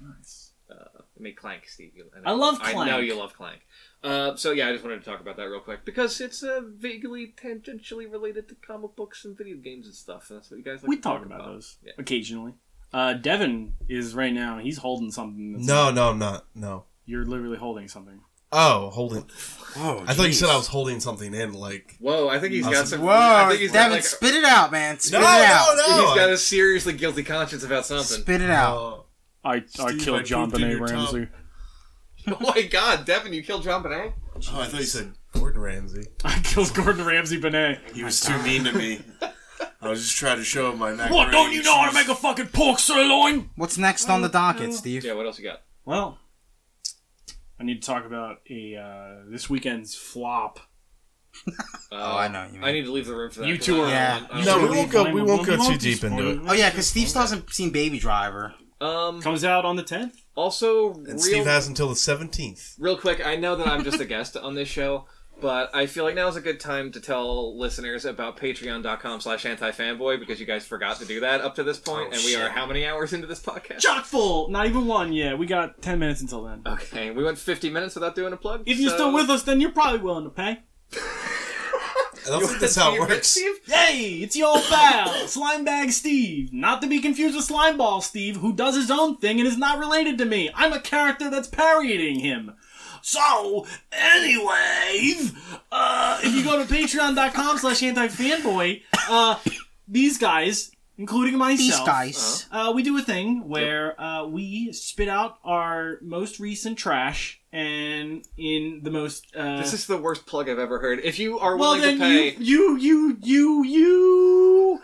Speaker 4: Nice.
Speaker 2: I mean, Clank, Steve. You,
Speaker 4: I love
Speaker 2: I know
Speaker 4: Clank.
Speaker 2: you love Clank. Uh, so yeah, I just wanted to talk about that real quick because it's uh, vaguely tangentially related to comic books and video games and stuff, and that's what you guys like
Speaker 4: We
Speaker 2: to
Speaker 4: talk about those
Speaker 2: Yeah.
Speaker 4: occasionally. Uh, Devin is right now. He's holding something. That's
Speaker 1: No, no, I'm not. No.
Speaker 4: You're literally holding something.
Speaker 1: Oh, holding.
Speaker 3: Whoa,
Speaker 1: I thought you said I was holding something in, like.
Speaker 2: Whoa, I think he's got some.
Speaker 3: Whoa,
Speaker 2: I think he's got,
Speaker 3: Devin,
Speaker 2: like,
Speaker 3: spit it out, man. Spit
Speaker 1: No,
Speaker 3: it
Speaker 1: no,
Speaker 3: out.
Speaker 1: no!
Speaker 2: he's got a seriously guilty conscience about something. [LAUGHS]
Speaker 3: Spit it out.
Speaker 1: Oh,
Speaker 4: I I
Speaker 1: Steve, I
Speaker 4: killed John
Speaker 1: pooped in
Speaker 4: Benet
Speaker 1: your tub.
Speaker 4: Ramsey. [LAUGHS]
Speaker 2: oh my God, Devin, you killed John Bonet?
Speaker 1: oh, I thought you said Gordon Ramsay.
Speaker 4: I killed Gordon Ramsay Benet.
Speaker 5: He was too mean to me. I was just trying to show him my macaroni.
Speaker 4: What don't you know how to
Speaker 5: and
Speaker 4: make a fucking pork sirloin?
Speaker 3: What's next on the docket, Steve?
Speaker 2: Yeah, what else you got?
Speaker 4: Well, I need to talk about a uh, this weekend's flop.
Speaker 2: Uh,
Speaker 3: Oh, I know what you
Speaker 2: I
Speaker 3: mean.
Speaker 2: need to leave the room for that.
Speaker 4: You
Speaker 2: 'cause
Speaker 4: two
Speaker 2: I-
Speaker 4: are-
Speaker 3: Yeah.
Speaker 2: I- I-
Speaker 1: No, we
Speaker 4: Should
Speaker 1: won't go-
Speaker 4: blame
Speaker 1: we
Speaker 4: him?
Speaker 1: won't go
Speaker 4: won't
Speaker 1: too deep
Speaker 4: spoil
Speaker 1: into it.
Speaker 3: Oh yeah, because Steve still hasn't seen Baby Driver.
Speaker 2: Um,
Speaker 4: Comes out on the tenth.
Speaker 2: also,
Speaker 1: And
Speaker 2: real,
Speaker 1: Steve has until the 17th.
Speaker 2: real quick, I know that I'm just a guest on this show, but I feel like now is a good time to tell listeners about patreon.com slash antifanboy because you guys forgot to do that up to this point,
Speaker 3: Oh,
Speaker 2: and we are
Speaker 3: shit.
Speaker 2: how many hours into this podcast?
Speaker 4: Chock full. Not even one yet. We got ten minutes until then.
Speaker 2: Okay, we went 50 minutes without doing a plug.
Speaker 4: If you're
Speaker 2: so-
Speaker 4: still with us, then you're probably willing to pay.
Speaker 1: I don't [LAUGHS] think that's how it
Speaker 2: [LAUGHS] Steve-
Speaker 1: works.
Speaker 2: Steve?
Speaker 4: Yay! It's your old pal, Slimebag Steve. Not to be confused with Slimeball Steve, who does his own thing and is not related to me. I'm a character that's parodying him. So, anyway, uh, if you go to patreon.com slash antifanboy, uh, these guys, including myself,
Speaker 3: These guys.
Speaker 4: uh, we do a thing where uh, we spit out our most recent trash and in the most uh,
Speaker 2: This is the worst plug I've ever heard. If you are
Speaker 4: well
Speaker 2: willing
Speaker 4: then
Speaker 2: to pay,
Speaker 4: you you you you you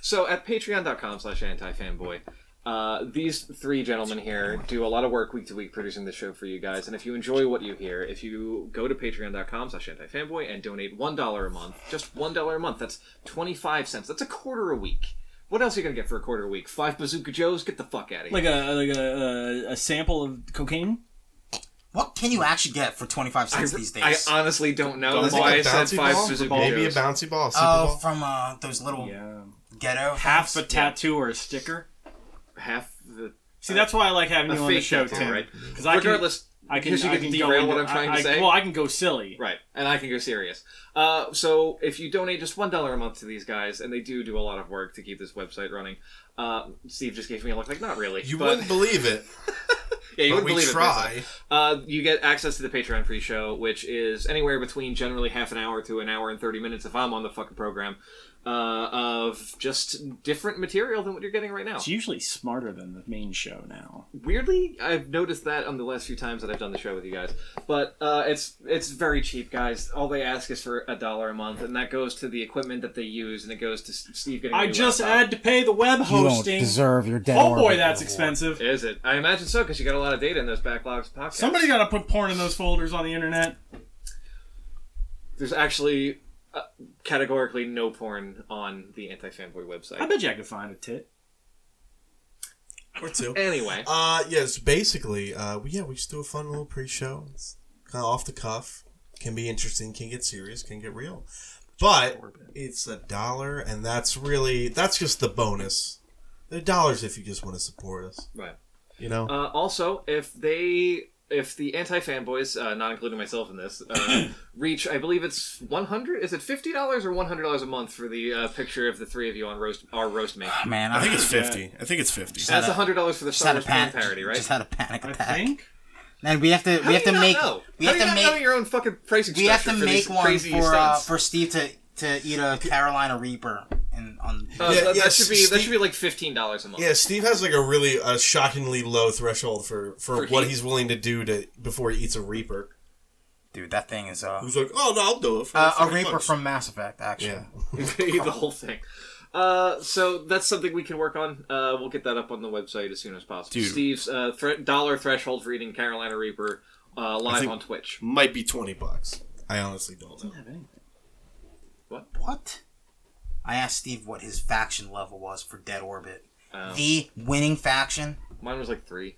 Speaker 2: So at patreon.com slash antifanboy, uh, these three gentlemen here do a lot of work week to week producing the show for you guys. And if you enjoy what you hear, if you go to patreon.com slash antifanboy and donate $1 a month, just $1 a month, that's 25 cents. That's a quarter a week. What else are you going to get for a quarter a week? Five Bazooka Joes? Get the fuck out of here.
Speaker 4: like a like a, a, a sample of cocaine.
Speaker 3: What can you actually get for twenty five
Speaker 2: I,
Speaker 3: cents these
Speaker 2: I
Speaker 3: days?
Speaker 2: honestly don't know
Speaker 1: Does it
Speaker 2: why I
Speaker 1: get
Speaker 2: said
Speaker 1: bouncy
Speaker 2: five
Speaker 1: ball?
Speaker 2: Bazooka
Speaker 1: Maybe a
Speaker 2: Joes.
Speaker 1: bouncy ball, a super
Speaker 3: Oh,
Speaker 1: ball.
Speaker 3: from uh, those little
Speaker 4: Yeah,
Speaker 3: ghetto
Speaker 4: half a
Speaker 3: things?
Speaker 4: tattoo or a sticker.
Speaker 2: Half the...
Speaker 4: See, that's why I like having
Speaker 2: A
Speaker 4: you on the
Speaker 2: fake
Speaker 4: show,
Speaker 2: tattoo,
Speaker 4: Tim.
Speaker 2: right.
Speaker 4: Because I can,
Speaker 2: Regardless,
Speaker 4: I can,
Speaker 2: because you
Speaker 4: I
Speaker 2: can
Speaker 4: go
Speaker 2: derail
Speaker 4: into-
Speaker 2: what I'm trying
Speaker 4: I-
Speaker 2: to
Speaker 4: I-
Speaker 2: say.
Speaker 4: Well, I can go silly.
Speaker 2: Right, and I can go serious. Uh, so if you donate just one dollar a month to these guys, and they do do a lot of work to keep this website running. Uh, Steve just gave me a look like, not really.
Speaker 1: You
Speaker 2: but,
Speaker 1: wouldn't believe
Speaker 2: [LAUGHS]
Speaker 1: it,
Speaker 2: yeah, you
Speaker 1: but
Speaker 2: wouldn't
Speaker 1: we
Speaker 2: believe it,
Speaker 1: try.
Speaker 2: basically. Uh, you get access to the Patreon free show, which is anywhere between generally half an hour to an hour and thirty minutes if I'm on the fucking program, uh, of just different material than what you're getting right now.
Speaker 4: It's usually smarter than the main show now.
Speaker 2: weirdly i've noticed that on the last few times that i've done the show with you guys but uh, it's it's very cheap guys all they ask is for a dollar a month and that goes to the equipment that they use and it goes to S- steve getting a
Speaker 4: I
Speaker 2: new
Speaker 4: just
Speaker 2: laptop.
Speaker 4: had to pay the web
Speaker 3: You don't
Speaker 4: hosting.
Speaker 3: deserve your dead
Speaker 4: Oh
Speaker 3: organ
Speaker 4: boy, that's
Speaker 3: reward.
Speaker 4: expensive.
Speaker 2: is it i imagine so because you got a lot of data in those backlogs podcasts
Speaker 4: Somebody got to put porn in those folders on the internet.
Speaker 2: there's actually uh, categorically no porn on the anti-fanboy
Speaker 4: I
Speaker 2: website
Speaker 4: bet you I could find a tit.
Speaker 1: Or two.
Speaker 2: anyway
Speaker 1: Uh, yes, basically, uh, we, yeah, we just do a fun little pre-show. It's kind of off the cuff. Can be interesting. Can get serious. Can get real. But it's a dollar, and that's really that's just the bonus. They're dollars if you just want to support us.
Speaker 2: Right.
Speaker 1: You know.
Speaker 2: Uh, also, Uh, if they if the anti fanboys, uh, not including myself in this,
Speaker 3: [CLEARS THROAT]
Speaker 2: uh, reach, I believe it's one hundred. Is it fifty dollars or one hundred dollars a month for the uh, picture of the three of you on roast our roast me?
Speaker 3: Man,
Speaker 5: I think it's
Speaker 3: just
Speaker 5: 50. I think it's 50.
Speaker 2: That's hundred dollars for the Star
Speaker 3: had a
Speaker 2: Wars fan
Speaker 3: panic.
Speaker 2: parody, right?
Speaker 3: Just had a panic
Speaker 4: I
Speaker 3: attack.
Speaker 4: think.
Speaker 3: And we have to.
Speaker 2: How
Speaker 3: we
Speaker 2: do you
Speaker 3: have to
Speaker 2: not
Speaker 3: make.
Speaker 2: know?
Speaker 3: We
Speaker 2: How
Speaker 3: have
Speaker 2: do
Speaker 3: to
Speaker 2: you not know
Speaker 3: make.
Speaker 2: your own fucking pricing
Speaker 3: We have to
Speaker 2: structure for
Speaker 3: make
Speaker 2: these
Speaker 3: one
Speaker 2: crazy
Speaker 3: for uh,
Speaker 2: stunts?
Speaker 3: for Steve to to eat a Carolina Reaper and on.
Speaker 2: Uh,
Speaker 1: Yeah,
Speaker 2: that,
Speaker 1: yeah,
Speaker 2: that should be that
Speaker 1: Steve-
Speaker 2: should be like fifteen dollars a month.
Speaker 1: Yeah, Steve has like a really a shockingly low threshold for for,
Speaker 2: For
Speaker 1: what
Speaker 2: heat.
Speaker 1: he's willing to do to before he eats a Reaper.
Speaker 3: Dude, that thing is uh,
Speaker 1: Who's like, oh no, I'll do it. For
Speaker 3: uh, a
Speaker 1: three
Speaker 3: Reaper
Speaker 1: bucks."
Speaker 3: from Mass Effect, actually.
Speaker 1: yeah.
Speaker 2: [LAUGHS] the whole thing. Uh, so that's something we can work on. Uh, we'll get that up on the website as soon as possible.
Speaker 5: Dude.
Speaker 2: Steve's uh, thre- dollar threshold for eating Carolina Reaper uh, live
Speaker 5: think-
Speaker 2: on Twitch.
Speaker 5: Might be 20 bucks.
Speaker 1: I honestly don't know.
Speaker 3: What? I asked Steve what his faction level was for Dead Orbit.
Speaker 2: Um,
Speaker 3: The winning faction,
Speaker 2: mine was like three.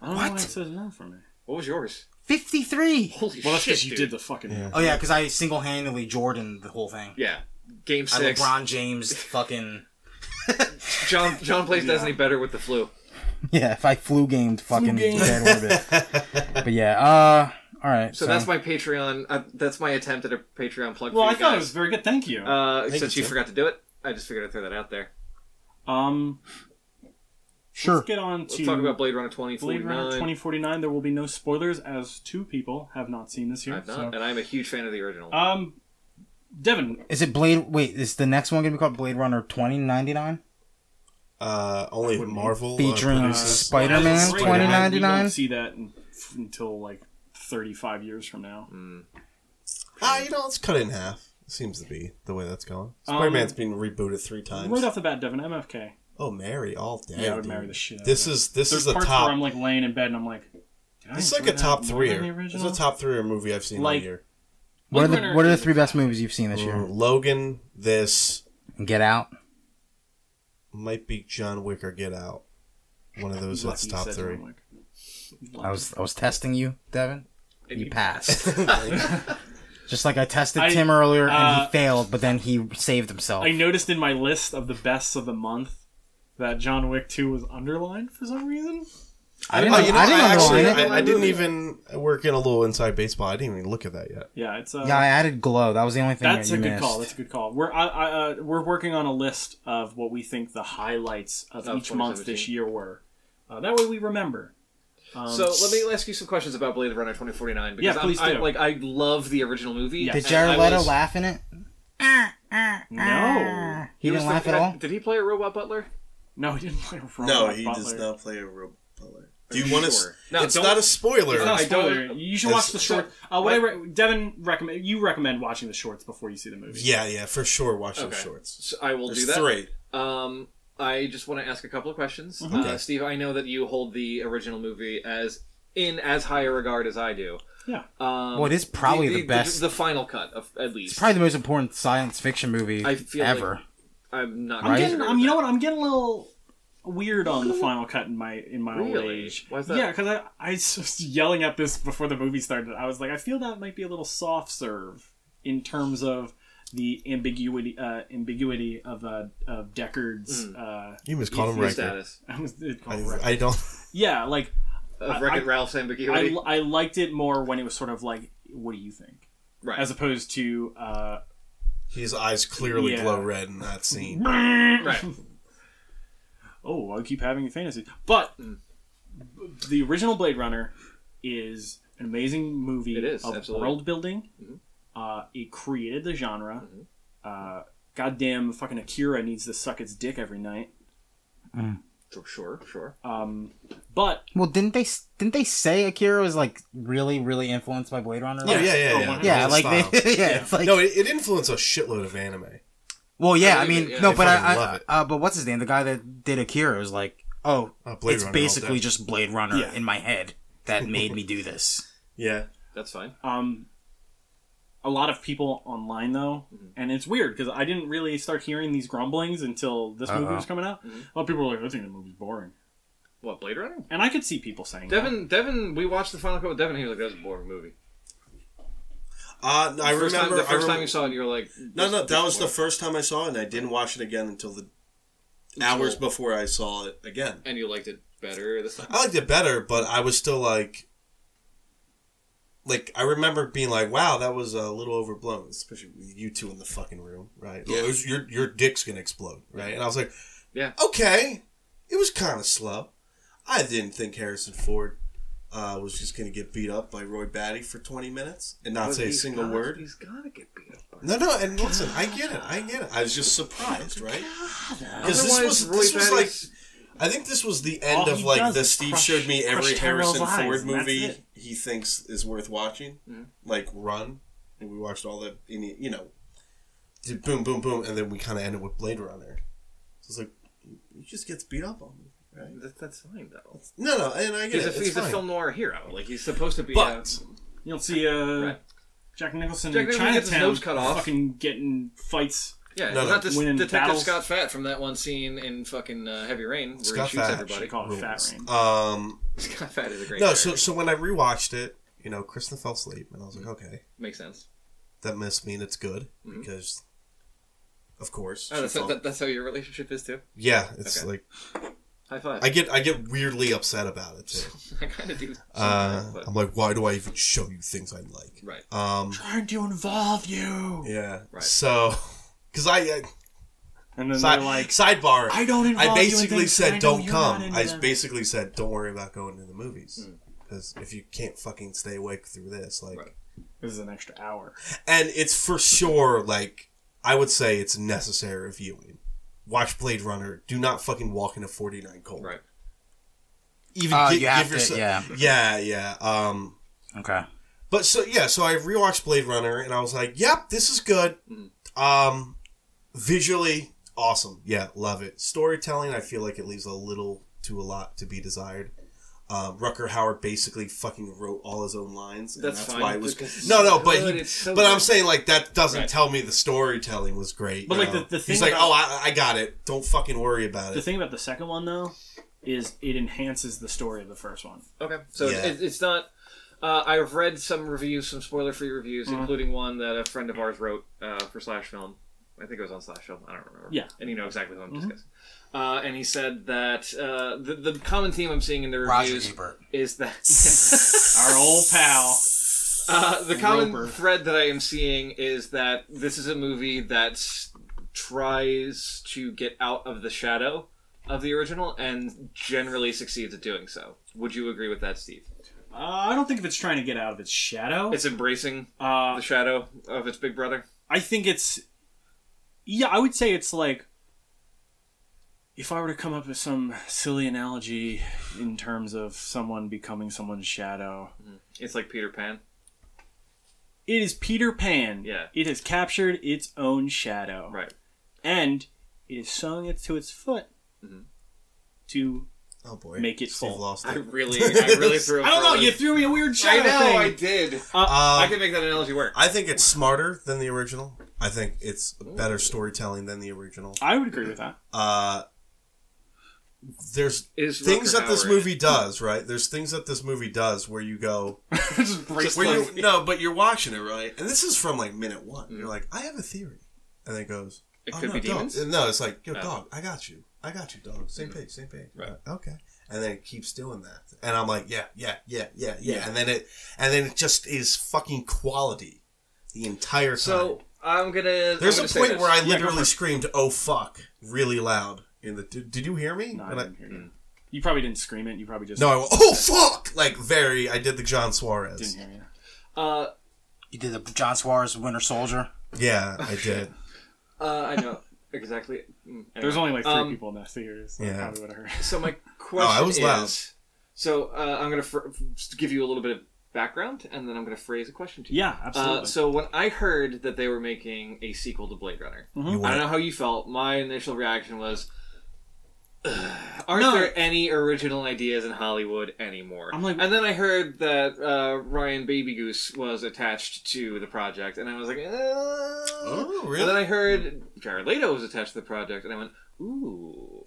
Speaker 4: I don't know why
Speaker 3: What?
Speaker 4: it says no for me.
Speaker 2: What was yours?
Speaker 3: fifty-three.
Speaker 2: Holy
Speaker 4: Well, that's
Speaker 2: shit!
Speaker 4: because you
Speaker 2: dude.
Speaker 4: did the fucking.
Speaker 1: Yeah.
Speaker 3: Oh yeah, because I single-handedly Jordan the whole thing.
Speaker 2: yeah. Game
Speaker 3: I
Speaker 2: six.
Speaker 3: LeBron James fucking.
Speaker 2: John John plays Destiny better with the flu.
Speaker 3: [LAUGHS] Yeah, if I flu gamed fucking
Speaker 4: gamed.
Speaker 3: Dead
Speaker 1: [LAUGHS]
Speaker 3: [LAUGHS] Orbit. but yeah, uh, all right.
Speaker 2: So that's my Patreon. Uh, that's my attempt at a Patreon plug.
Speaker 4: Well,
Speaker 2: for
Speaker 4: I
Speaker 2: you
Speaker 4: thought it was
Speaker 2: guys.
Speaker 4: very good. Thank you.
Speaker 2: Uh,
Speaker 1: Thank
Speaker 2: since
Speaker 1: you,
Speaker 2: you
Speaker 1: sir.
Speaker 2: forgot to do it, I just figured I'd throw that out there.
Speaker 4: um,
Speaker 3: sure.
Speaker 4: let's get on
Speaker 2: Let's
Speaker 4: to
Speaker 2: talk about Blade Runner twenty forty
Speaker 4: Blade Runner
Speaker 2: nine.
Speaker 4: 2049. There will be no spoilers, as two people have not seen this here.
Speaker 2: I've not,
Speaker 4: so-
Speaker 2: and I'm a huge fan of the original.
Speaker 4: Um, Devin,
Speaker 3: Is it Blade? Wait, is the next one gonna be called Blade Runner twenty ninety nine?
Speaker 1: Uh, only Marvel uh,
Speaker 3: Featuring
Speaker 1: produces-
Speaker 3: Spider
Speaker 4: as
Speaker 3: Man
Speaker 4: of right
Speaker 3: twenty
Speaker 4: now,
Speaker 3: ninety
Speaker 4: We
Speaker 3: nine.
Speaker 4: won't see that in- f- until like 35 years from now.
Speaker 2: Mm.
Speaker 1: Ah, you know, let's cut it in half. Seems to be the way that's going. Spider Man's been rebooted three times.
Speaker 4: Right off Um, the bat, Devin, MFK.
Speaker 1: oh, Mary, all day.
Speaker 4: Yeah, I would
Speaker 1: dude.
Speaker 4: marry the shit out of
Speaker 1: This
Speaker 4: that.
Speaker 1: is this
Speaker 4: There's
Speaker 1: is the
Speaker 4: parts where
Speaker 1: top.
Speaker 4: I'm like laying in bed and I'm like, Did I
Speaker 1: It's like
Speaker 4: enjoy
Speaker 1: a top
Speaker 4: that more
Speaker 1: three.
Speaker 4: than the
Speaker 1: It's
Speaker 4: original?
Speaker 1: a top three movie I've seen
Speaker 4: Like-
Speaker 1: all year.
Speaker 3: What are
Speaker 4: Blade
Speaker 3: the
Speaker 4: Runner
Speaker 3: What are the
Speaker 4: is-
Speaker 3: three best movies you've seen this year?
Speaker 1: Logan, this
Speaker 3: Get Out.
Speaker 1: might be John Wick or Get Out. One of those that's
Speaker 4: Lucky
Speaker 1: top
Speaker 4: said
Speaker 1: three.
Speaker 4: John Wick.
Speaker 3: I was I was testing you, Devin.
Speaker 2: And
Speaker 3: You
Speaker 2: you-
Speaker 4: [LAUGHS]
Speaker 3: passed.
Speaker 1: [LAUGHS]
Speaker 3: Just like I tested
Speaker 4: I-
Speaker 3: Tim earlier and
Speaker 4: uh,
Speaker 3: he failed, but then he saved himself.
Speaker 4: I noticed in my list of the bests of the month that John Wick 2 was underlined for some reason.
Speaker 3: I didn't.
Speaker 1: Oh, you know, I,
Speaker 3: I didn't
Speaker 1: actually,
Speaker 3: underline it.
Speaker 1: I, I didn't even work in a little inside baseball. I didn't even look at that yet.
Speaker 4: Yeah, it's uh,
Speaker 3: yeah, I added glow. That was the only thing
Speaker 4: That's
Speaker 3: that
Speaker 4: a
Speaker 3: you
Speaker 4: good
Speaker 3: missed.
Speaker 4: call. That's a good call. We're I, I, uh, we're working on a list of what we think the highlights of,
Speaker 2: Of
Speaker 4: each month
Speaker 2: 2017.
Speaker 4: this year were. Uh, that way we remember. Um,
Speaker 2: So let me ask you some questions about Blade Runner 2049 because
Speaker 4: Yeah, please
Speaker 2: I'm, I,
Speaker 4: do.
Speaker 2: like I love the original movie.
Speaker 4: Yes.
Speaker 2: and
Speaker 3: Did
Speaker 2: I
Speaker 3: Jared Leto
Speaker 2: was-
Speaker 3: laugh in it?
Speaker 4: no,
Speaker 3: He
Speaker 2: was
Speaker 3: didn't
Speaker 2: the-
Speaker 3: laugh at all.
Speaker 2: Did he play a robot butler?
Speaker 4: no, he didn't play Robert
Speaker 5: No, he
Speaker 4: Butler.
Speaker 5: does not play a real butler.
Speaker 1: Do you want to?
Speaker 2: Sure. No,
Speaker 1: it's
Speaker 2: don't-
Speaker 1: not a spoiler.
Speaker 4: It's not a
Speaker 2: I don't-
Speaker 4: spoiler. You should
Speaker 1: It's-
Speaker 4: watch the short. Uh, what I re- Devin recommend you recommend watching the shorts before you see the movie.
Speaker 1: yeah, yeah, for sure. Watch
Speaker 2: Okay.
Speaker 1: those shorts.
Speaker 2: So I will
Speaker 5: There's
Speaker 2: do that.
Speaker 5: three.
Speaker 2: Um, I just want to ask a couple of questions,
Speaker 3: Mm-hmm.
Speaker 1: Okay.
Speaker 2: uh, Steve. I know that you hold the original movie as in as high a regard as I do.
Speaker 4: Yeah.
Speaker 2: Um,
Speaker 3: Well, it is probably the best-
Speaker 2: The, final cut, of, at least.
Speaker 3: It's probably the most important science fiction movie
Speaker 2: I feel like-
Speaker 3: ever.
Speaker 2: I'm not.
Speaker 3: Right?
Speaker 4: I'm
Speaker 2: gonna
Speaker 4: getting.
Speaker 2: disagree
Speaker 4: I'm,
Speaker 2: with
Speaker 4: you know
Speaker 2: that.
Speaker 4: what? I'm getting a little weird
Speaker 2: [LAUGHS]
Speaker 4: on the final cut in my in my old
Speaker 2: Really?
Speaker 4: age.
Speaker 2: Why's that?
Speaker 4: Yeah, because I I was just yelling at this before the movie started. I was like, I feel that might be a little soft serve in terms of the ambiguity uh, ambiguity of uh, of Deckard's.
Speaker 2: Hmm.
Speaker 4: Uh, [LAUGHS]
Speaker 1: You must call him
Speaker 2: Your
Speaker 1: Riker.
Speaker 2: status
Speaker 4: I was, it called
Speaker 1: I,
Speaker 4: Wreck.
Speaker 1: I don't.
Speaker 4: yeah, like
Speaker 2: of Wreck-It
Speaker 4: I-
Speaker 2: Ralph's
Speaker 4: I,
Speaker 2: ambiguity.
Speaker 4: li- I liked it more when it was sort of like, what do you think,
Speaker 2: right.
Speaker 4: as opposed to uh,
Speaker 1: His eyes clearly
Speaker 4: Yeah.
Speaker 1: glow red in that
Speaker 4: [LAUGHS]
Speaker 1: scene.
Speaker 2: right.
Speaker 4: oh, I keep having fantasies. But the original Blade Runner is an amazing movie
Speaker 2: It is,
Speaker 4: of
Speaker 2: absolutely. Mm-hmm.
Speaker 4: world building. Uh, it created the genre. Uh, goddamn, fucking Akira needs to suck its dick every night.
Speaker 2: Sure. Sure.
Speaker 4: Um, but
Speaker 3: Well, didn't they didn't they say Akira was like really really influenced by Blade Runner?
Speaker 1: Oh yeah, yeah, yeah.
Speaker 4: Oh,
Speaker 1: yeah.
Speaker 4: one-
Speaker 3: yeah,
Speaker 1: The
Speaker 3: [LAUGHS] like
Speaker 1: style.
Speaker 3: they, yeah, it's like
Speaker 1: no, it, it influenced a shitload of anime.
Speaker 3: well, yeah.
Speaker 2: I
Speaker 3: I
Speaker 2: believe
Speaker 3: mean,
Speaker 2: it, yeah.
Speaker 3: no,
Speaker 1: They
Speaker 3: but I,
Speaker 1: fucking
Speaker 3: I
Speaker 1: love it.
Speaker 3: uh, but what's his name? The guy that did Akira was like, oh,
Speaker 1: Uh, Blade
Speaker 3: it's
Speaker 1: Runner all
Speaker 3: basically
Speaker 1: day.
Speaker 3: just Blade Runner
Speaker 4: Yeah.
Speaker 3: in my head that made me do this.
Speaker 1: Yeah,
Speaker 2: That's fine.
Speaker 4: um, a lot of people online though,
Speaker 2: Mm-hmm.
Speaker 4: and it's weird because I didn't really start hearing these grumblings until this movie
Speaker 3: Uh-oh.
Speaker 4: was coming out.
Speaker 2: Mm-hmm.
Speaker 4: A lot of people were like, "I think the movie's boring,"
Speaker 2: What Blade Runner?
Speaker 4: and I could see people saying, that.
Speaker 2: Devin, Devin, we watched the final cut with Devin. He was like, "That was a boring movie."
Speaker 5: Uh,
Speaker 1: I remember.
Speaker 2: first time, the
Speaker 1: I
Speaker 2: first
Speaker 1: remember-
Speaker 2: time you saw it, you were like,
Speaker 5: No,
Speaker 2: "This-
Speaker 5: no,
Speaker 2: this
Speaker 5: that was the
Speaker 2: boring."
Speaker 5: first time I saw it, and I didn't watch it again until the hours before I saw it again.
Speaker 2: and you liked it better this time.
Speaker 1: I liked it better, but I was still like, like I remember being like, "Wow, that was a little overblown," especially with you two in the fucking room, right?
Speaker 5: Yeah.
Speaker 1: It was- your your dick's gonna explode, right? And I was like,
Speaker 2: Yeah.
Speaker 1: okay, it was kind of slow. I didn't think Harrison Ford uh, was just gonna get beat up by Roy Batty for twenty minutes and not
Speaker 2: But
Speaker 1: say a
Speaker 2: he's
Speaker 1: single
Speaker 2: gotta-
Speaker 1: word."
Speaker 2: He's gotta get beat up. By
Speaker 1: No, no, and listen, I get it, I get it. I was just
Speaker 4: Oh
Speaker 1: surprised, right? Because this
Speaker 2: Otherwise,
Speaker 1: was
Speaker 2: Roy
Speaker 1: this was like
Speaker 2: Batty's-
Speaker 1: I think this was the end
Speaker 4: All
Speaker 1: of
Speaker 4: he
Speaker 1: like
Speaker 4: does
Speaker 1: the
Speaker 4: is
Speaker 1: Steve
Speaker 4: crush-
Speaker 1: showed me every
Speaker 4: crush Tyrell's
Speaker 1: Harrison
Speaker 4: eyes,
Speaker 1: Ford
Speaker 4: and that's
Speaker 1: movie
Speaker 4: it. Mm.
Speaker 1: he thinks is worth watching, like Run, and we watched all the any you know, did boom boom boom, and then we kind of ended with Blade Runner. So it's like he just gets beat up on, right?
Speaker 2: That, that's fine though.
Speaker 1: No, no, and I get
Speaker 2: He's,
Speaker 1: it.
Speaker 2: a,
Speaker 1: it's
Speaker 2: he's a
Speaker 1: fine.
Speaker 2: film noir hero. Like he's supposed to be.
Speaker 1: But-
Speaker 4: You don't see uh,
Speaker 2: Right.
Speaker 4: Jack Nicholson
Speaker 2: Jack
Speaker 4: in
Speaker 2: Nicholson gets his
Speaker 4: Chinatown
Speaker 2: nose cut off.
Speaker 4: fucking getting fights.
Speaker 2: a, yeah,
Speaker 1: No,
Speaker 2: he's
Speaker 1: no.
Speaker 2: not this
Speaker 4: Winning
Speaker 2: Detective
Speaker 4: battles.
Speaker 2: Scott Fat from that one scene in fucking uh, Heavy Rain where
Speaker 1: Scott
Speaker 2: he shoots
Speaker 1: Fatt.
Speaker 4: They
Speaker 2: everybody.
Speaker 4: call it fat rain.
Speaker 1: Um,
Speaker 2: [LAUGHS] Scott Fat is a great. Mm.
Speaker 1: no,
Speaker 2: character.
Speaker 1: so so when I rewatched it, you know, Kristen fell asleep, and I was like, okay,
Speaker 2: makes sense.
Speaker 1: that must mean it's good because, of course,
Speaker 2: Mm-hmm. Oh,
Speaker 1: she
Speaker 2: that's,
Speaker 1: fell-
Speaker 2: that, that's how your relationship is too.
Speaker 1: yeah, it's
Speaker 2: Okay.
Speaker 1: like.
Speaker 2: High five.
Speaker 1: I get I get weirdly upset about it too.
Speaker 2: [LAUGHS] I kind of do.
Speaker 1: Uh,
Speaker 2: [LAUGHS] sometimes, but-
Speaker 1: I'm like, why do I even show you things I like?
Speaker 2: right.
Speaker 1: Um,
Speaker 4: Trying to involve you.
Speaker 1: yeah.
Speaker 2: Right.
Speaker 1: So, [LAUGHS] because I, I
Speaker 4: And then
Speaker 1: side,
Speaker 4: they're like,
Speaker 1: sidebar.
Speaker 4: I don't involve
Speaker 1: I
Speaker 4: you in
Speaker 1: basically
Speaker 4: things that
Speaker 1: said
Speaker 4: I know
Speaker 1: don't
Speaker 4: you're not
Speaker 1: come.
Speaker 4: into."
Speaker 1: I basically said don't worry about going to the movies
Speaker 2: Mm.
Speaker 1: because if you can't fucking stay awake through this, like,
Speaker 2: Right.
Speaker 4: this is an extra hour.
Speaker 1: and it's for sure like I would say it's necessary viewing. Watch Blade Runner. Do not fucking walk into 49 cold.
Speaker 2: Right.
Speaker 1: Even
Speaker 3: Uh,
Speaker 1: gi-
Speaker 3: you have to, yeah.
Speaker 1: Yeah. Yeah. Um.
Speaker 3: Okay.
Speaker 1: But so yeah, so I rewatched Blade Runner and I was like, "Yep, this is good." Um, visually awesome, yeah, love it. Storytelling, I feel like it leaves a little to a lot to be desired. Um, Rucker Howard basically fucking wrote all his own lines, and
Speaker 2: That's
Speaker 1: that's,
Speaker 2: fine,
Speaker 1: why it was
Speaker 2: because it's
Speaker 1: no, no.
Speaker 2: so
Speaker 1: But
Speaker 2: good,
Speaker 1: he,
Speaker 2: it's so
Speaker 1: but I'm
Speaker 2: good.
Speaker 1: saying like that doesn't
Speaker 2: Right.
Speaker 1: tell me the storytelling was great.
Speaker 4: But,
Speaker 1: you
Speaker 4: like,
Speaker 1: know?
Speaker 4: the- the
Speaker 1: he's
Speaker 4: thing
Speaker 1: like,
Speaker 4: about-
Speaker 1: "Oh, I, I got it. Don't fucking worry about
Speaker 4: The
Speaker 1: it."
Speaker 4: thing about the second one though is it enhances the story of the first one.
Speaker 2: Okay. So
Speaker 1: Yeah.
Speaker 2: it's, it's not. Uh, I've read some reviews, some spoiler-free reviews,
Speaker 4: Mm-hmm.
Speaker 2: including one that a friend of ours wrote uh, for Slash Film. I think it was on Slash Film. I don't remember.
Speaker 4: Yeah. Mm-hmm.
Speaker 2: And you know exactly what I'm discussing. Uh, and he said that uh, the, the common theme I'm seeing in the
Speaker 3: Roger
Speaker 2: reviews
Speaker 3: Ebert.
Speaker 2: is that
Speaker 4: [LAUGHS] Our old pal.
Speaker 2: Uh, the common
Speaker 4: Roper.
Speaker 2: thread that I am seeing is that this is a movie that s- tries to get out of the shadow of the original and generally succeeds at doing so. Would you agree with that, Steve?
Speaker 4: Uh, I don't think if it's trying to get out of its shadow.
Speaker 2: It's embracing
Speaker 4: uh,
Speaker 2: the shadow of its big brother.
Speaker 4: I think it's. Yeah, I would say it's like. If I were to come up with some silly analogy in terms of someone becoming someone's shadow,
Speaker 2: It's like Peter Pan.
Speaker 4: it is Peter Pan.
Speaker 2: Yeah.
Speaker 4: It has captured its own shadow.
Speaker 2: Right.
Speaker 4: And it is sewing it to its foot
Speaker 2: Mm-hmm.
Speaker 4: to.
Speaker 1: Oh boy,
Speaker 4: Make it
Speaker 1: Steve
Speaker 4: full.
Speaker 1: lost
Speaker 2: [LAUGHS] I
Speaker 1: it. [LAUGHS]
Speaker 2: really, I really threw.
Speaker 4: I don't know, you
Speaker 2: You
Speaker 4: threw me a weird
Speaker 2: I
Speaker 4: shadow
Speaker 2: know, I
Speaker 4: thing.
Speaker 2: did.
Speaker 1: Um,
Speaker 2: I can make that analogy work.
Speaker 1: I think it's smarter than the original. I think it's better storytelling than the original.
Speaker 4: I would agree with that.
Speaker 1: Uh, there's
Speaker 2: Is
Speaker 1: things
Speaker 2: Rucker
Speaker 1: that this
Speaker 2: Howard-
Speaker 1: movie does, right? There's things that this movie does where you go,
Speaker 4: Just breaks
Speaker 1: where
Speaker 4: like-
Speaker 1: you, no, but you're watching it, right? And this is from like minute one. You're like, I have a theory, and it goes,
Speaker 2: Mm. It
Speaker 1: oh,
Speaker 2: could
Speaker 1: no,
Speaker 2: be
Speaker 1: dog.
Speaker 2: demons?
Speaker 1: And No, it's like, yo,
Speaker 2: Oh.
Speaker 1: dog, I got you, I got you, dog. Same page, same page.
Speaker 2: Right.
Speaker 1: Okay. And then it keeps doing that, and I'm like, yeah, yeah, yeah, yeah, yeah. And then it, and then it just is fucking quality the entire time.
Speaker 2: So I'm gonna.
Speaker 1: There's
Speaker 2: I'm
Speaker 1: a
Speaker 2: gonna say
Speaker 1: point
Speaker 2: this.
Speaker 1: where I
Speaker 4: Yeah, go
Speaker 1: literally
Speaker 4: for it.
Speaker 1: screamed "Oh fuck!" really loud. In the did, did you hear me?
Speaker 4: No, I
Speaker 1: And I-
Speaker 4: didn't hear
Speaker 2: Mm.
Speaker 4: you. You probably didn't scream it. You probably just
Speaker 1: no, I went, "Oh fuck!" Like very. I did the John Suarez.
Speaker 4: didn't hear you.
Speaker 2: Uh,
Speaker 3: You did the John Suarez Winter Soldier.
Speaker 1: Yeah, I
Speaker 4: [LAUGHS]
Speaker 1: did.
Speaker 2: uh, I know exactly. Mm,
Speaker 4: There's
Speaker 2: anyway.
Speaker 4: only like three
Speaker 2: Um,
Speaker 4: people in that theater, so
Speaker 1: Yeah.
Speaker 4: I probably would have heard.
Speaker 2: So [LAUGHS] my question
Speaker 1: Oh, I was
Speaker 2: is.
Speaker 1: loud.
Speaker 2: So uh, I'm gonna fr- just give you a little bit of background, and then I'm gonna phrase a question to you.
Speaker 4: Yeah, absolutely.
Speaker 2: Uh, so when I heard that they were making a sequel to Blade Runner,
Speaker 1: You
Speaker 2: I don't
Speaker 1: went,
Speaker 2: know how you felt. My initial reaction was, [SIGHS] "Ugh, "Aren't
Speaker 4: No.
Speaker 2: there any original ideas in Hollywood anymore?"
Speaker 4: I'm like-
Speaker 2: and then I heard that uh, Ryan Baby Goose was attached to the project, and I was like, "Uh."
Speaker 1: oh
Speaker 2: And
Speaker 1: really?
Speaker 2: then I heard Jared Leto was attached to the project, and I went, "Ooh."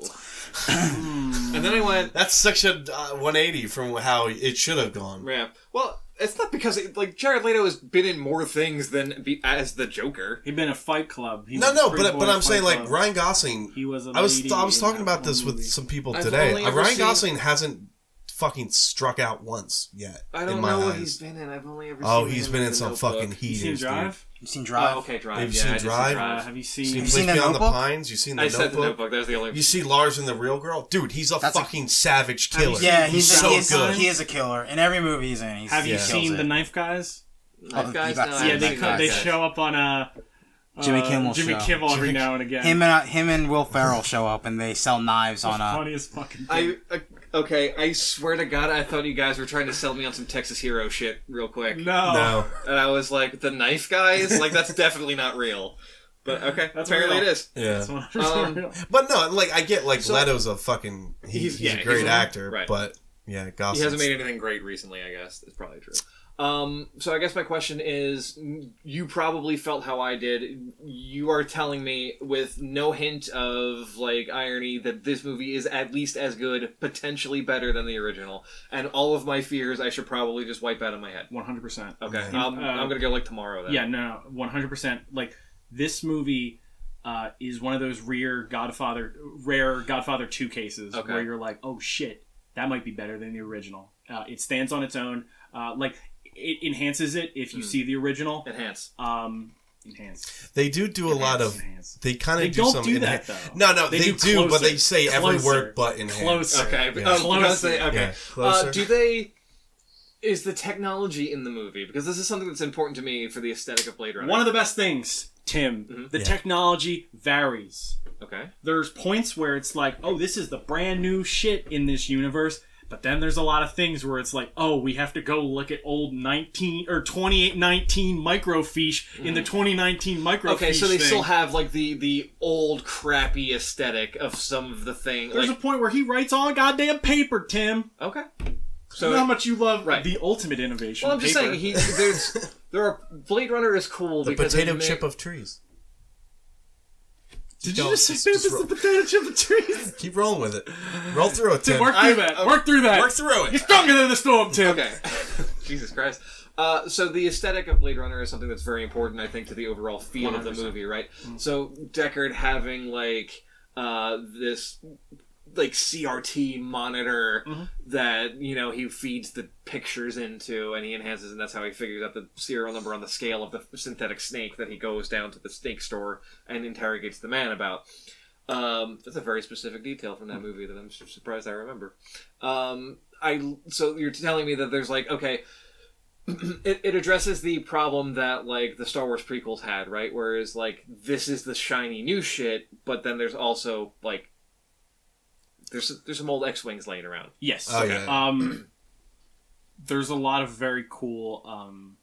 Speaker 4: Hmm.
Speaker 2: and then I went,
Speaker 1: That's such a uh, 180 from how it should have gone.
Speaker 2: Yeah. Well, it's not because it, like Jared Leto has been in more things than be, as the Joker.
Speaker 4: He'd been a Fight Club. He
Speaker 1: No,
Speaker 4: was
Speaker 1: no,
Speaker 4: Pretty
Speaker 1: but
Speaker 4: Boy
Speaker 1: but I'm
Speaker 4: Fight
Speaker 1: saying like
Speaker 4: Club.
Speaker 1: Ryan Gosling.
Speaker 4: he was. A
Speaker 1: I was
Speaker 4: lady
Speaker 1: I was
Speaker 4: in uh,
Speaker 1: talking
Speaker 4: that
Speaker 1: about
Speaker 4: one
Speaker 1: this with
Speaker 4: movie.
Speaker 1: some people
Speaker 2: I've
Speaker 1: today.
Speaker 2: only
Speaker 1: Uh,
Speaker 2: ever
Speaker 1: Ryan
Speaker 2: seen-
Speaker 1: Gosling hasn't fucking struck out once yet.
Speaker 2: I don't
Speaker 1: in my
Speaker 2: know what
Speaker 1: eyes.
Speaker 2: he's been in. I've only ever.
Speaker 1: oh,
Speaker 2: seen
Speaker 1: he's
Speaker 2: him
Speaker 1: been
Speaker 2: in,
Speaker 1: in
Speaker 2: The
Speaker 1: some
Speaker 2: Notebook.
Speaker 1: fucking
Speaker 4: You
Speaker 1: heaters.
Speaker 4: seen
Speaker 1: dude.
Speaker 4: Drive?
Speaker 3: You seen Drive?
Speaker 2: Oh, okay, Drive.
Speaker 1: Have you
Speaker 2: yeah,
Speaker 1: seen
Speaker 2: I just
Speaker 1: Drive?
Speaker 2: Said
Speaker 4: Uh,
Speaker 2: Drive.
Speaker 4: have you seen?
Speaker 1: You seen
Speaker 3: Have you
Speaker 1: Place
Speaker 3: seen The
Speaker 1: Beyond the
Speaker 3: Notebook?
Speaker 1: Pines? You seen the
Speaker 2: I
Speaker 1: notebook?
Speaker 2: said the Notebook. That was the only.
Speaker 1: You see Lars in the Real Girl? Dude, heys a
Speaker 3: That's a-
Speaker 1: fucking savage
Speaker 4: Have you
Speaker 1: killer.
Speaker 4: seen-
Speaker 3: Yeah, he's,
Speaker 1: so
Speaker 3: he, is,
Speaker 1: good.
Speaker 3: he is a killer. In every movie he's in, he's,
Speaker 4: have
Speaker 3: he
Speaker 4: you
Speaker 1: Yeah.
Speaker 3: kills
Speaker 4: seen
Speaker 3: it.
Speaker 4: the Knife Guys?
Speaker 2: Knife
Speaker 3: Oh,
Speaker 2: Guys?
Speaker 3: you got-
Speaker 2: No, I
Speaker 3: Yeah,
Speaker 4: Yeah,
Speaker 2: haven't
Speaker 4: they
Speaker 2: seen
Speaker 4: co-
Speaker 2: Knife
Speaker 4: they
Speaker 2: Guys.
Speaker 4: show up on a uh,
Speaker 3: Jimmy Kimmel
Speaker 4: Jimmy
Speaker 3: show.
Speaker 4: Kimmel every
Speaker 3: Jimmy-
Speaker 4: now and again.
Speaker 3: Him and uh, him and Will Ferrell show up and they sell knives on a.
Speaker 4: funniest fucking.
Speaker 2: [LAUGHS] I uh, okay. I swear to God, I thought you guys were trying to sell me on some Texas hero shit real quick,
Speaker 4: no.
Speaker 1: No.
Speaker 2: and I was like, the knife guys, like that's definitely not real. But okay,
Speaker 4: That's
Speaker 2: apparently
Speaker 4: real.
Speaker 2: it is.
Speaker 1: Yeah.
Speaker 4: That's one hundred
Speaker 2: Um,
Speaker 4: percent real.
Speaker 1: But no, like I get like
Speaker 2: So-
Speaker 1: Leto's a fucking he- he's,
Speaker 2: He's- yeah,
Speaker 1: a
Speaker 2: he's
Speaker 1: great
Speaker 2: a-
Speaker 1: actor,
Speaker 2: right.
Speaker 1: but yeah, Gosling.
Speaker 2: He hasn't made anything great recently, I guess. It's probably true. Um, so I guess my question is, m- you probably felt how I did. You are telling me with no hint of like irony that this movie is at least as good, potentially better than the original, and all of my fears I should probably just wipe out of my head.
Speaker 4: [LAUGHS] One hundred percent.
Speaker 2: Okay,
Speaker 1: Mhm.
Speaker 2: I'm,
Speaker 4: Uh,
Speaker 2: I'm gonna go like tomorrow then.
Speaker 4: Yeah, no, one hundred percent. Like this movie uh, is one of those rare Godfather, rare Godfather two cases
Speaker 2: Okay.
Speaker 4: where you're like, oh shit, that might be better than the original. Uh, it stands on its own. Uh, like it enhances it if you
Speaker 2: Mm.
Speaker 4: see the original.
Speaker 2: enhance.
Speaker 4: Um, enhance.
Speaker 1: They do do a lot of
Speaker 4: enhance.
Speaker 1: they kind
Speaker 4: They
Speaker 1: of do
Speaker 4: don't
Speaker 1: some
Speaker 4: do
Speaker 1: in-
Speaker 4: that though.
Speaker 1: No, no, they,
Speaker 4: They
Speaker 1: do,
Speaker 4: do
Speaker 1: but they
Speaker 4: closer.
Speaker 1: say every
Speaker 4: Closer.
Speaker 1: word but in hand.
Speaker 4: Closer.
Speaker 2: Okay,
Speaker 1: Yeah.
Speaker 2: oh, because they-
Speaker 4: Closer.
Speaker 2: okay.
Speaker 1: Yeah, closer.
Speaker 2: Uh, do they? Is the technology in the movie because this is something that's important to me for the aesthetic of Blade Runner?
Speaker 4: One of the best things, Tim, the
Speaker 1: Yeah.
Speaker 4: technology varies.
Speaker 2: okay.
Speaker 4: there's points where it's like, oh, this is the brand new shit in this universe. But then there's a lot of things where it's like, oh, we have to go look at old 19 or 2819 microfiche in the 2019 microfiche.
Speaker 2: Mm-hmm. Okay, so they
Speaker 4: thing.
Speaker 2: still have like the the old crappy aesthetic of some of the thing.
Speaker 4: There's
Speaker 2: like-
Speaker 4: a point where he writes on goddamn paper, Tim.
Speaker 2: okay,
Speaker 4: So
Speaker 2: so
Speaker 4: you know how much you love
Speaker 2: Right.
Speaker 4: the ultimate innovation.
Speaker 2: well, I'm just
Speaker 4: paper.
Speaker 2: saying he there's
Speaker 4: [LAUGHS]
Speaker 2: there are Blade Runner is cool
Speaker 1: the
Speaker 2: because
Speaker 1: potato
Speaker 2: it ma-
Speaker 1: chip of trees.
Speaker 4: Did
Speaker 1: Don't-
Speaker 4: you just say
Speaker 1: just-
Speaker 4: this
Speaker 1: just
Speaker 4: is
Speaker 1: roll-
Speaker 4: the potato chip of trees?
Speaker 1: Keep rolling with it. Roll through it,
Speaker 4: Tim,
Speaker 1: Tim.
Speaker 4: work through
Speaker 2: I-
Speaker 4: that.
Speaker 2: uh,
Speaker 4: work through that.
Speaker 1: Work through
Speaker 4: You're
Speaker 1: it.
Speaker 4: stronger than the storm, Tim.
Speaker 2: okay. [LAUGHS] Jesus Christ. Uh, so the aesthetic of Blade Runner is something that's very important, I think, to the overall feel of the
Speaker 4: 100%.
Speaker 2: movie, right? So Deckard having like uh, this like CRT monitor that you know he feeds the pictures into, and he enhances, and that's how he figures out the serial number on the scale of the synthetic snake that he goes down to the snake store and interrogates the man about. Um, that's a very specific detail from that movie that I'm su- surprised I remember. Um, I so you're telling me that there's like okay, [CLEARS THROAT] it, it addresses the problem that like the Star Wars prequels had, right? Whereas like this is the shiny new shit, but then there's also like there's there's some old X-wings laying around.
Speaker 4: Yes.
Speaker 1: Oh, yeah.
Speaker 4: Um, [CLEARS THROAT] there's a lot of very cool, um,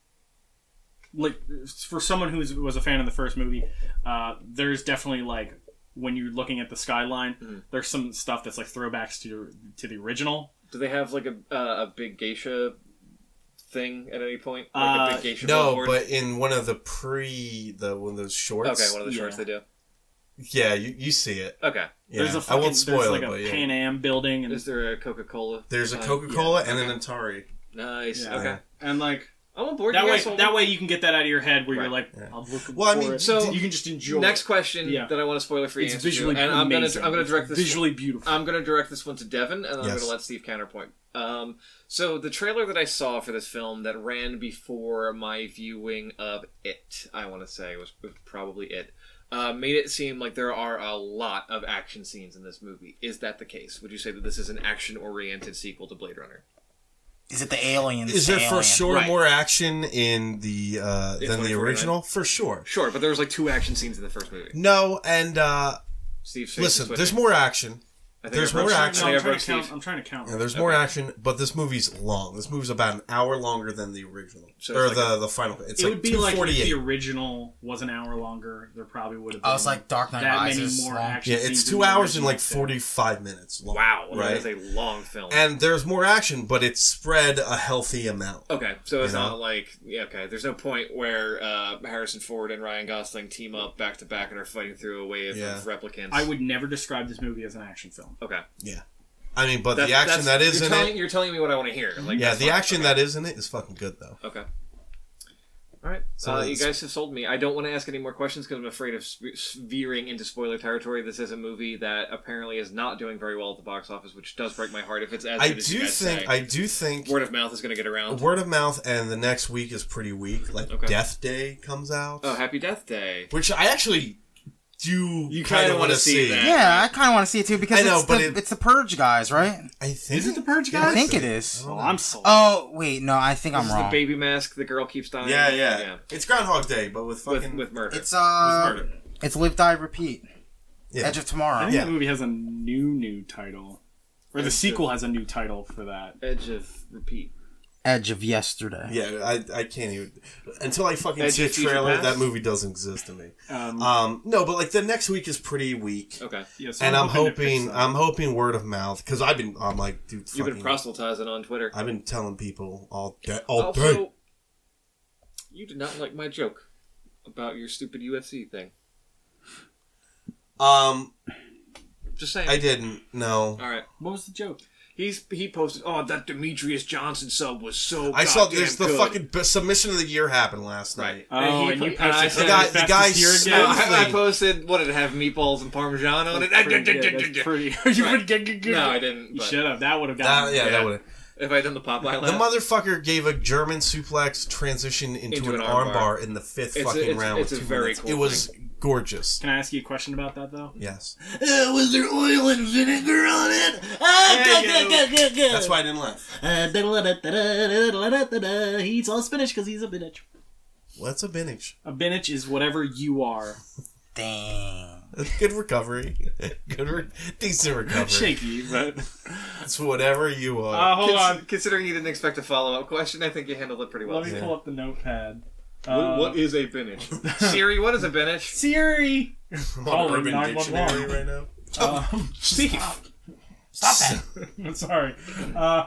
Speaker 4: like for someone who was a fan of the first movie, uh, there's definitely like when you're looking at the skyline,
Speaker 1: Mm.
Speaker 2: Mhm.
Speaker 4: there's some stuff that's like throwbacks to to the original.
Speaker 2: Do they have like a uh, a big geisha thing at any point? Like a
Speaker 4: Uh,
Speaker 2: big geisha
Speaker 1: No,
Speaker 2: billboard?
Speaker 1: but in one of the pre the one of those shorts.
Speaker 2: okay, one of the shorts
Speaker 4: yeah.
Speaker 2: they do.
Speaker 1: Yeah, you, you see it.
Speaker 2: Okay,
Speaker 1: Yeah.
Speaker 4: There's a
Speaker 1: I
Speaker 4: fucking,
Speaker 1: won't spoil
Speaker 4: there's like
Speaker 1: it,
Speaker 4: a
Speaker 1: but yeah.
Speaker 4: Pan Am building and
Speaker 2: is there a Coca-Cola?
Speaker 1: There's a
Speaker 2: sign?
Speaker 1: Coca Cola
Speaker 2: yeah.
Speaker 1: and an Atari.
Speaker 2: Nice.
Speaker 4: Yeah.
Speaker 2: Okay,
Speaker 4: and like
Speaker 2: I'm on board.
Speaker 4: that
Speaker 2: you
Speaker 4: way
Speaker 2: guys all-
Speaker 4: that way you can get that out of your head where
Speaker 2: Right.
Speaker 4: you're like
Speaker 1: Yeah.
Speaker 4: I'm looking
Speaker 1: Well, I
Speaker 4: for
Speaker 1: mean,
Speaker 4: it.
Speaker 2: so-
Speaker 4: you can just enjoy.
Speaker 2: Next
Speaker 4: it.
Speaker 2: question
Speaker 4: Yeah.
Speaker 2: that I want to spoiler free
Speaker 4: it's
Speaker 2: answer
Speaker 4: visually
Speaker 2: to, and I'm gonna
Speaker 4: amazing.
Speaker 2: I'm gonna
Speaker 4: It's
Speaker 2: direct this
Speaker 4: visually beautiful.
Speaker 2: I'm gonna direct this one to Devin, and I'm
Speaker 1: Yes.
Speaker 2: gonna let Steve counterpoint. Um, so the trailer that I saw for this film that ran before my viewing of it, I want to say was probably it, uh, made it seem like there are a lot of action scenes in this movie. Is that the case? Would you say that this is an action-oriented sequel to Blade Runner?
Speaker 3: Is it the aliens?
Speaker 1: Is
Speaker 3: the
Speaker 1: there for
Speaker 3: alien?
Speaker 1: sure
Speaker 2: Right.
Speaker 1: more action in the uh,
Speaker 2: In
Speaker 1: than the
Speaker 2: 2049?
Speaker 1: original? For sure.
Speaker 2: Sure, but there was like two action scenes in the first movie.
Speaker 1: No, and uh,
Speaker 2: Steve,
Speaker 1: listen, there's more action. there's more
Speaker 4: No, I'm
Speaker 1: action.
Speaker 2: I
Speaker 4: trying
Speaker 2: think I
Speaker 4: to
Speaker 2: broke
Speaker 4: count-
Speaker 2: Steve.
Speaker 4: I'm trying to count.
Speaker 1: Yeah, there's more action, but this movie's long. This movie's about an hour longer than the original,
Speaker 2: So
Speaker 1: or
Speaker 2: it's like
Speaker 1: the the final. It's
Speaker 4: it
Speaker 1: like
Speaker 4: would be like if
Speaker 1: 248.
Speaker 4: the original was an hour longer. There probably would have. Been
Speaker 3: I was like, Dark Knight
Speaker 4: that
Speaker 3: Rises
Speaker 4: many
Speaker 3: is
Speaker 4: more
Speaker 3: long.
Speaker 4: action.
Speaker 1: yeah, it's
Speaker 4: scenes
Speaker 1: two
Speaker 4: in the
Speaker 1: hours and
Speaker 4: original
Speaker 1: like
Speaker 4: film.
Speaker 1: 45 minutes long.
Speaker 2: Wow, that
Speaker 1: right?
Speaker 2: is a long film.
Speaker 1: and there's more action, but it's spread a healthy amount.
Speaker 2: Okay, so it's
Speaker 1: You know?
Speaker 2: not like yeah, okay. There's no point where uh, Harrison Ford and Ryan Gosling team up back to back and are fighting through a wave
Speaker 1: Yeah.
Speaker 2: of replicants.
Speaker 4: I would never describe this movie as an action film.
Speaker 2: Okay,
Speaker 1: I mean, but
Speaker 2: That's-
Speaker 1: the action
Speaker 2: that's-
Speaker 1: that is
Speaker 2: you're
Speaker 1: in
Speaker 2: telling,
Speaker 1: it,
Speaker 2: You're telling me what I want to hear. Like
Speaker 1: yeah,
Speaker 2: that's
Speaker 1: the
Speaker 2: fine.
Speaker 1: action
Speaker 2: Okay.
Speaker 1: that is in it is fucking good though.
Speaker 2: Okay. All right.
Speaker 1: So
Speaker 2: uh, you
Speaker 1: it's-
Speaker 2: guys have sold me. I don't want to ask any more questions because I'm afraid of sp- s- veering into spoiler territory. This is a movie that apparently is not doing very well at the box office, which does break my heart. If it's as
Speaker 1: I
Speaker 2: good as you
Speaker 1: do
Speaker 2: guys
Speaker 1: think
Speaker 2: say.
Speaker 1: I do think
Speaker 2: word of mouth is going to get around.
Speaker 1: word of mouth and the next week is pretty weak. Like
Speaker 2: Okay.
Speaker 1: Death Day comes out,
Speaker 2: Oh, Happy Death Day!
Speaker 1: which I actually do
Speaker 2: You
Speaker 1: kind
Speaker 2: kinda
Speaker 1: of want
Speaker 2: wanna
Speaker 1: to see.
Speaker 2: see that.
Speaker 3: Yeah, I kind of want to see it too because
Speaker 1: I know,
Speaker 3: it's,
Speaker 1: but
Speaker 3: the,
Speaker 1: it-
Speaker 3: it's the Purge guys, right?
Speaker 1: I think
Speaker 4: Is it the Purge
Speaker 1: Yeah,
Speaker 4: guy?
Speaker 3: I think it is.
Speaker 1: I don't
Speaker 4: Oh,
Speaker 1: know.
Speaker 4: I'm sold.
Speaker 3: Oh wait, no, I think I'm
Speaker 2: This is the
Speaker 3: wrong.
Speaker 2: baby mask. The girl keeps dying.
Speaker 5: Yeah, yeah.
Speaker 1: It's Groundhog Day, but with
Speaker 2: Uh, With,
Speaker 1: fucking
Speaker 2: with murder.
Speaker 3: It's uh,
Speaker 5: murder.
Speaker 3: it's Live, Die, Repeat.
Speaker 1: yeah.
Speaker 3: Edge of
Speaker 4: I
Speaker 3: Tomorrow.
Speaker 4: think
Speaker 1: Yeah.
Speaker 4: that movie has a new new title, or the
Speaker 2: That's
Speaker 4: sequel has a new title for that.
Speaker 2: Edge of repeat.
Speaker 3: Edge of Yesterday.
Speaker 1: Yeah, I, I can't even until I fucking
Speaker 2: Edge
Speaker 1: see a
Speaker 2: of Future
Speaker 1: trailer.
Speaker 2: Past?
Speaker 1: That movie doesn't exist to me.
Speaker 4: Um,
Speaker 1: Um, no, but like the next week is pretty weak,
Speaker 2: Okay.
Speaker 4: yeah, so
Speaker 1: and I'm
Speaker 4: to pick
Speaker 1: hoping
Speaker 4: some.
Speaker 1: I'm hoping word of mouth because I've been I'm like dude,
Speaker 2: You've been
Speaker 1: fucking-
Speaker 2: proselytizing on Twitter.
Speaker 1: I've been telling people all day all day.
Speaker 2: also, you did not like my joke about your stupid UFC thing.
Speaker 1: Um,
Speaker 2: Just saying.
Speaker 1: I didn't. No,
Speaker 2: All right.
Speaker 4: What was the joke?
Speaker 2: He's he posted. Oh, that Demetrius Johnson sub was so.
Speaker 1: I saw
Speaker 2: goddamn
Speaker 1: there's the
Speaker 2: good."
Speaker 1: fucking b- submission of the year happened last
Speaker 2: Right.
Speaker 1: night.
Speaker 4: Oh,
Speaker 2: he
Speaker 4: and
Speaker 2: put-
Speaker 4: you
Speaker 2: and I
Speaker 4: posted
Speaker 2: said-
Speaker 1: The guy- the
Speaker 4: fastest
Speaker 1: guy
Speaker 4: year
Speaker 2: No,
Speaker 1: smacked-
Speaker 4: again.
Speaker 2: I, I posted. What did it have? Meatballs and Parmesan on it.
Speaker 4: [LAUGHS] That's pretty good.
Speaker 2: [LAUGHS]
Speaker 4: That's pretty- [LAUGHS] you
Speaker 2: Right.
Speaker 4: would get- get- get-
Speaker 2: No, I didn't,
Speaker 4: You
Speaker 2: but-
Speaker 4: should have. That would have
Speaker 1: That,
Speaker 4: gotten.
Speaker 1: yeah,
Speaker 2: Yeah.
Speaker 1: that would.
Speaker 2: If I'd done the Popeye
Speaker 1: The
Speaker 2: laugh,
Speaker 1: motherfucker gave a German suplex transition into,
Speaker 2: Into
Speaker 1: an,
Speaker 2: an
Speaker 1: armbar.
Speaker 2: armbar.
Speaker 1: in the fifth
Speaker 2: It's a-
Speaker 1: fucking
Speaker 2: it's-
Speaker 1: round.
Speaker 2: it's
Speaker 1: with
Speaker 2: a
Speaker 1: two
Speaker 2: very
Speaker 1: minutes.
Speaker 2: cool
Speaker 1: It was gorgeous.
Speaker 4: Can I ask you a question about that though?
Speaker 1: Yes,
Speaker 4: was there oil and vinegar on it?
Speaker 1: that's why I didn't laugh.
Speaker 4: He eats all spinach because he's a binich.
Speaker 1: What's a binage?
Speaker 4: A binich is whatever you are.
Speaker 3: Dang.
Speaker 1: Good recovery. [LAUGHS] Good, re- decent recovery.
Speaker 4: Shaky, but
Speaker 1: It's whatever you
Speaker 4: uh,
Speaker 1: are.
Speaker 4: hold on.
Speaker 2: Considering you didn't expect a follow up question, I think you handled it pretty well.
Speaker 4: Let me
Speaker 1: Yeah.
Speaker 4: pull up the notepad. Uh,
Speaker 2: What- what is a binage?
Speaker 4: [LAUGHS]
Speaker 2: Siri, what is a binage?
Speaker 4: Siri?
Speaker 1: I'm
Speaker 4: Oh,
Speaker 1: on Urban
Speaker 4: 911.
Speaker 1: Dictionary right now.
Speaker 4: Um,
Speaker 3: Stop
Speaker 1: [LAUGHS]
Speaker 3: that.
Speaker 4: I'm sorry. Uh,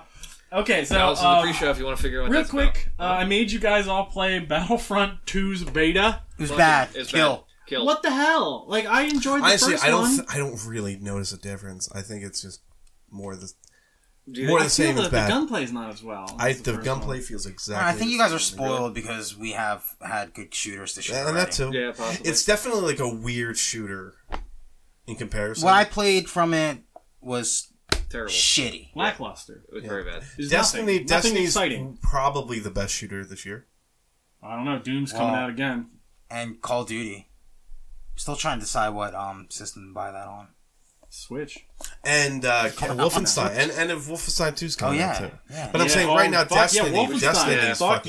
Speaker 4: okay, so
Speaker 2: Alice in the
Speaker 4: uh,
Speaker 2: pre-show. If you want to figure out what
Speaker 4: real
Speaker 2: that's
Speaker 4: quick, uh,
Speaker 2: about.
Speaker 4: I made you guys all play Battlefront 2's beta.
Speaker 3: It was
Speaker 2: Fucking-
Speaker 3: bad.
Speaker 2: it's
Speaker 3: Kill.
Speaker 2: bad. Kill.
Speaker 4: What the hell? Like I enjoyed the
Speaker 1: Honestly,
Speaker 4: first
Speaker 1: I don't.
Speaker 4: one.
Speaker 1: Th- I don't really notice a difference. I think it's just more the.
Speaker 2: Do you
Speaker 1: More
Speaker 4: I
Speaker 1: the
Speaker 4: feel
Speaker 1: same
Speaker 4: the,
Speaker 1: as
Speaker 4: the
Speaker 1: bad.
Speaker 4: gunplay's not as well.
Speaker 1: I
Speaker 4: as
Speaker 1: the
Speaker 4: first
Speaker 1: gunplay
Speaker 4: one.
Speaker 1: feels exactly.
Speaker 3: I think you guys
Speaker 1: the
Speaker 3: are
Speaker 1: same. Really?
Speaker 3: spoiled because we have had good shooters to shoot.
Speaker 1: Yeah, and that
Speaker 3: already.
Speaker 1: too.
Speaker 2: Yeah, possibly.
Speaker 1: It's definitely like a weird shooter in comparison.
Speaker 3: What I played from it was
Speaker 2: terrible.
Speaker 3: shitty.
Speaker 4: Lackluster.
Speaker 2: It was very bad.
Speaker 4: There's
Speaker 1: Destiny,
Speaker 4: nothing, nothing
Speaker 1: Destiny's
Speaker 4: exciting.
Speaker 1: probably the best shooter this year.
Speaker 4: I don't know. Doom's coming
Speaker 3: Well-
Speaker 4: out again.
Speaker 3: And Call of Duty. Still trying to decide what um system to buy that on.
Speaker 4: Switch.
Speaker 1: And uh, Ca-
Speaker 3: Coming out
Speaker 1: Wolfenstein, and and if Wolfenstein 2's
Speaker 3: Oh
Speaker 1: coming out
Speaker 3: yeah,
Speaker 1: too.
Speaker 3: yeah.
Speaker 1: But I'm
Speaker 4: Yeah,
Speaker 1: saying
Speaker 4: oh,
Speaker 1: right now,
Speaker 4: fuck yeah,
Speaker 1: Destiny,
Speaker 4: Wolfenstein.
Speaker 1: Destiny's
Speaker 2: Yeah,
Speaker 1: fucking
Speaker 4: Fuck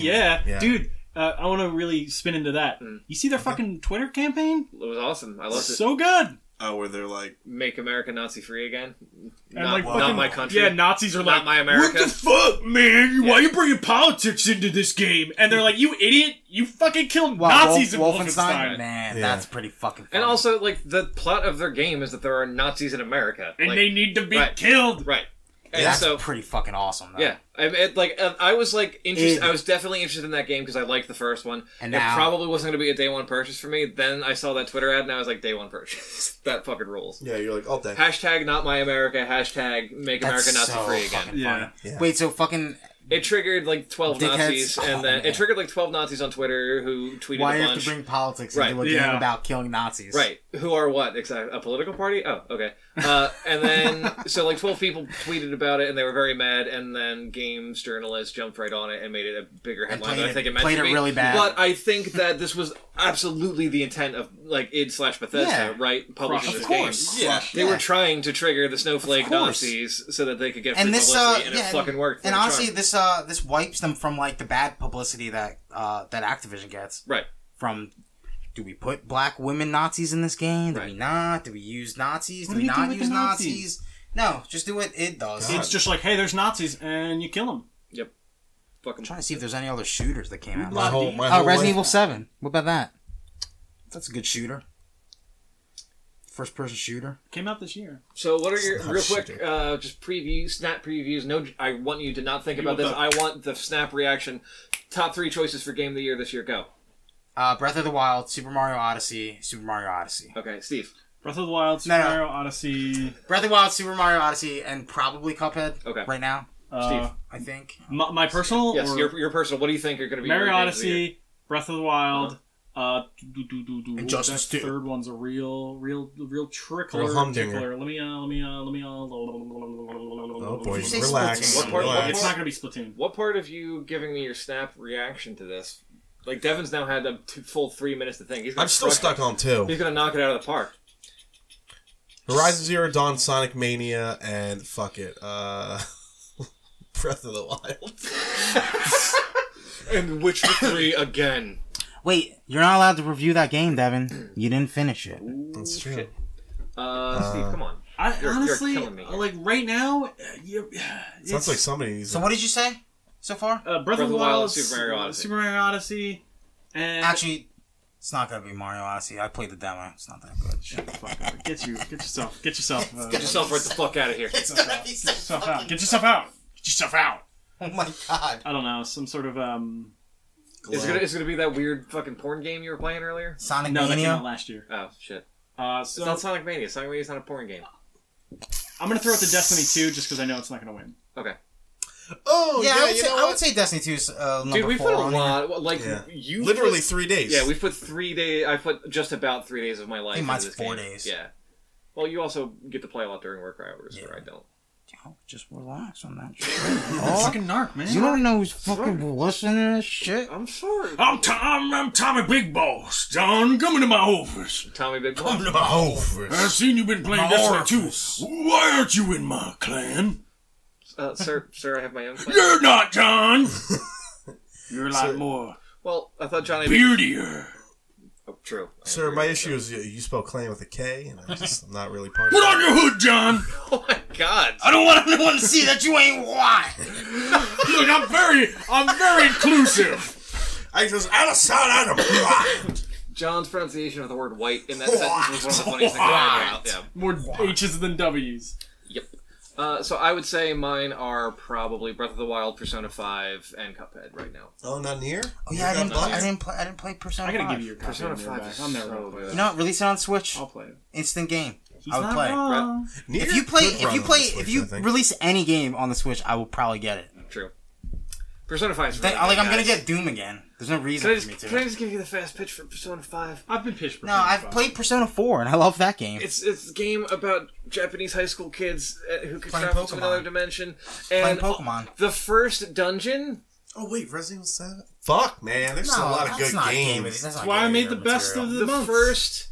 Speaker 4: yeah, dude. Uh, I want to really spin into that. You see their fucking Twitter campaign?
Speaker 2: It was awesome. Hmm. I loved it.
Speaker 4: So good.
Speaker 5: Oh, where they're like,
Speaker 2: Make America Nazi free again.
Speaker 4: And
Speaker 2: Not,
Speaker 4: like
Speaker 2: not
Speaker 4: fucking,
Speaker 2: my country.
Speaker 4: Yeah, Nazis are
Speaker 2: Not
Speaker 4: like
Speaker 2: my America.
Speaker 4: What the fuck, man? You, Why
Speaker 2: Yeah.
Speaker 4: you bringing politics into this game? And they're like, you idiot! You fucking killed
Speaker 3: Wow,
Speaker 4: Nazis
Speaker 3: Wolf-
Speaker 4: in
Speaker 3: Wolfenstein,
Speaker 4: Wolfenstein.
Speaker 3: man,
Speaker 1: Yeah.
Speaker 3: that's pretty fucking.
Speaker 2: And
Speaker 3: Funny.
Speaker 2: also, like the plot of their game is that there are Nazis in America,
Speaker 4: and
Speaker 2: Like,
Speaker 4: they need to be
Speaker 2: right.
Speaker 4: killed.
Speaker 2: right? And
Speaker 3: that's
Speaker 2: so,
Speaker 3: pretty fucking awesome. Though.
Speaker 2: yeah, I it, like uh, I was like interested.
Speaker 3: It-
Speaker 2: I was definitely interested in that game because I liked the first one.
Speaker 3: And
Speaker 2: it
Speaker 3: now-
Speaker 2: probably wasn't going to be a day one purchase for me. Then I saw that Twitter ad and I was like, day one purchase. [LAUGHS] that fucking rules.
Speaker 1: Yeah, you're like all day.
Speaker 2: Hashtag not my America. Hashtag make
Speaker 3: That's
Speaker 2: America Nazi
Speaker 3: so
Speaker 2: free again.
Speaker 3: fucking
Speaker 4: Yeah.
Speaker 3: funny.
Speaker 1: Yeah.
Speaker 3: Wait, so fucking
Speaker 2: It triggered like twelve
Speaker 3: Dickheads.
Speaker 2: Nazis,
Speaker 3: Oh,
Speaker 2: and then
Speaker 3: man.
Speaker 2: it triggered like twelve Nazis on Twitter who tweeted
Speaker 3: why
Speaker 2: a
Speaker 3: you
Speaker 2: bunch.
Speaker 3: have to bring politics
Speaker 2: Right,
Speaker 3: into a game
Speaker 4: yeah.
Speaker 3: about killing Nazis?
Speaker 2: Right. Who are what exactly? A political party? Oh, okay. Uh, and
Speaker 3: [LAUGHS]
Speaker 2: then so like twelve people tweeted about it, and they were very mad. And then games journalists jumped right on it and made it a bigger headline.
Speaker 3: played
Speaker 2: than I
Speaker 3: it-
Speaker 2: think it meant
Speaker 3: played
Speaker 2: to
Speaker 3: it
Speaker 2: be.
Speaker 3: really bad.
Speaker 2: But I think that this was absolutely the intent of like id slash Bethesda,
Speaker 3: Yeah.
Speaker 2: right? Publishing
Speaker 4: Of
Speaker 2: this
Speaker 4: course.
Speaker 2: game.
Speaker 5: yeah,
Speaker 2: They were trying to trigger the snowflake
Speaker 3: Of course.
Speaker 2: Nazis so that they could get free
Speaker 3: and this uh
Speaker 2: publicity, and
Speaker 3: yeah,
Speaker 2: it fucking worked. for
Speaker 3: and
Speaker 2: the
Speaker 3: honestly
Speaker 2: charm.
Speaker 3: this uh this wipes them from like the bad publicity that uh that activision gets
Speaker 2: right?
Speaker 3: from do we put black women nazis in this game do we
Speaker 2: Right.
Speaker 3: not do we use nazis
Speaker 4: What
Speaker 3: do
Speaker 4: do
Speaker 3: we
Speaker 4: you do
Speaker 3: not
Speaker 4: with the
Speaker 3: use nazis?
Speaker 4: Nazis?
Speaker 3: no just do what it does
Speaker 1: God.
Speaker 4: It's just like, hey, there's Nazis, and you kill them.
Speaker 2: Fucking
Speaker 3: i'm trying to see if there's any other shooters that came out
Speaker 1: My whole, my
Speaker 3: oh
Speaker 1: whole life-
Speaker 3: resident evil 7 what about that that's a good shooter first person shooter
Speaker 4: Came out this year.
Speaker 2: So, what are your
Speaker 1: Snap
Speaker 2: real quick?
Speaker 1: shooter.
Speaker 2: Uh, just preview, snap previews. No, I want you to not think
Speaker 4: You
Speaker 2: about this. I
Speaker 4: want
Speaker 2: want the snap reaction. Top three choices for game of the year this year. Go.
Speaker 3: uh breath of the wild super mario odyssey super mario odyssey
Speaker 2: Okay, Steve.
Speaker 4: Breath of the Wild, Super
Speaker 3: No, no.
Speaker 4: Mario Odyssey.
Speaker 3: breath of the wild super mario odyssey and probably cuphead
Speaker 2: Okay.
Speaker 3: right now
Speaker 4: Uh,
Speaker 2: Steve.
Speaker 3: i think
Speaker 4: My, my personal
Speaker 2: Yes,
Speaker 4: or
Speaker 2: your, your personal. What do you think are going to be
Speaker 4: Mario
Speaker 2: your games of the year?
Speaker 4: Odyssey, Breath of the Wild. Uh, do, do, do, do,
Speaker 3: And Justice
Speaker 4: that
Speaker 3: 2.
Speaker 4: third one's a real, real, real trickler.
Speaker 1: Real humdinger.
Speaker 4: tickler. Let me, uh, let me, uh, let me, uh, oh
Speaker 1: boy,
Speaker 3: Did you say
Speaker 1: relax.
Speaker 2: Splatoon? What part- what
Speaker 1: relax.
Speaker 4: It's not gonna be Splatoon.
Speaker 2: What part of you giving me your snap reaction to this? Like Devin's now had a t- full three minutes to think. He's gonna
Speaker 1: I'm still
Speaker 2: crush
Speaker 1: stuck on two.
Speaker 2: It. He's gonna knock it out of the
Speaker 3: [LAUGHS]
Speaker 2: park.
Speaker 1: Horizon Zero Dawn, Sonic Mania, and fuck it, uh, [LAUGHS] Breath of the Wild.
Speaker 2: And Witcher three again.
Speaker 3: Wait, you're not allowed to review that game, Devin. You didn't finish it.
Speaker 1: That's true.
Speaker 2: Shit. Uh, Steve, come on.
Speaker 4: I
Speaker 2: You're- you're
Speaker 4: honestly,
Speaker 2: killing me here.
Speaker 4: like right now, uh, [SIGHS] you,
Speaker 1: Sounds
Speaker 4: it's-
Speaker 1: like somebody needs.
Speaker 3: So what did you say so far?
Speaker 4: uh, Breath, of the Wild, Super
Speaker 2: Mario Odyssey.
Speaker 4: Super Mario Odyssey, and
Speaker 3: Actually, it's not gonna be Mario Odyssey. I played the demo. It's not that good.
Speaker 4: Shut the fuck up. get you, get yourself, get yourself, uh,
Speaker 3: Get
Speaker 2: Get yourself right the fuck out of here.
Speaker 3: It's gonna be so
Speaker 4: yourself out, get yourself out, get yourself out.
Speaker 3: Oh my god.
Speaker 4: I don't know, some sort of um.
Speaker 2: Is it gonna, is it gonna be that weird fucking porn game you were playing earlier?
Speaker 3: Sonic
Speaker 4: No, that came out
Speaker 3: Mania.
Speaker 4: last year.
Speaker 2: Oh shit!
Speaker 4: Uh,
Speaker 2: It's
Speaker 4: so
Speaker 2: not Sonic Mania. Sonic Mania's not a porn game.
Speaker 4: I'm gonna throw it to Destiny 2 just because I know it's not gonna win.
Speaker 2: Okay,
Speaker 1: Oh
Speaker 3: Yeah,
Speaker 1: yeah,
Speaker 3: I would,
Speaker 1: you
Speaker 3: say,
Speaker 1: know
Speaker 3: I would
Speaker 1: what?
Speaker 3: say Destiny 2 is uh, number
Speaker 2: dude, we
Speaker 3: four
Speaker 2: put a
Speaker 3: on here.
Speaker 2: lot. well, Like
Speaker 1: Yeah.
Speaker 2: you,
Speaker 1: Literally
Speaker 2: put-
Speaker 1: three days.
Speaker 2: yeah, we put three days. I put just about three days of my life.
Speaker 3: think mine's
Speaker 2: into this
Speaker 3: four
Speaker 2: game.
Speaker 3: days.
Speaker 2: Yeah. Well, you also get to play a lot during work hours, where I don't.
Speaker 3: Yo, Just relax on [LAUGHS] that. shit.
Speaker 4: Fucking narc, man.
Speaker 3: you don't know who's fucking listening to this shit.
Speaker 2: I'm sorry,
Speaker 4: I'm, Tom, I'm, Tommy Big Boss. John, come into my office.
Speaker 2: Tommy Big Boss.
Speaker 1: Oh,
Speaker 4: I've seen you've been playing
Speaker 3: My
Speaker 4: Destiny 2. Why aren't you in my clan?
Speaker 2: Uh, sir, sir, I have my own. Plan.
Speaker 4: You're not, John. You're a lot more
Speaker 2: Well, I thought Johnny.
Speaker 4: beardier.
Speaker 2: Oh, true. I
Speaker 1: Sir,
Speaker 2: agree
Speaker 1: my
Speaker 2: [LAUGHS] with
Speaker 1: issue is you, you spell clan with a K, and I'm just I'm not really part of
Speaker 4: Put on
Speaker 1: it.
Speaker 4: your hood, John.
Speaker 2: that. Oh my God!
Speaker 3: I don't want [LAUGHS] anyone to see that you ain't white.
Speaker 4: Look, I'm very, I'm very inclusive.
Speaker 1: I just out of sound, out of mind.
Speaker 2: John's pronunciation of the word "white" in that sentence was one of the funniest things I ever heard. Yeah.
Speaker 4: More H's than W's.
Speaker 2: Yep. Uh, so I would say mine are probably Breath of the Wild, Persona Five, and Cuphead right now.
Speaker 1: Oh, nothing here.
Speaker 3: Oh yeah, I didn't,
Speaker 2: no,
Speaker 3: play,
Speaker 2: yeah.
Speaker 3: I didn't play. I didn't play Persona.
Speaker 4: I gotta
Speaker 3: 5.
Speaker 4: give you your copy
Speaker 2: Persona
Speaker 4: of your
Speaker 2: Five
Speaker 4: back.
Speaker 2: is
Speaker 4: I'm never
Speaker 2: so
Speaker 4: gonna play
Speaker 2: good.
Speaker 4: that.
Speaker 3: You know, what? release it on Switch.
Speaker 2: Oh.
Speaker 4: I'll play it.
Speaker 3: Instant game.
Speaker 4: He's
Speaker 3: I would
Speaker 4: not
Speaker 3: play.
Speaker 4: wrong.
Speaker 1: Nier
Speaker 3: If you play,
Speaker 1: could
Speaker 3: if
Speaker 1: run
Speaker 3: you
Speaker 1: on
Speaker 3: play,
Speaker 1: the Switch,
Speaker 3: if you
Speaker 1: I think.
Speaker 3: release any game on the Switch, I will probably get it.
Speaker 2: True. Persona Five. Is
Speaker 3: Then,
Speaker 2: really
Speaker 3: like
Speaker 2: good,
Speaker 3: I'm gonna
Speaker 2: guys.
Speaker 3: get Doom again. There's no reason
Speaker 2: Can I
Speaker 3: for me
Speaker 2: just
Speaker 3: to.
Speaker 2: can I just give you the fast pitch for Persona Five?
Speaker 4: I've been pitched.
Speaker 3: no, I've played Persona 4 and I love that game.
Speaker 2: It's it's a game about Japanese high school kids uh, who can
Speaker 3: Playing
Speaker 2: travel to
Speaker 3: Pokemon.
Speaker 2: another dimension.
Speaker 3: Playing
Speaker 2: And
Speaker 3: Pokemon.
Speaker 2: the first dungeon.
Speaker 1: Oh wait, Resident Evil Seven. Fuck man, there's a lot of
Speaker 3: that's
Speaker 1: good
Speaker 3: not game of
Speaker 1: games.
Speaker 3: the- that's not
Speaker 4: Why I
Speaker 3: game of
Speaker 4: made
Speaker 3: the
Speaker 4: the best
Speaker 3: material.
Speaker 4: of
Speaker 2: the
Speaker 4: the month.
Speaker 2: first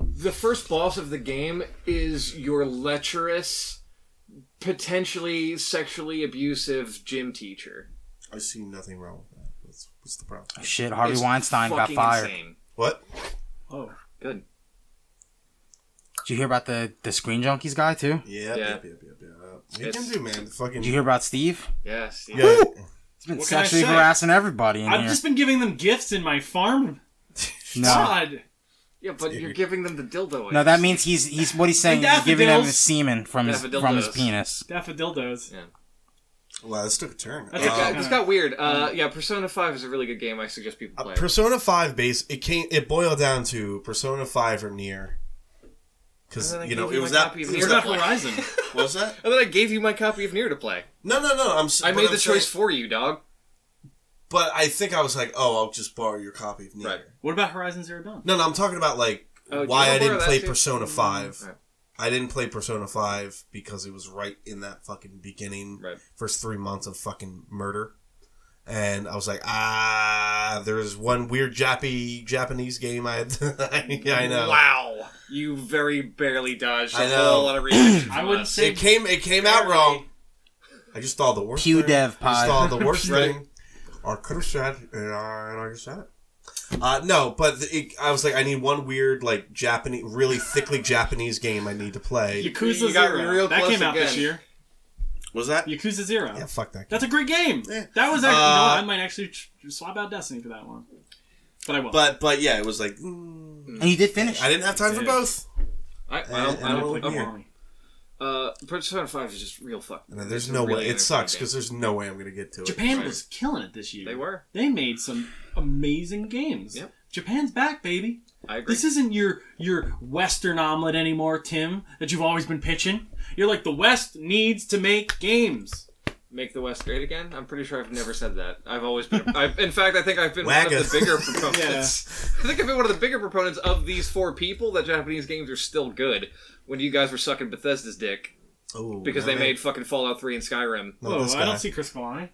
Speaker 2: the first boss of the game is your lecherous potentially sexually abusive gym teacher
Speaker 1: I see nothing wrong with that. What's, what's the problem?
Speaker 3: Shit, Harvey
Speaker 2: It's
Speaker 3: Weinstein got
Speaker 2: fucking
Speaker 3: fired.
Speaker 2: insane.
Speaker 1: What?
Speaker 4: Oh,
Speaker 2: good
Speaker 3: Did you hear about the the Screen Junkies guy too?
Speaker 1: Yeah, yeah,
Speaker 2: Yeah.
Speaker 1: yeah, yeah. yeah. You
Speaker 2: It's-
Speaker 1: can do, man. Fucking.
Speaker 3: Did you hear about Steve?
Speaker 2: yes
Speaker 1: [LAUGHS]
Speaker 2: yeah. [LAUGHS]
Speaker 1: yeah.
Speaker 3: He's been
Speaker 4: What can I
Speaker 3: sexually
Speaker 4: say?
Speaker 3: harassing everybody in
Speaker 4: I've
Speaker 3: here.
Speaker 4: just been giving them gifts in my farm.
Speaker 3: no,
Speaker 4: God,
Speaker 2: but you're giving them the dildo
Speaker 3: no, that means he's he's what he's saying.
Speaker 4: And
Speaker 3: He's giving them
Speaker 4: daffodils.
Speaker 3: his semen from his from his
Speaker 2: Daffodildos.
Speaker 3: penis.
Speaker 4: daffodildos.
Speaker 2: Yeah.
Speaker 1: Wow, this took a turn.
Speaker 4: That's
Speaker 2: It
Speaker 4: okay.
Speaker 1: Uh,
Speaker 2: got, this got weird. Uh, yeah, Persona Five is a really good game. I suggest people play. it.
Speaker 1: Persona Five base. It came. It boiled down to Persona Five or near. Because
Speaker 2: And then I
Speaker 1: you know
Speaker 2: gave
Speaker 1: it
Speaker 2: you
Speaker 1: was
Speaker 2: my
Speaker 1: that.
Speaker 2: copy
Speaker 1: It
Speaker 2: of
Speaker 1: was
Speaker 2: Near
Speaker 4: What
Speaker 1: that
Speaker 4: about Horizon?
Speaker 1: [LAUGHS] what was that?
Speaker 2: and then I gave you my copy of Near to play.
Speaker 1: No, no, no. I'm. s-
Speaker 2: I
Speaker 1: but
Speaker 2: made
Speaker 1: I'm
Speaker 2: the choice
Speaker 1: saying-
Speaker 2: for you, dog.
Speaker 1: but I think I was like, oh, I'll just borrow your copy of near.
Speaker 2: Right.
Speaker 4: what about Horizon Zero Dawn?
Speaker 1: No, no. I'm talking about like
Speaker 2: Oh, do
Speaker 1: why
Speaker 2: you
Speaker 1: I
Speaker 2: remember
Speaker 1: didn't
Speaker 2: that
Speaker 1: play
Speaker 2: too? Mm, Mm-hmm.
Speaker 1: Persona Five.
Speaker 2: Right.
Speaker 1: I didn't play Persona Five because it was right in that fucking beginning,
Speaker 2: Right.
Speaker 1: first three months of fucking murder, and I was like, ah, there's one weird Jappy Japanese game I had. [LAUGHS] yeah, I know.
Speaker 2: Wow, you very barely dodged
Speaker 1: I
Speaker 2: a
Speaker 1: know.
Speaker 2: whole lot
Speaker 1: [CLEARS THROAT]
Speaker 2: of reaction.
Speaker 4: I
Speaker 2: from
Speaker 4: wouldn't
Speaker 2: us.
Speaker 4: say-
Speaker 1: It came. It came out wrong. I just saw the worst.
Speaker 3: Pew
Speaker 1: thing.
Speaker 3: Dev
Speaker 1: I just
Speaker 3: Pod.
Speaker 1: saw the worst
Speaker 2: Right.
Speaker 1: thing. Or could have said, and I, and I just said it. Uh, no, but the, it, I was like, I need one weird, like Japanese, really thickly Japanese game I need to play.
Speaker 4: Yakuza
Speaker 2: You got
Speaker 4: Zero.
Speaker 2: real
Speaker 4: that
Speaker 2: close
Speaker 4: came out this
Speaker 2: again.
Speaker 4: year.
Speaker 5: Was that?
Speaker 4: Yakuza Zero.
Speaker 1: yeah, fuck that. Game.
Speaker 4: That's a great game.
Speaker 1: Yeah.
Speaker 4: That was actually.
Speaker 1: Uh,
Speaker 4: no, I might actually tr- swap out Destiny for that one, but I won't.
Speaker 1: But but yeah, it was like mm,
Speaker 3: And you did finish.
Speaker 1: I didn't have time for
Speaker 4: Dude.
Speaker 1: both.
Speaker 2: I, I
Speaker 1: And-
Speaker 2: don't,
Speaker 1: and
Speaker 2: I
Speaker 1: I
Speaker 2: don't
Speaker 1: played
Speaker 2: think I'm
Speaker 1: Nier.
Speaker 2: wrong. Uh, Persona Five is just real fucked.
Speaker 1: And
Speaker 2: up.
Speaker 1: there's
Speaker 2: It's a
Speaker 1: no
Speaker 2: really
Speaker 1: way. It
Speaker 2: good
Speaker 1: sucks
Speaker 2: game.
Speaker 1: because there's no way I'm gonna get to it.
Speaker 4: Japan
Speaker 2: Right.
Speaker 4: was killing it this year.
Speaker 2: They were.
Speaker 4: They made some amazing games.
Speaker 2: Yep.
Speaker 4: Japan's back, baby.
Speaker 2: I agree.
Speaker 4: This isn't your your Western omelet anymore, Tim. That you've always been pitching. You're like the West needs to make games.
Speaker 2: Make the West Great Again? I'm pretty sure I've never said that. I've always been.
Speaker 1: [LAUGHS]
Speaker 2: I've, in fact, I think I've been one of
Speaker 1: Wacko. [LAUGHS]
Speaker 2: the bigger proponents. I think I've been one of the bigger proponents of these four people that Japanese games are still good when you guys were sucking Bethesda's dick
Speaker 1: Oh,
Speaker 2: because
Speaker 1: now
Speaker 2: they made fucking Fallout 3 and Skyrim.
Speaker 1: not
Speaker 4: Whoa,
Speaker 1: this
Speaker 4: Oh, I
Speaker 1: guy.
Speaker 4: don't see Chris Kalani.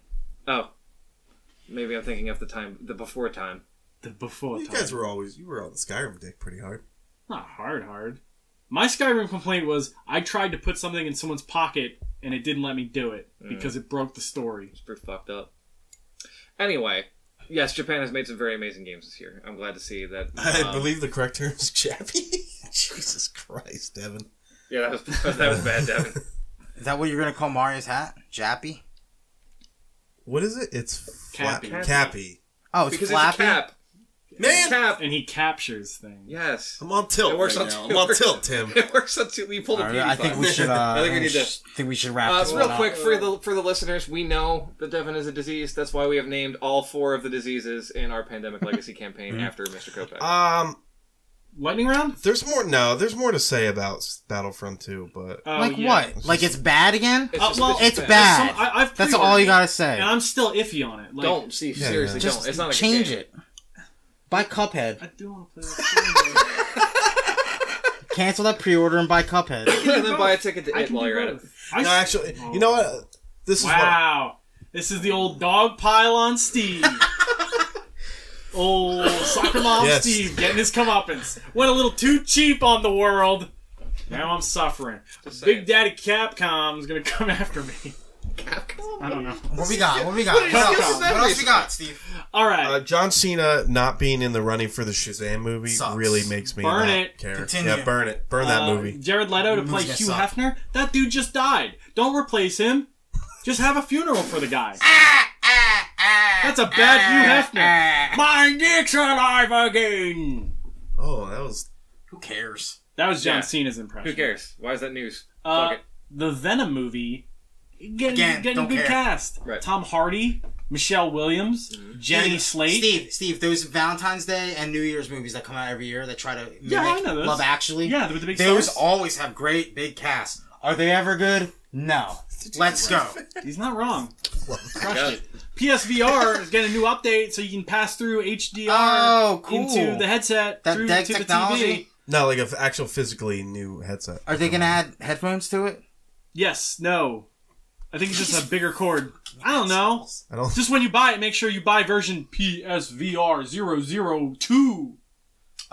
Speaker 2: Oh. Maybe I'm thinking of the time, the before time.
Speaker 4: The before
Speaker 1: You
Speaker 4: time.
Speaker 1: guys were always you were on the Skyrim dick pretty hard.
Speaker 4: Not hard, hard. My Skyrim complaint was I tried to put something in someone's pocket and it didn't let me do it because it broke the story.
Speaker 2: It's pretty fucked up. Anyway, yes, Japan has made some very amazing games this year. I'm glad to see that.
Speaker 1: [LAUGHS] I
Speaker 2: um,
Speaker 1: believe the correct term is Chappy. Uh, [LAUGHS] Jesus Christ, Devin.
Speaker 2: Yeah, that was, that was
Speaker 1: [LAUGHS]
Speaker 2: bad, Devin.
Speaker 3: Is that what you're gonna call Mario's hat? Jappy?
Speaker 1: What is it? It's flap-
Speaker 4: Cappy.
Speaker 1: Cappy.
Speaker 3: Oh, it's
Speaker 2: Because it's a
Speaker 3: flappy.
Speaker 2: cap.
Speaker 1: Man,
Speaker 2: Cap.
Speaker 4: And he captures things.
Speaker 2: Yes.
Speaker 1: I'm on tilt.
Speaker 2: It works
Speaker 1: right
Speaker 2: on
Speaker 1: now.
Speaker 2: two-
Speaker 1: I'm on tilt, Tim.
Speaker 2: [LAUGHS] It works on two. You pulled a
Speaker 3: All right,
Speaker 2: PewDiePie.
Speaker 3: I think we should. Uh,
Speaker 2: I think we need to.
Speaker 3: think we should wrap
Speaker 2: Uh,
Speaker 3: this
Speaker 2: real
Speaker 3: one
Speaker 2: quick
Speaker 3: up.
Speaker 2: for the for the listeners, we know that Devin is a disease. That's why we have named all four of the diseases in our pandemic
Speaker 3: [LAUGHS]
Speaker 2: legacy campaign
Speaker 3: Mm-hmm.
Speaker 2: after Mr. Kopeck.
Speaker 4: Uh,
Speaker 1: Um,
Speaker 4: Lightning round?
Speaker 1: there's more. No, there's more to say about Battlefront 2, but
Speaker 4: Oh,
Speaker 3: Like
Speaker 4: yeah.
Speaker 3: what? Like it's bad again?
Speaker 2: It's
Speaker 4: Uh,
Speaker 2: just-
Speaker 4: well,
Speaker 2: just
Speaker 3: It's
Speaker 4: There's
Speaker 3: bad.
Speaker 4: some- I, I've
Speaker 3: That's all you gotta
Speaker 4: pre-ordered it,
Speaker 3: say.
Speaker 4: And I'm still iffy on it. Like,
Speaker 2: don't see
Speaker 1: Yeah,
Speaker 2: seriously.
Speaker 1: yeah.
Speaker 3: Just
Speaker 2: don't. It's not a good [LAUGHS]
Speaker 3: change
Speaker 2: game.
Speaker 3: it. Buy Cuphead.
Speaker 4: I do want to play that game.
Speaker 3: Cancel that pre-order and buy Cuphead.
Speaker 2: and then buy a ticket [LAUGHS] to
Speaker 4: I
Speaker 2: it
Speaker 4: can
Speaker 2: while
Speaker 4: do
Speaker 2: you're at it.
Speaker 4: both. I
Speaker 1: no,
Speaker 4: s-
Speaker 1: actually, you know what? This is what
Speaker 4: Wow. This is the old dog pile
Speaker 1: [LAUGHS]
Speaker 4: on Steve. old soccer mom
Speaker 1: Yes.
Speaker 4: Steve getting his comeuppance. Went a little too cheap on the world. Now I'm suffering. Big
Speaker 2: saying.
Speaker 4: Daddy Capcom's gonna come [LAUGHS] after me. I don't know.
Speaker 3: what we got? What we got? What
Speaker 4: else?
Speaker 3: else?
Speaker 4: What
Speaker 3: What else we got, Steve?
Speaker 4: All right.
Speaker 1: uh, John Cena not being in the running for the Shazam movie
Speaker 3: Sucks.
Speaker 1: really makes me
Speaker 4: Burn
Speaker 1: not
Speaker 4: it.
Speaker 1: care.
Speaker 3: Continue.
Speaker 1: Yeah, burn it. Burn that
Speaker 4: Uh,
Speaker 1: movie.
Speaker 4: Jared Leto to play
Speaker 3: gonna
Speaker 4: Hugh
Speaker 3: suck.
Speaker 4: Hefner. That dude just died. Don't replace him. Just have a funeral for the guy. That's a bad Hugh Hefner. My dick's alive again.
Speaker 1: Oh, that was
Speaker 3: Who cares?
Speaker 4: That was John
Speaker 2: Yeah.
Speaker 4: Cena's impression.
Speaker 2: Who cares? Why is that news?
Speaker 4: Uh,
Speaker 2: Fuck it.
Speaker 4: The Venom movie, getting,
Speaker 3: Again,
Speaker 4: getting
Speaker 3: don't
Speaker 4: good
Speaker 3: care.
Speaker 4: cast.
Speaker 2: Right.
Speaker 4: Tom Hardy, Michelle Williams, Jenny
Speaker 3: Steve,
Speaker 4: Slate.
Speaker 3: Steve, Steve, those Valentine's Day and New Year's movies that come out every year that try to mimic
Speaker 4: Yeah, I know those.
Speaker 3: Love Actually.
Speaker 4: Yeah, with the big
Speaker 3: those
Speaker 4: stars.
Speaker 3: always have great big casts. Are they ever good? No. Let's go. [LAUGHS]
Speaker 4: He's not wrong.
Speaker 2: Yeah.
Speaker 4: Crushed it. PSVR is getting a new update, so you can pass through HDR
Speaker 3: Oh, cool.
Speaker 4: into the headset
Speaker 3: That
Speaker 4: through
Speaker 3: dead
Speaker 4: to the TV.
Speaker 3: technology?
Speaker 1: no, like an actual physically new headset.
Speaker 3: Are they gonna add headphones to it?
Speaker 4: Yes, no. I think it's just a bigger cord. I don't know.
Speaker 1: I
Speaker 3: Oh.
Speaker 1: don't.
Speaker 4: Just when you buy it, make sure you buy version PSVR 002,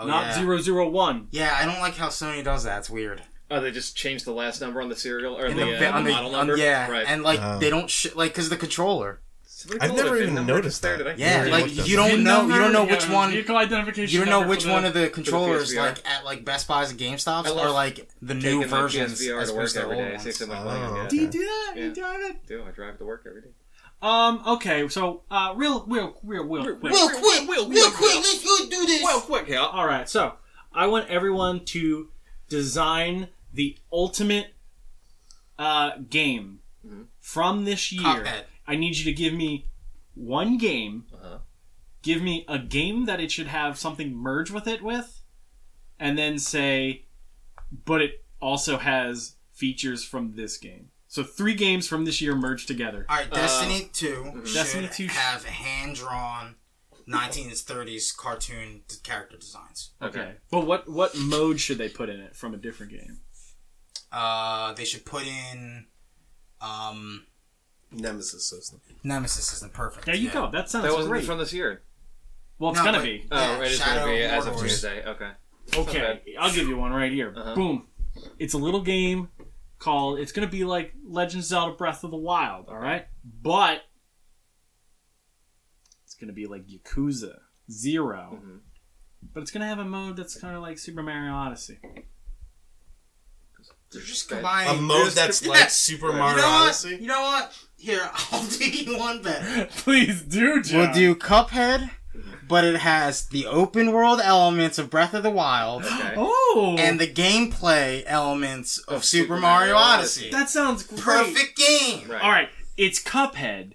Speaker 3: Oh,
Speaker 4: not
Speaker 3: yeah.
Speaker 4: 001.
Speaker 3: Yeah, I don't like how Sony does that. It's weird.
Speaker 2: Oh, they just changed the last number on the serial or the,
Speaker 3: And the-
Speaker 2: uh,
Speaker 3: on the-
Speaker 2: model
Speaker 3: on-
Speaker 2: number.
Speaker 3: yeah,
Speaker 2: right.
Speaker 3: and like
Speaker 1: Oh.
Speaker 3: they don't sh- like because the controller.
Speaker 2: Somebody
Speaker 1: I've
Speaker 2: called it
Speaker 1: never
Speaker 2: a VIN
Speaker 1: even
Speaker 2: number
Speaker 1: noticed
Speaker 2: there
Speaker 1: that.
Speaker 2: today.
Speaker 3: Yeah,
Speaker 1: really
Speaker 3: like
Speaker 1: looked at
Speaker 3: you don't
Speaker 4: VIN
Speaker 3: know. You
Speaker 4: number,
Speaker 3: don't know
Speaker 4: yeah,
Speaker 3: which one.
Speaker 4: Vehicle identification.
Speaker 3: You don't know
Speaker 4: number
Speaker 3: which
Speaker 4: for
Speaker 3: one of the controllers,
Speaker 2: PSVR.
Speaker 3: like at like Best Buys and Gamestops,
Speaker 2: I love
Speaker 3: are like the
Speaker 2: Taking
Speaker 3: new
Speaker 2: my
Speaker 3: versions
Speaker 2: PSVR
Speaker 3: as
Speaker 2: to work
Speaker 3: opposed to the
Speaker 2: every
Speaker 3: old
Speaker 2: day. I save
Speaker 3: ones.
Speaker 2: so much money on
Speaker 1: Oh,
Speaker 2: gas.
Speaker 4: Do you do that? You
Speaker 2: Yeah.
Speaker 4: drive it?
Speaker 2: Do I drive to work every day?
Speaker 4: Um. Okay. So, uh, real, real, real, real quick.
Speaker 2: Real quick, real quick,
Speaker 3: let's go do this.
Speaker 2: Well, quick, yeah.
Speaker 4: All right. So, I want everyone to design the ultimate uh, game from this year.
Speaker 3: Cuphead.
Speaker 4: I need you to give me one game.
Speaker 2: Uh-huh.
Speaker 4: Give me a game that it should have something merge with it with, and then say, but it also has features from this game. So three games from this year merged together.
Speaker 3: All right, Destiny Two should
Speaker 4: Destiny 2 sh-
Speaker 3: have hand drawn 1930s cartoon d- character designs.
Speaker 4: Okay. But what what mode should they put in it from a different game?
Speaker 3: Uh, they should put in um,
Speaker 1: Nemesis system.
Speaker 3: Nemesis isn't perfect.
Speaker 4: There you
Speaker 3: yeah.
Speaker 4: go. That sounds
Speaker 2: That wasn't
Speaker 4: great.
Speaker 2: from this year.
Speaker 4: well, it's
Speaker 3: No,
Speaker 4: gonna
Speaker 3: but-
Speaker 4: be. [LAUGHS]
Speaker 2: Oh,
Speaker 3: Yeah,
Speaker 2: right, it's
Speaker 3: Shadow
Speaker 2: gonna be as of
Speaker 3: Mordor's-
Speaker 2: Tuesday. Okay.
Speaker 4: Okay, I'll give you one right here.
Speaker 2: Uh-huh.
Speaker 4: Boom. It's a little game called. It's gonna be like Legend of Zelda: Breath of the Wild. All right, but it's gonna be like Yakuza 0
Speaker 2: Mm-hmm.
Speaker 3: [GASPS]
Speaker 4: But it's gonna have a mode that's kind of like Super Mario Odyssey.
Speaker 3: They're just
Speaker 2: Right.
Speaker 1: A
Speaker 3: combining.
Speaker 1: mode
Speaker 2: there's-
Speaker 1: that's
Speaker 2: yeah.
Speaker 1: like Super
Speaker 2: You know
Speaker 1: Mario
Speaker 3: you know what?
Speaker 1: Odyssey.
Speaker 3: You know what? Here, [LAUGHS] I'll do you one better.
Speaker 4: [LAUGHS] Please do, John.
Speaker 3: We'll do Cuphead, but it has the open world elements of Breath of the Wild
Speaker 2: Okay.
Speaker 4: Oh,
Speaker 3: and the gameplay elements of,
Speaker 2: Of
Speaker 3: Super,
Speaker 2: Super
Speaker 3: Mario
Speaker 2: Mario
Speaker 3: Odyssey.
Speaker 4: that sounds great.
Speaker 3: perfect game.
Speaker 2: Right.
Speaker 4: All right, it's Cuphead,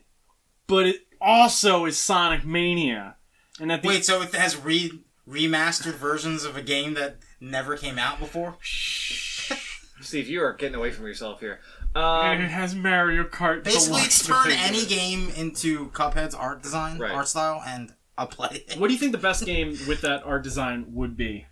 Speaker 4: but it also is Sonic Mania. And at the
Speaker 3: Wait, so it has re remastered versions of a game that never came out before?
Speaker 2: Steve, you are getting away from yourself here.
Speaker 4: and
Speaker 3: [LAUGHS]
Speaker 4: it
Speaker 2: Um,
Speaker 4: has Mario Kart.
Speaker 3: Basically,
Speaker 4: Deluxe
Speaker 3: it's turn
Speaker 4: configured.
Speaker 3: any game into Cuphead's art design,
Speaker 2: Right.
Speaker 3: art style, and a play.
Speaker 4: What do you think the best game with that art design would be?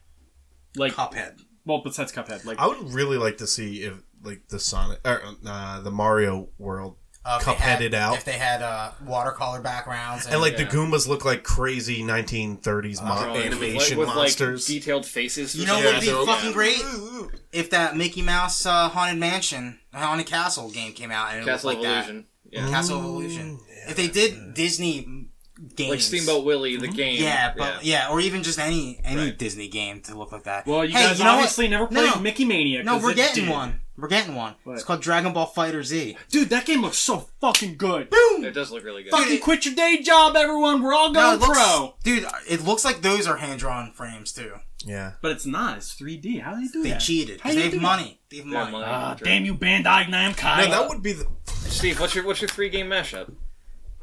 Speaker 4: Like,
Speaker 3: Cuphead.
Speaker 4: well, besides Cuphead,
Speaker 3: Oh,
Speaker 4: like
Speaker 1: I would really like to see if like the Sonic or uh, the Mario world
Speaker 3: Uh, if they
Speaker 1: Cupheaded
Speaker 3: had-
Speaker 1: out.
Speaker 3: If they had uh, watercolor backgrounds and,
Speaker 1: and like
Speaker 2: Yeah.
Speaker 1: the Goombas look like crazy 1930s mon-
Speaker 2: drawings with, like-
Speaker 1: animation
Speaker 2: with, like,
Speaker 1: monsters.
Speaker 2: detailed faces.
Speaker 3: You know
Speaker 5: Yeah,
Speaker 3: what would be
Speaker 5: they're-
Speaker 3: fucking
Speaker 5: yeah.
Speaker 3: great? If that Mickey Mouse uh, Haunted Mansion, Haunted Castle game came out and it
Speaker 2: Castle
Speaker 3: looked like
Speaker 2: Illusion.
Speaker 3: that.
Speaker 2: Yeah.
Speaker 3: Castle of
Speaker 4: Mm,
Speaker 3: Illusion. If they did Disney games.
Speaker 2: Like Steamboat Willie, the game.
Speaker 3: Yeah, but yeah. or even just any any
Speaker 2: Right.
Speaker 3: Disney game to look like that.
Speaker 4: Well, you
Speaker 3: Hey,
Speaker 4: guys
Speaker 3: know what?
Speaker 4: obviously never
Speaker 3: No,
Speaker 4: played Mickey Mania.
Speaker 3: No,
Speaker 4: 'cause
Speaker 3: we're
Speaker 4: it
Speaker 3: getting
Speaker 4: did.
Speaker 3: one. We're getting one. It's
Speaker 4: What?
Speaker 3: called Dragon Ball Fighter Z.
Speaker 4: Dude, that game looks so fucking good.
Speaker 2: It does look really good.
Speaker 4: Fucking quit your day job, everyone. We're all
Speaker 3: No,
Speaker 4: going
Speaker 3: it looks,
Speaker 4: pro.
Speaker 3: dude. It looks like those are hand drawn frames too.
Speaker 1: yeah.
Speaker 4: But it's not. It's 3D. How do you do
Speaker 3: They
Speaker 4: that?
Speaker 3: cheated. 'cause
Speaker 4: How do
Speaker 3: They
Speaker 4: you do
Speaker 3: have
Speaker 4: that?
Speaker 3: money. They have
Speaker 2: Yeah,
Speaker 3: money.
Speaker 2: Money
Speaker 4: Ah,
Speaker 2: Mandrake.
Speaker 4: damn you, Bandai Namco.
Speaker 1: No, that would be the
Speaker 2: Steve, what's your what's your three game mashup?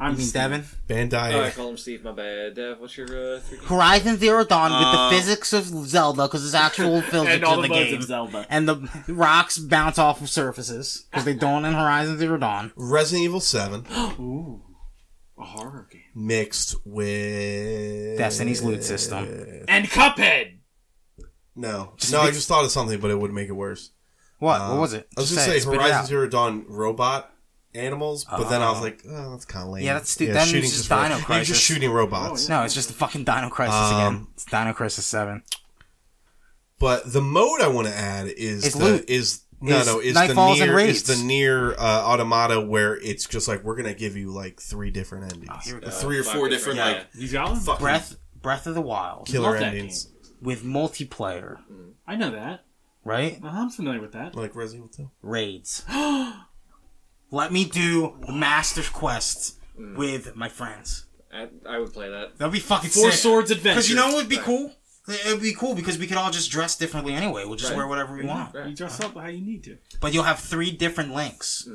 Speaker 4: I'm
Speaker 3: Seven.
Speaker 1: Bandai.
Speaker 2: Oh, I call him Steve. My bad. Dev, what's your uh, three? Game?
Speaker 3: Horizon Zero Dawn
Speaker 5: Uh,
Speaker 3: with the physics of Zelda because it's actual physics
Speaker 4: And all
Speaker 3: in
Speaker 4: the
Speaker 3: the,
Speaker 4: modes
Speaker 3: game.
Speaker 4: of Zelda.
Speaker 3: And the rocks bounce off of surfaces because they don't in Horizon Zero Dawn.
Speaker 1: Resident Evil 7
Speaker 4: Ooh, a horror game.
Speaker 1: mixed with
Speaker 3: Destiny's loot system.
Speaker 4: And Cuphead.
Speaker 1: No, no, I just thought of something, but it would make it worse.
Speaker 3: What?
Speaker 1: Uh,
Speaker 3: what was it?
Speaker 1: I was
Speaker 3: Just
Speaker 1: gonna say
Speaker 3: it. Spit it
Speaker 1: Horizon
Speaker 3: out.
Speaker 1: Zero Dawn robot animals, but then I was like, oh, that's kind of lame.
Speaker 3: Yeah, that's stu- that means
Speaker 1: shooting's
Speaker 3: it's
Speaker 1: ro- [LAUGHS]
Speaker 3: Dino
Speaker 1: You're
Speaker 3: Crisis.
Speaker 1: just shooting robots.
Speaker 3: No, it's just the fucking Dino Crisis again.
Speaker 1: Um,
Speaker 3: It's Dino Crisis Seven.
Speaker 1: But the mode I want to add is
Speaker 3: It's
Speaker 1: the,
Speaker 3: loot.
Speaker 1: is no
Speaker 3: Is
Speaker 1: no is the
Speaker 3: Nightfalls and
Speaker 1: near is
Speaker 3: Raids.
Speaker 1: the near uh, automata where it's just like we're gonna give you like three different endings,
Speaker 3: Oh, here we go.
Speaker 5: Uh, Three or
Speaker 2: Five
Speaker 5: four different,
Speaker 2: yeah.
Speaker 5: like,
Speaker 4: You got one?
Speaker 5: fucking.
Speaker 3: Breath, Breath of the Wild
Speaker 1: killer
Speaker 4: love that
Speaker 1: endings
Speaker 3: with multiplayer,
Speaker 4: I know that.
Speaker 3: right?
Speaker 4: Uh-huh, I'm familiar with [GASPS] that.
Speaker 1: like Resident Evil
Speaker 3: Raids. Let me do Master's Quest with my friends.
Speaker 2: I, I would play that.
Speaker 3: That'd be fucking
Speaker 4: Four
Speaker 3: sick.
Speaker 4: Swords Adventure.
Speaker 3: Because you know what would be cool? It would be cool because we could all just dress differently anyway. We'll just
Speaker 2: Right.
Speaker 3: wear whatever
Speaker 1: Mm-hmm.
Speaker 3: we want.
Speaker 4: You dress up how you need to.
Speaker 3: But you'll have three different links.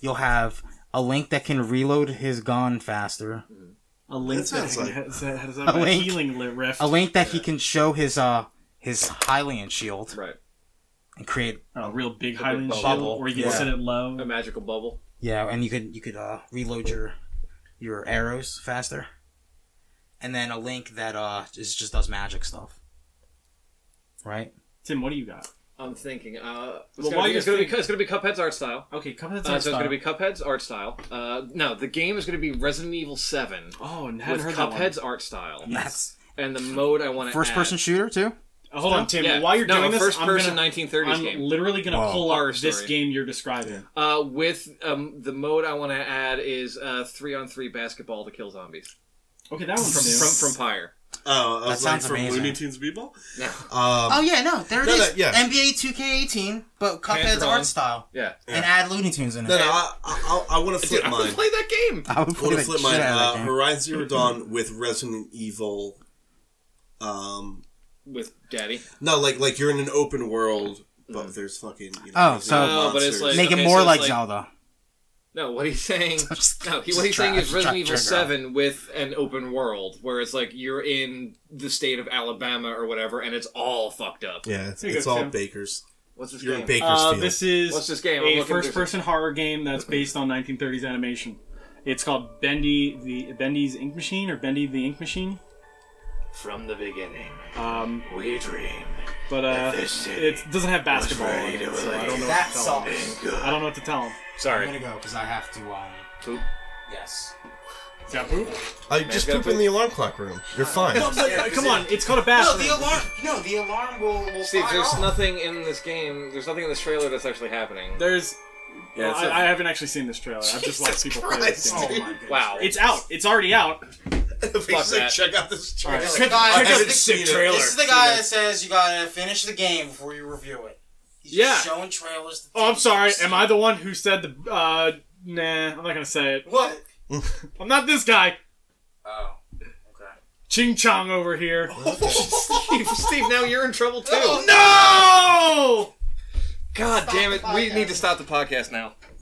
Speaker 3: You'll have a link that can reload his gun faster.
Speaker 4: A link
Speaker 1: That
Speaker 4: that,
Speaker 1: sounds
Speaker 4: can-
Speaker 1: like-
Speaker 4: has, that has
Speaker 3: A
Speaker 4: a
Speaker 3: link.
Speaker 4: healing li- rift.
Speaker 3: A link that he can show his uh his Hylian shield
Speaker 2: Right.
Speaker 3: and create
Speaker 4: a real big Highland
Speaker 2: bubble.
Speaker 4: shield, or you can
Speaker 3: Yeah.
Speaker 4: set it low.
Speaker 2: A magical bubble.
Speaker 3: Yeah, and you could you could uh, reload your your arrows faster, and then a link that uh just just does magic stuff, right?
Speaker 4: Tim, what do you got?
Speaker 2: I'm thinking. Uh, it's
Speaker 4: Well,
Speaker 2: gonna
Speaker 4: why
Speaker 2: be-
Speaker 4: you
Speaker 2: it's gonna be
Speaker 4: think-
Speaker 2: it's gonna be Cuphead's art style.
Speaker 4: Okay, Cuphead's
Speaker 2: Uh,
Speaker 4: art
Speaker 2: so it's
Speaker 4: style.
Speaker 2: gonna be Cuphead's art style. Uh, no, the game is gonna be Resident Evil Seven
Speaker 4: Oh, and
Speaker 2: with
Speaker 4: hadn't heard
Speaker 2: Cuphead's
Speaker 4: that
Speaker 2: art style
Speaker 3: That's
Speaker 2: and the mode I want to
Speaker 3: first person shooter too.
Speaker 4: one. Uh, Hold on, Tim.
Speaker 2: Yeah.
Speaker 4: While you're
Speaker 2: No,
Speaker 4: doing
Speaker 2: a
Speaker 4: this, I'm
Speaker 2: first-person
Speaker 4: gonna-
Speaker 2: 1930s
Speaker 4: I'm
Speaker 2: game.
Speaker 4: literally gonna
Speaker 3: Wow.
Speaker 4: pull
Speaker 2: Horror
Speaker 4: up this
Speaker 2: story.
Speaker 4: game you're describing.
Speaker 2: Uh, with um, the mode I want to add is uh, three on three basketball to kill zombies
Speaker 4: Okay, that one's
Speaker 2: from
Speaker 4: new.
Speaker 2: from from Pyre.
Speaker 5: Oh, I
Speaker 3: That
Speaker 5: was like
Speaker 3: sounds
Speaker 5: from
Speaker 3: amazing.
Speaker 5: Looney Tunes Bebop.
Speaker 1: Um,
Speaker 3: Oh yeah, no, there it
Speaker 1: No,
Speaker 3: is.
Speaker 1: no, yeah.
Speaker 3: NBA 2K18, but Cuphead's
Speaker 2: Hand-drawn.
Speaker 3: art style,
Speaker 2: Yeah,
Speaker 3: and add Looney Tunes in it.
Speaker 5: No, no, I, I, I want to
Speaker 2: Dude,
Speaker 5: flip
Speaker 2: I would
Speaker 5: mine.
Speaker 2: [LAUGHS] play that game.
Speaker 3: [LAUGHS] I would
Speaker 5: I want to flip
Speaker 3: shit
Speaker 5: mine.
Speaker 3: out of
Speaker 5: Uh,
Speaker 3: that game.
Speaker 5: Horizon
Speaker 3: [LAUGHS]
Speaker 5: Zero Dawn with Resident Evil. Um,
Speaker 2: with Daddy.
Speaker 5: no, like like you're in an open world, but there's fucking. You know,
Speaker 3: Oh,
Speaker 5: there's
Speaker 3: so-
Speaker 5: Mm. no
Speaker 2: No, but it's
Speaker 5: monsters.
Speaker 2: like-
Speaker 3: Make
Speaker 2: okay,
Speaker 3: it more
Speaker 2: so it's
Speaker 3: like,
Speaker 2: like-
Speaker 3: Zelda.
Speaker 2: No, what he's saying,
Speaker 3: just-
Speaker 2: no, he,
Speaker 3: just
Speaker 2: what he's
Speaker 3: try-
Speaker 2: saying is
Speaker 3: just
Speaker 2: Resident
Speaker 3: try-
Speaker 2: Evil
Speaker 3: try it out.
Speaker 2: Seven with an open world, where it's like you're in the state of Alabama or whatever, and it's all fucked up.
Speaker 1: yeah, it's,
Speaker 4: Here you
Speaker 1: it's
Speaker 4: go,
Speaker 1: all
Speaker 4: Tim.
Speaker 1: bakers.
Speaker 2: What's this
Speaker 1: You're in
Speaker 2: game?
Speaker 1: Bakersfield.
Speaker 4: Uh, this is
Speaker 2: What's this game? I'm
Speaker 4: a
Speaker 2: looking-
Speaker 4: first-person horror game that's based on 1930s animation. It's called Bendy the Bendy's Ink Machine or Bendy the Ink Machine.
Speaker 2: From the beginning,
Speaker 4: Um,
Speaker 2: we dream.
Speaker 4: but uh,
Speaker 2: This
Speaker 4: it doesn't have basketball.
Speaker 2: ready
Speaker 4: In it,
Speaker 2: to
Speaker 4: so I don't know.
Speaker 3: That
Speaker 4: what to
Speaker 3: sucks.
Speaker 4: tell him. I don't know what to tell him.
Speaker 3: I'm
Speaker 2: Sorry.
Speaker 3: gonna go because I have to. Um,
Speaker 2: Poop.
Speaker 3: yes.
Speaker 4: Is that poop?
Speaker 1: I just
Speaker 2: gotta
Speaker 1: poop in
Speaker 2: poop.
Speaker 1: the alarm clock room. You're fine. [LAUGHS]
Speaker 4: No, but, uh, come on, it's called a
Speaker 3: No,
Speaker 4: bathroom.
Speaker 3: the alarm. No, the alarm will will
Speaker 2: Steve,
Speaker 3: fire
Speaker 2: there's
Speaker 3: off.
Speaker 2: nothing in this game. There's nothing in this trailer that's actually happening.
Speaker 4: There's.
Speaker 5: Yeah, it's
Speaker 4: I,
Speaker 5: like-
Speaker 4: I haven't actually seen this trailer. I've just watched people play this
Speaker 1: Christ,
Speaker 4: game.
Speaker 1: dude.
Speaker 3: Oh my goodness.
Speaker 2: Wow.
Speaker 4: It's out. It's already out.
Speaker 1: He's
Speaker 2: Fuck
Speaker 1: like,
Speaker 2: that.
Speaker 1: check out this trailer.
Speaker 3: This is the
Speaker 4: Check-
Speaker 3: guy-
Speaker 4: check out
Speaker 3: this
Speaker 1: this
Speaker 3: is
Speaker 1: sick
Speaker 3: the-
Speaker 1: trailer.
Speaker 3: This is the guy that says you gotta finish the game before you review it. He's
Speaker 2: Yeah.
Speaker 3: just showing trailers. To
Speaker 4: Oh, I'm sorry. Am I the one who said the? Uh, nah, I'm not gonna say it.
Speaker 3: What?
Speaker 4: I'm not this guy.
Speaker 3: Oh. Okay.
Speaker 4: Ching Chong over here.
Speaker 2: [LAUGHS] Steve, Steve, now you're in trouble too.
Speaker 3: Oh,
Speaker 4: No!
Speaker 2: God damn it!
Speaker 3: the
Speaker 2: We
Speaker 3: podcast.
Speaker 2: need to stop the podcast now.